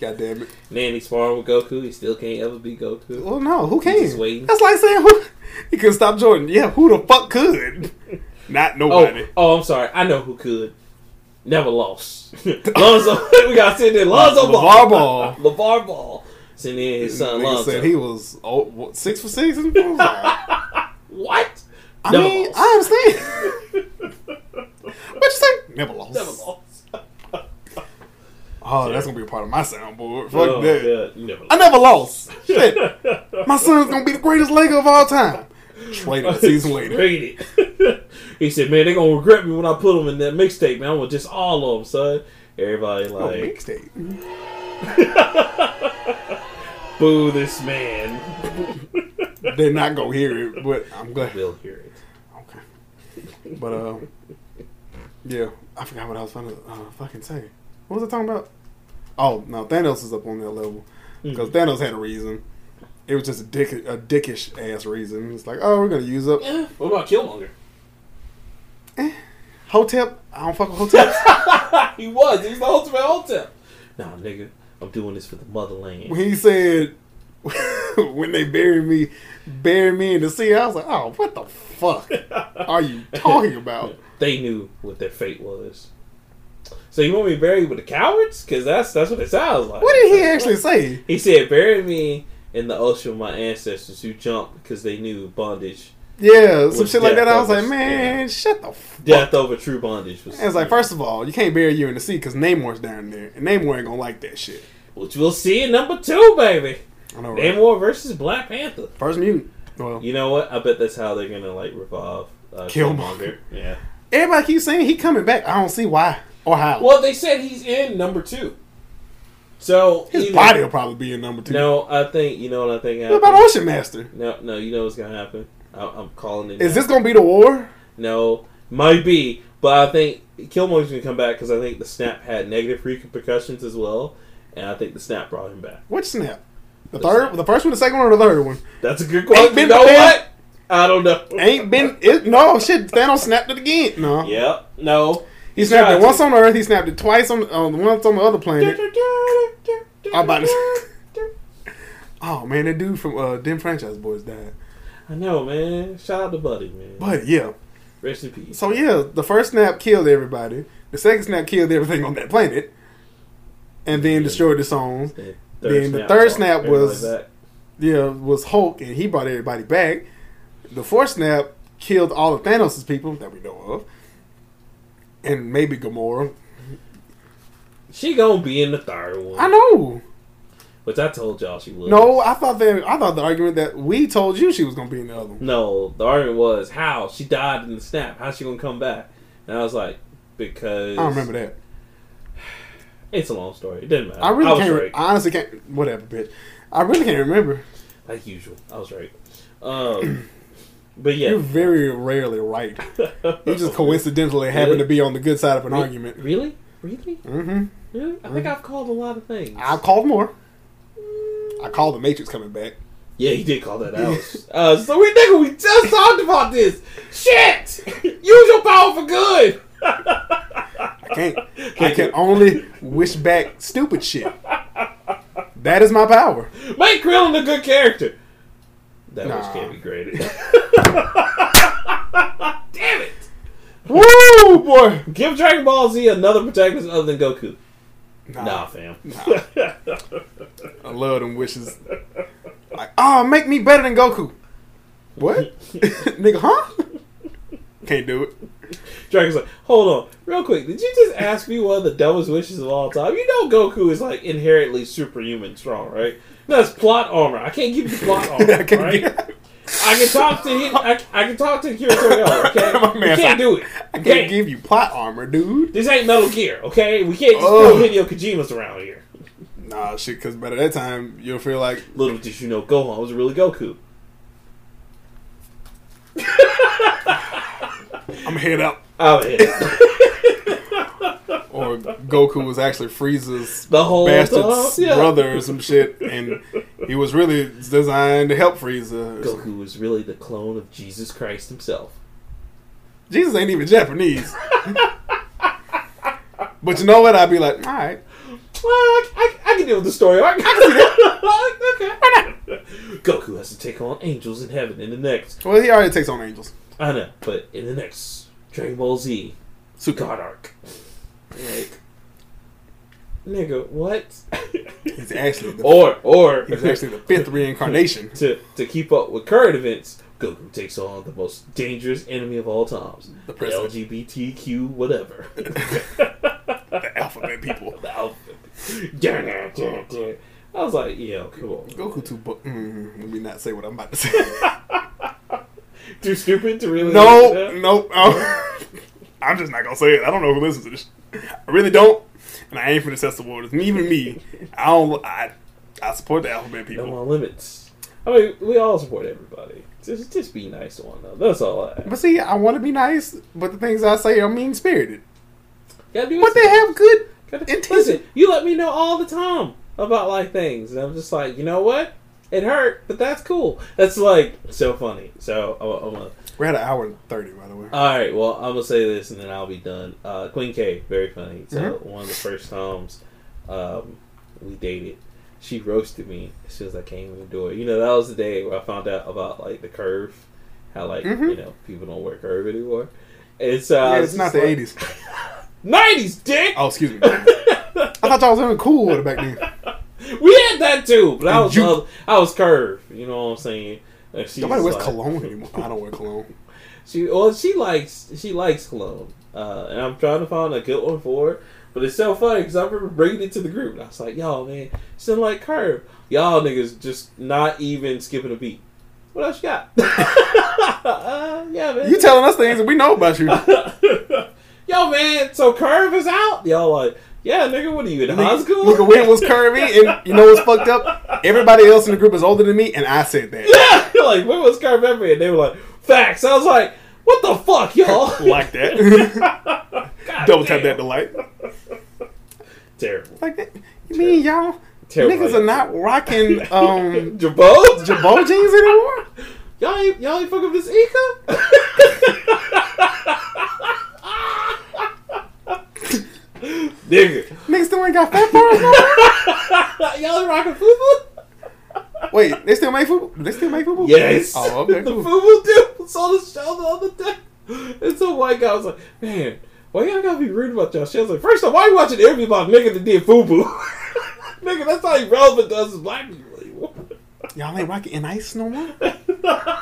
S2: God damn it.
S1: Nanny sparring with Goku. He still can't ever be Goku.
S2: Well, no, who
S1: He's just
S2: can?
S1: waiting.
S2: That's like saying who he couldn't stop Jordan. Yeah, who the fuck could? Not nobody.
S1: Oh, oh, I'm sorry. I know who could. Never lost. (laughs) Lonzo, we got to send in Lonzo Ball.
S2: LeVar Ball.
S1: (laughs) LeVar Ball. Send in his son
S2: Nigga
S1: Lonzo.
S2: said he was oh, what, six for six.
S1: (laughs)
S2: And I was like,
S1: what?
S2: I
S1: Never
S2: mean,
S1: lost.
S2: I understand. what you say? Never lost.
S1: Never lost.
S2: Oh, that's gonna be a part of my soundboard. Fuck
S1: Oh,
S2: that.
S1: yeah, you never
S2: I
S1: lost.
S2: never
S1: (laughs)
S2: lost. Shit. My son's gonna be the greatest Lego of all time. Later,
S1: (laughs)
S2: season later.
S1: Read it. (laughs) he said, "Man, they're gonna regret me when I put them in that mixtape. Man, I want just all of them, son." Everybody
S2: Oh,
S1: like,
S2: mixtape.
S1: "Boo this man."
S2: (laughs) They're not gonna hear it, but I'm glad.
S1: They'll hear it.
S2: Okay. But uh, yeah, I forgot what I was trying to uh, fucking say. What was I talking about? Oh no, Thanos is up on that level because Thanos had a reason. It was just a dick, a dickish ass reason. It's like, oh, we're gonna use up
S1: Eh, What about Killmonger?
S2: Hotep. I don't fuck with Hotep.
S1: he was. He was the ultimate ultimate. Nah, nigga, I'm doing this for the motherland.
S2: when he said, (laughs) when they bury me, bury me in the sea, I was like, oh, what the fuck are you talking about?
S1: (laughs) they knew what their fate was. So you want me buried with the cowards? Because that's that's what it sounds like.
S2: What did he actually say?
S1: He said, "Bury me in the ocean with my ancestors who jumped because they knew bondage
S2: Yeah, some
S1: Was
S2: shit like
S1: death
S2: that. I was
S1: over-
S2: like, man,
S1: yeah.
S2: shut the fuck
S1: Death over true bondage was.
S2: And it's like, first of all, you can't bury you in the sea because Namor's down there, and Namor ain't gonna like that shit.
S1: which we'll see in number two, baby.
S2: I know. Right?
S1: Namor versus Black Panther.
S2: First mutant. Well,
S1: You know what? I bet that's how they're gonna like revive uh,
S2: Killmonger.
S1: Yeah.
S2: (laughs) everybody keeps saying he coming back. I don't see why or how.
S1: Well, they said he's in number two. So
S2: His
S1: either-
S2: body will probably be in number two.
S1: No, I think you know what I think
S2: What about
S1: happened.
S2: Ocean Master?
S1: No, no, you know what's gonna happen. I, I'm calling it.
S2: Is
S1: now.
S2: this gonna be the war?
S1: No, might be, but I think Killmonger's gonna come back because I think the snap had negative repercussions as well, and I think the snap brought him back.
S2: Which snap? The third, the first one, the second one, or the third one?
S1: That's a good question. You
S2: been
S1: know
S2: banned.
S1: what? I don't know.
S2: Ain't been it, no shit. Thanos snapped it again. No,
S1: Yep. No.
S2: he snapped
S1: tried
S2: it once
S1: to.
S2: on Earth. He snapped it twice on on once on the other planet. I'm about to- Oh man, that dude from uh, Dim Franchise Boys died.
S1: I know, man. Shout out to Buddy, man.
S2: But yeah,
S1: Rest in peace.
S2: So yeah, the first snap killed everybody. The second snap killed everything on that planet, and then destroyed the songs.
S1: And
S2: then the third
S1: brought
S2: snap
S1: everybody
S2: was-
S1: back.
S2: Yeah, it was Hulk, and he brought everybody back. The fourth snap killed all of Thanos' people that we know of, and maybe Gamora.
S1: She gonna be in the third one.
S2: I know.
S1: Which I told y'all she was.
S2: No, I thought that I thought the argument that we told you she was gonna be in the other one.
S1: No, the argument was how she died in the snap. How's she gonna come back? And I was like, because
S2: I don't remember that.
S1: It's a long story. It didn't matter.
S2: I really
S1: was
S2: can't. re-
S1: right,
S2: I honestly can't. Whatever, bitch. I really can't remember.
S1: like usual. I was right. Um, (clears throat) but yeah,
S2: You're
S1: (laughs)
S2: very rarely right. You just coincidentally happen
S1: Really?
S2: to be on the good side of an argument.
S1: Really, really,
S2: Mm-hmm.
S1: really. I think I've called a lot of things.
S2: I called more. I called the Matrix coming back.
S1: yeah, you did call that out. (laughs) uh, so we think we just talked about this. Shit! Use your power for good.
S2: I can't. I (laughs) can only wish back stupid shit. That is my power.
S1: Make Krillin a good character. That
S2: Nah.
S1: which can't be graded. (laughs) Damn it!
S2: (laughs) Woo, boy.
S1: Give Dragon Ball Z another protagonist other than Goku.
S2: Nah,
S1: Nah, fam.
S2: I love them wishes. Like, oh, make me better than Goku. What, (laughs) nigga? Huh? Can't do it. (laughs)
S1: Dragon's like, hold on, real quick. Did you just ask me one of the dumbest wishes of all time? You know Goku is like inherently superhuman strong, right? That's plot armor. I can't give you
S2: (laughs)
S1: plot armor,
S2: I can't
S1: right?
S2: get-
S1: I can talk to him. I, I can talk to
S2: (laughs)
S1: Kira Toriyama. Okay,
S2: My
S1: we
S2: man's
S1: can't
S2: like,
S1: do it.
S2: I
S1: Okay?
S2: can't give you plot armor, dude.
S1: this ain't Metal Gear. Okay, we can't just
S2: Ugh.
S1: throw Hideo Kojima's around here.
S2: Nah, shit. Because by that time, you'll feel like
S1: Little did you know, Gohan was really Goku.
S2: I'm head up,
S1: Oh yeah,
S2: or Goku was actually Frieza's
S1: (laughs) the whole
S2: bastard's
S1: time, Oh, yeah.
S2: brother or some shit, and he was really designed to help Frieza.
S1: Goku was really the clone of Jesus Christ himself.
S2: Jesus ain't even Japanese. but you know what? I'd be like, all right,
S1: Well, I, I, I can deal with the story arc. (laughs) okay. Goku has to take on angels in heaven in the next.
S2: well, he already takes on angels.
S1: I know, but in the next Dragon Ball Z
S2: Super.
S1: God arc. Like, nigga, what?
S2: (laughs) He's actually the,
S1: or, or
S2: he's actually the fifth reincarnation.
S1: (laughs) to to keep up with current events, Goku takes on the most dangerous enemy of all times,
S2: The president.
S1: LGBTQ whatever.
S2: (laughs)
S1: (laughs)
S2: The alphabet people.
S1: The (laughs) outfit. Dun, dun, dun, dun. I was like, yeah, come on.
S2: Goku too. Bu- mm, let me not say what I'm about to say.
S1: Too stupid to really.
S2: no, no. I'm- I'm just not gonna say it. I don't know who listens to this. I really don't, and I ain't finna test the waters. Me, even me, I don't. I, I support the alphabet
S1: No
S2: people.
S1: more limits. I mean, we all support everybody. Just, just be nice to one another. That's all I ask.
S2: But see, I want to be nice, but the things I say are mean spirited.
S1: Gotta do
S2: But they have good.
S1: Gotta,
S2: intention.
S1: listen, you let me know all the time about like things, and I'm just like, you know what? It hurt, but that's cool. That's like so funny. So I'm, I'm gonna.
S2: We're at an hour and thirty, by the way.
S1: All right, well, I'm gonna say this, and then I'll be done. Uh, Queen K, very funny. So
S2: Mm-hmm.
S1: one of the first times um, we dated, she roasted me as soon as I came in the door. You know, that was the day where I found out about like the curve, how like you know people don't wear curve anymore. And so I
S2: Mm-hmm. yeah,
S1: was
S2: it's not
S1: just
S2: the
S1: like,
S2: eighties.
S1: 90s, dick.
S2: Oh, excuse me. I thought y'all was having cool (laughs) with it back then.
S1: (laughs) We had that too, but I was
S2: You-
S1: I was curved. You know what I'm saying? Like she's
S2: Nobody wears
S1: like-
S2: cologne anymore. I don't wear cologne.
S1: She well, she likes she likes cologne, uh, and I'm trying to find a good one for her. But it's so funny because I remember bringing it to the group, and I was like, "Y'all, man, she doesn't like curve. Y'all niggas just not even skipping a beat. What else you got? (laughs) uh, yeah, man.
S2: You telling us things that we know (laughs) about you.
S1: Yo, man. So curve is out. Y'all like, yeah, nigga. What are you in high
S2: Nigga,
S1: school?
S2: nigga, when was curvy? And you know what's fucked up? Everybody else in the group is older than me, and I said that.
S1: (laughs) yeah, (laughs) like when was curve ever? And they were like, facts. I was like, what the fuck,
S2: (laughs)
S1: y'all?
S2: (laughs)
S1: (laughs)
S2: like that. (laughs)
S1: God
S2: Double tap that
S1: damn.
S2: to light.
S1: Terrible.
S2: Like that. You mean y'all
S1: Terrible.
S2: niggas are not rocking um
S1: Jabot?
S2: Jabot jeans anymore?
S1: Y'all ain't, y'all ain't fucking with this Ika? Nigga.
S2: Niggas still ain't got fat bars on?
S1: y'all ain't rocking FUBU?
S2: Wait, they still make football? They still make football?
S1: Yes.
S2: Oh, okay,
S1: the
S2: cool.
S1: FUBU dude was on the show the other day. And some white guy was like, man, why y'all gotta be rude about y'all shit? I was like, first off, why you watching an interview about a nigga that did FUBU? (laughs) nigga, that's not irrelevant to us as black people anymore.
S2: Y'all ain't rocking in ice no more?
S1: (laughs)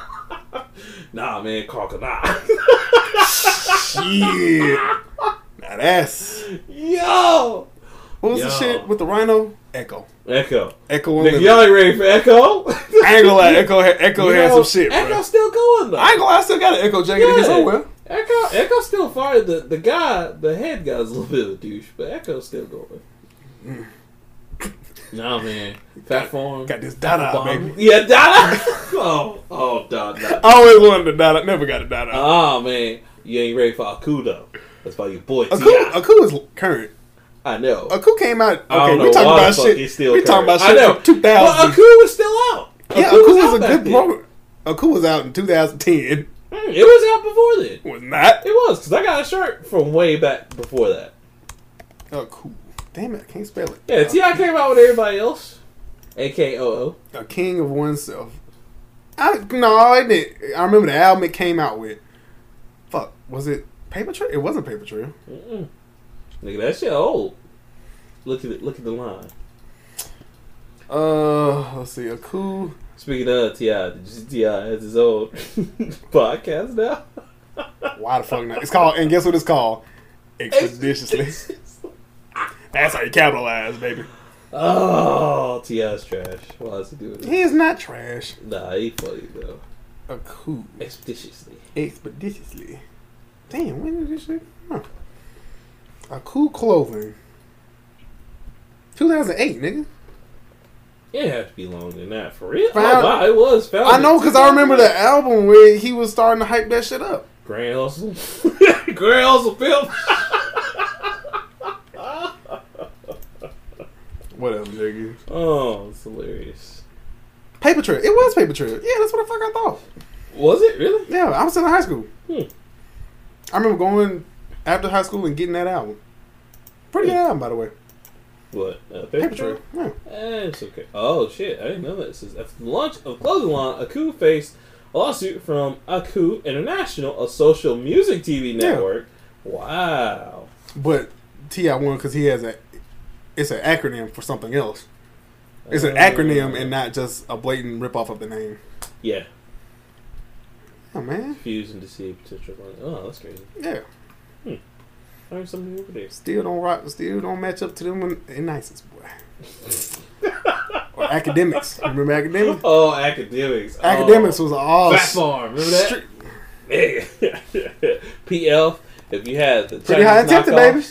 S1: Nah, man, Carl nah.
S2: Shit. Now that's.
S1: (laughs) Yo!
S2: What was the
S1: Yo.
S2: shit with the rhino? Echo.
S1: Echo.
S2: Echo on
S1: Nigga,
S2: the.
S1: y'all ain't ready for Echo?
S2: (laughs) I ain't
S1: (laughs)
S2: gonna lie, Echo, had, Echo had some shit, bro.
S1: Echo's still going though.
S2: I ain't gonna lie, I still got an Echo jacket in here
S1: Yeah.
S2: somewhere.
S1: Echo, Echo's still fired. The the guy, the head guy's a little bit of a douche, but Echo's still going.
S2: Mm.
S1: nah, man, fat form.
S2: Got this Dada,
S1: Bomb.
S2: baby.
S1: Yeah,
S2: (laughs)
S1: Dada. oh, oh, Dada.
S2: I always wanted a Dada, never got a Dada.
S1: Ah, man, you ain't ready for Akudo. That's by your boy.
S2: Aku,
S1: T.I.
S2: Aku is current.
S1: I know.
S2: Aku came out.
S1: I
S2: Okay,
S1: don't
S2: we
S1: know
S2: talking
S1: why
S2: about
S1: the fuck
S2: shit.
S1: he's still
S2: we talking
S1: current.
S2: about
S1: I
S2: shit
S1: know.
S2: from 2000.
S1: But Aku was still out.
S2: yeah,
S1: Aku
S2: Aku was,
S1: out
S2: a
S1: back
S2: good
S1: then.
S2: blower. Aku was out in 2010.
S1: Mm, It was out before then.
S2: Was not.
S1: It was because I got a shirt from way back before that.
S2: Aku. Damn it, I can't spell it.
S1: Yeah, Ti came out with everybody else. A K O O.
S2: A king of oneself. I no, it didn't. I remember the album it came out with. Fuck, was it Paper Trail? It wasn't Paper Trail.
S1: Mm-mm. Nigga, that shit old. Look at it. Look at the line.
S2: Uh, let's see. Aku.
S1: Speaking of Ti, did you see Ti has his own (laughs) podcast now.
S2: Why the fuck not? It's called. And guess what it's called? Expeditiously. (laughs) That's how you capitalize, baby.
S1: (laughs) oh, Ti's trash. Why is he doing this?
S2: He is not trash.
S1: Nah, he funny though.
S2: Aku.
S1: Expeditiously.
S2: expeditiously. Damn, when did this shit? Huh. A cool clothing. 2008, nigga.
S1: It had to be longer than that for real.
S2: Found-
S1: oh, wow, it was. Found
S2: I
S1: it.
S2: know because I remember the album where he was starting to hype that shit up.
S1: Grand Hustle. (laughs) Grand Hustle film.
S2: Whatever, nigga.
S1: oh, it's hilarious.
S2: Paper Trail. It was Paper Trail. Yeah, that's what the fuck I thought.
S1: Was it really?
S2: Yeah, I was still in high school.
S1: Hmm.
S2: I remember going after high school and getting that album. Pretty good album, by the way.
S1: What? Uh,
S2: Paper Trail. Yeah.
S1: Eh, it's okay. Oh shit! I didn't know that. It says after the launch of clothing line, Aku faced a lawsuit from Aku International, a social music TV
S2: Yeah.
S1: network. Wow.
S2: But Ti won because he has a. It's an acronym for something else. It's an
S1: Uh,
S2: acronym and not just a blatant ripoff of the name.
S1: yeah,
S2: Oh man,
S1: fusing to see potential. Money. Oh, that's crazy.
S2: yeah.
S1: I learned something new over there.
S2: Still don't rock. Still don't match up to them in, in nicest boy.
S1: (laughs)
S2: or academics. Remember academics?
S1: Oh, academics.
S2: Academics
S1: Oh,
S2: was all
S1: Fat Farm. Remember that?
S2: stri-
S1: (laughs) Nigga. PL. If you had the
S2: Pretty
S1: Chinese
S2: high and tempted,
S1: knockoffs,
S2: baby.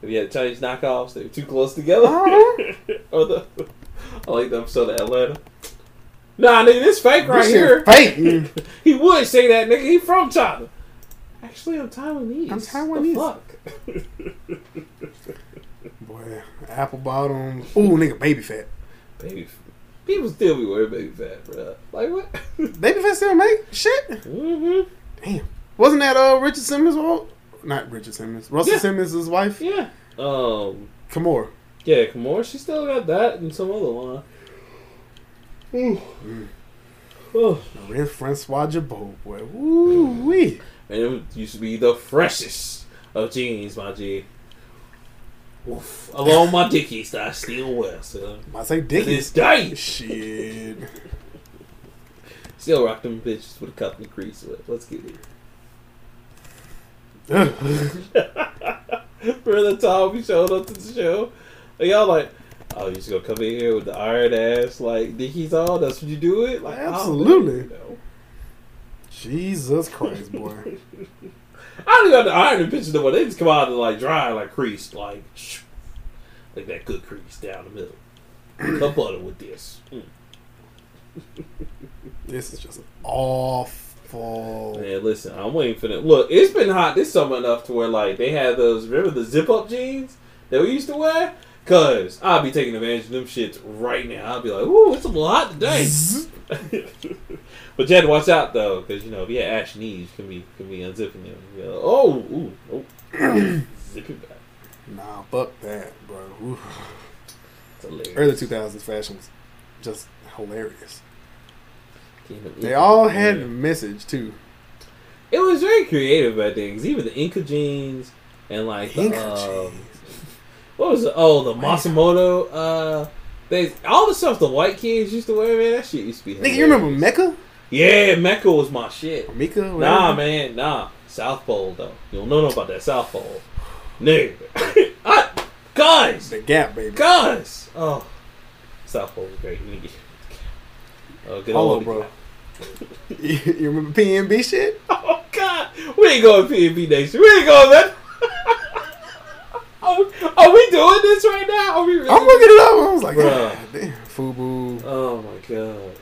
S1: if you had Chinese knockoffs, they were too close together.
S2: Uh-huh.
S1: (laughs) or the, I like the episode of Atlanta. Nah, nigga, this fake right
S2: this shit
S1: here.
S2: Fake. Mm.
S1: He would say that, nigga. He from China. Actually, I'm Taiwanese.
S2: I'm Taiwanese.
S1: The fuck.
S2: boy, apple bottom. Ooh, nigga, baby fat.
S1: baby, people still be wearing baby fat, bro. Like what? (laughs)
S2: Baby fat still make shit.
S1: mm-hmm.
S2: Damn. Wasn't that uh Richard Simmons? Well, not Richard Simmons. Russell
S1: Yeah.
S2: Simmons' wife.
S1: Yeah. Um.
S2: Kamora.
S1: Yeah, Kamora, she still got that and some other one. Ooh. Oh,
S2: Red Francois Jabot, boy. Ooh wee.
S1: and it used to be the freshest of jeans, my G. Oof. Along my dickies that I still wear, son.
S2: I say
S1: To
S2: Dickies.
S1: this day,
S2: Shit.
S1: Still rock them bitches with a couple of grease with. Let's get it. (laughs) Remember the time we showed up to the show? And y'all like, oh, you just gonna come in here with the iron ass like Dickies on? That's what you do it? Like, I don't
S2: Absolutely.
S1: know.
S2: (laughs) Jesus Christ, boy.
S1: I don't even have to iron the picture no more. They just come out and like dry, like crease, like shh, like that good crease down the middle. Come butter with this. Mm.
S2: This is just awful.
S1: Man, listen, I'm waiting for them. Look, it's been hot this summer enough to where like they had those. Remember the zip up jeans that we used to wear? Cause I'll be taking advantage of them shits right now. I'll be like, ooh, it's a little hot today. (laughs)
S2: Zzz.
S1: but you had to watch out though, because you know if you had ash knees, you can be can be unzipping them. You know, oh, ooh,
S2: (clears throat)
S1: oh, zip it back.
S2: Nah, fuck that, bro. Oof.
S1: It's hilarious.
S2: Early 2000s fashion was just hilarious.
S1: Can't even-
S2: They all had a message, too.
S1: It was very creative back then, 'cause even the Inca jeans and like the,
S2: Inca
S1: um, what was it? Oh, the Masamoto. Uh, they all the stuff the white kids used to wear, man. That shit used to be.
S2: Nigga, you remember
S1: hilarious.
S2: Mecca?
S1: Yeah, Mecca was my shit.
S2: Or Mika? whatever?
S1: Nah, man, nah. South Pole though. You don't know nothing about that South Pole, nigga. (laughs) I, guys,
S2: The Gap, baby.
S1: guys. Oh, South Pole was great, nigga. Oh, good
S2: Hello,
S1: old-
S2: bro. (laughs) you you remember PNB shit?
S1: (laughs) Oh God, we ain't going PNB Nation. We ain't going that. (laughs) are, are we doing this right now? Are we really?
S2: I'm looking it up. I was like,
S1: Bruh.
S2: God damn, Fubu.
S1: Oh my God.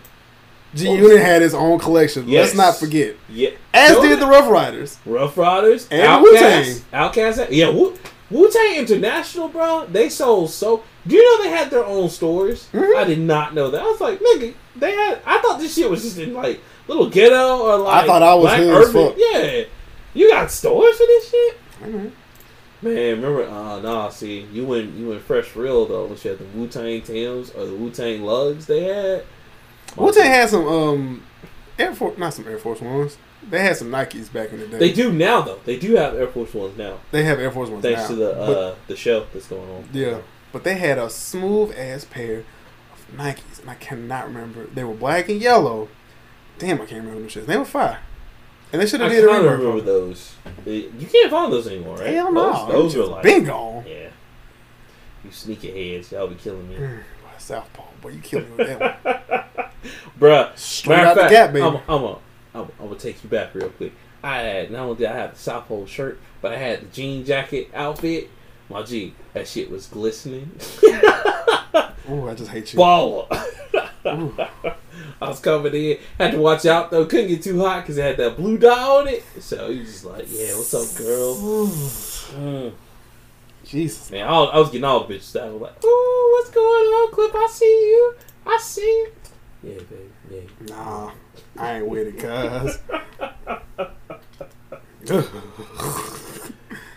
S2: G Unit had his own collection.
S1: Yes.
S2: Let's not forget.
S1: Yeah.
S2: As
S1: Don't-
S2: did the Rough Riders.
S1: Rough Riders
S2: And
S1: Outcast. Outcast. Yeah. Wu Wu Tang International, bro. They sold so. Do you know they had their own stores?
S2: Mhm.
S1: I did not know that. I was like, nigga, they had. I thought this shit was just in like little ghetto or like.
S2: thought I was
S1: black
S2: hood as
S1: urban.
S2: fuck.
S1: Yeah. You got stores for this shit. Man, remember? Uh, nah, see, you went you went fresh real though. When she had the Wu Tang Tims or the Wu Tang Lugs, they had.
S2: Wu Tang had some um Air Force, not some Air Force Ones. They had some Nikes back in the day.
S1: They do now though. They do have Air Force Ones now,
S2: They have Air Force Ones
S1: thanks
S2: now.
S1: to the
S2: but-
S1: uh, the show that's going on.
S2: yeah, but they had a smooth ass pair of Nikes, and I cannot remember. They were black and yellow. Damn, I can't remember them shits. They were fire, and they should
S1: I
S2: have
S1: kind
S2: did a
S1: of
S2: remember.
S1: remember those. They- You can't find those anymore, right?
S2: Hell
S1: those,
S2: no,
S1: those are like
S2: been gone.
S1: yeah. You sneaky heads, y'all be killing me,
S2: Southpaw, boy, you killed me with that
S1: (laughs)
S2: one.
S1: bruh.
S2: Straight out
S1: Matter of fact,
S2: the gap, baby.
S1: I'm, I'm, a, I'm, I'm gonna take you back real quick. I had not only did I have the South Pole shirt, but I had the jean jacket outfit. My G, that shit was glistening. (laughs)
S2: Ooh, I just hate you.
S1: Baller. (laughs)
S2: Ooh.
S1: I was coming in, had to watch out though, couldn't get too hot because it had that blue dye on it. So he was just like, "Yeah, what's up, girl?" Mm.
S2: (sighs) Jesus.
S1: Man, I was, I was getting all the bitches. I was like, "Ooh, what's going on, Clip? I see you. I see." You. Yeah, baby. Yeah.
S2: Nah, I ain't with it, cuz. (laughs)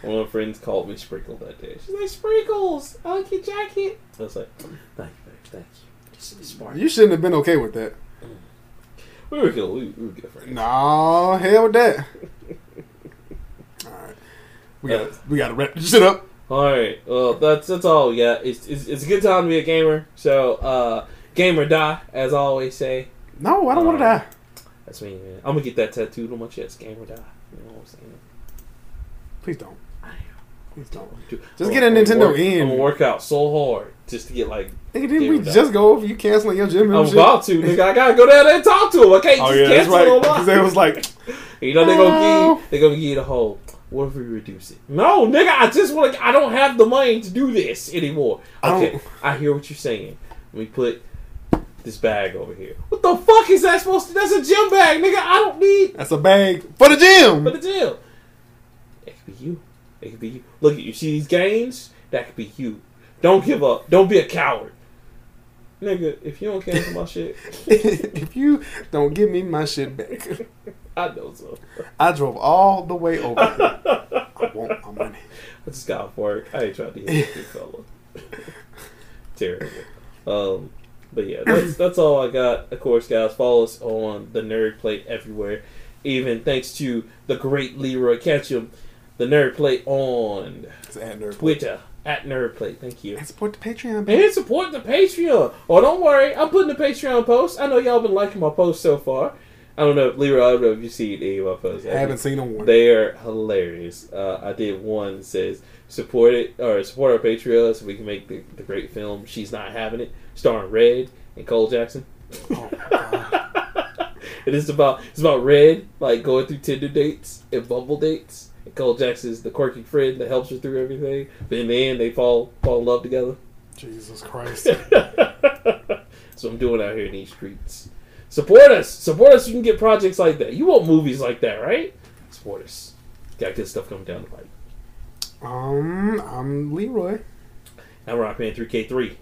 S1: One of my friends called me Sprinkle that day. She's like, Sprinkles, I like your jacket. I was like, thank you, babe, thank you. Just be smart.
S2: you shouldn't have been okay with that.
S1: We were good, we, we were good friends.
S2: Nah, hell with that. Alright. We got to we gotta wrap this shit up.
S1: Alright, well, that's that's all we got. It's, it's, it's a good time to be a gamer. So, uh, game or die, as I always say.
S2: No, I don't wanna
S1: Alright.
S2: die.
S1: That's me, man. I'm gonna get that tattooed on my chest, game or die. You know what I'm saying?
S2: Please don't.
S1: I am.
S2: Please don't.
S1: Dude,
S2: Just
S1: I'm
S2: get a
S1: gonna- I'm
S2: Nintendo
S1: gonna work-
S2: in.
S1: I'm gonna work out so hard just to get like.
S2: Nigga, didn't we
S1: Game
S2: just go over you canceling your gym
S1: I'm
S2: membership?
S1: about to, nigga. I gotta go down there and talk to him. I can't
S2: Oh
S1: just
S2: yeah, that's
S1: cancel
S2: right.
S1: on
S2: 'Cause they was like,
S1: You know they're gonna
S2: No.
S1: give they're gonna give you the whole. What if we reduce it? No, nigga, I just want to. I don't have the money to do this anymore.
S2: I don't-
S1: Okay, I hear what you're saying. Let me put this bag over here. What the fuck is that supposed to? That's a gym bag, nigga. I don't need
S2: "That's a bag for the
S1: for
S2: gym."
S1: the gym. It could be you. It could be you. Look at you. See these games? That could be you. Don't give up. Don't be a coward, nigga. If you don't cancel my shit, (laughs)
S2: (laughs) if you don't give me my shit back,
S1: I know so.
S2: I drove all the way over. I want my money.
S1: I just got off work. I ain't trying to hit this fella. (laughs) Terrible. Um, but yeah, that's that's all I got. Of course, guys, follow us on the Nerd Plate everywhere. Even thanks to the great Leroy Ketchum, the Nerd Plate on
S2: It's at Nerd Plate.
S1: Twitter at Nerd Plate. Thank you.
S2: And support the Patreon.
S1: And support the Patreon. Oh, don't worry, I'm putting the Patreon post. I know y'all been liking my post so far. I don't know, Leroy. I don't know if you see any of my posts.
S2: I haven't seen them one.
S1: They are hilarious. Uh, I did one that says support it or support our Patreon so we can make the, the great film. She's not having it, starring Red and Cole Jackson.
S2: Oh, my God.
S1: (laughs) It is about it's about Red like going through Tinder dates and Bumble dates. And Cole Jackson's the quirky friend that helps her through everything. But in the end, they fall fall in love together.
S2: Jesus
S1: (laughs)
S2: Christ.
S1: That's what I'm doing out here in these streets. Support us. Support us. You can get projects like that. You want movies like that, right? Support us. Got good stuff coming down the pipe.
S2: Um, I'm Leroy.
S1: I'm Rockman3K3.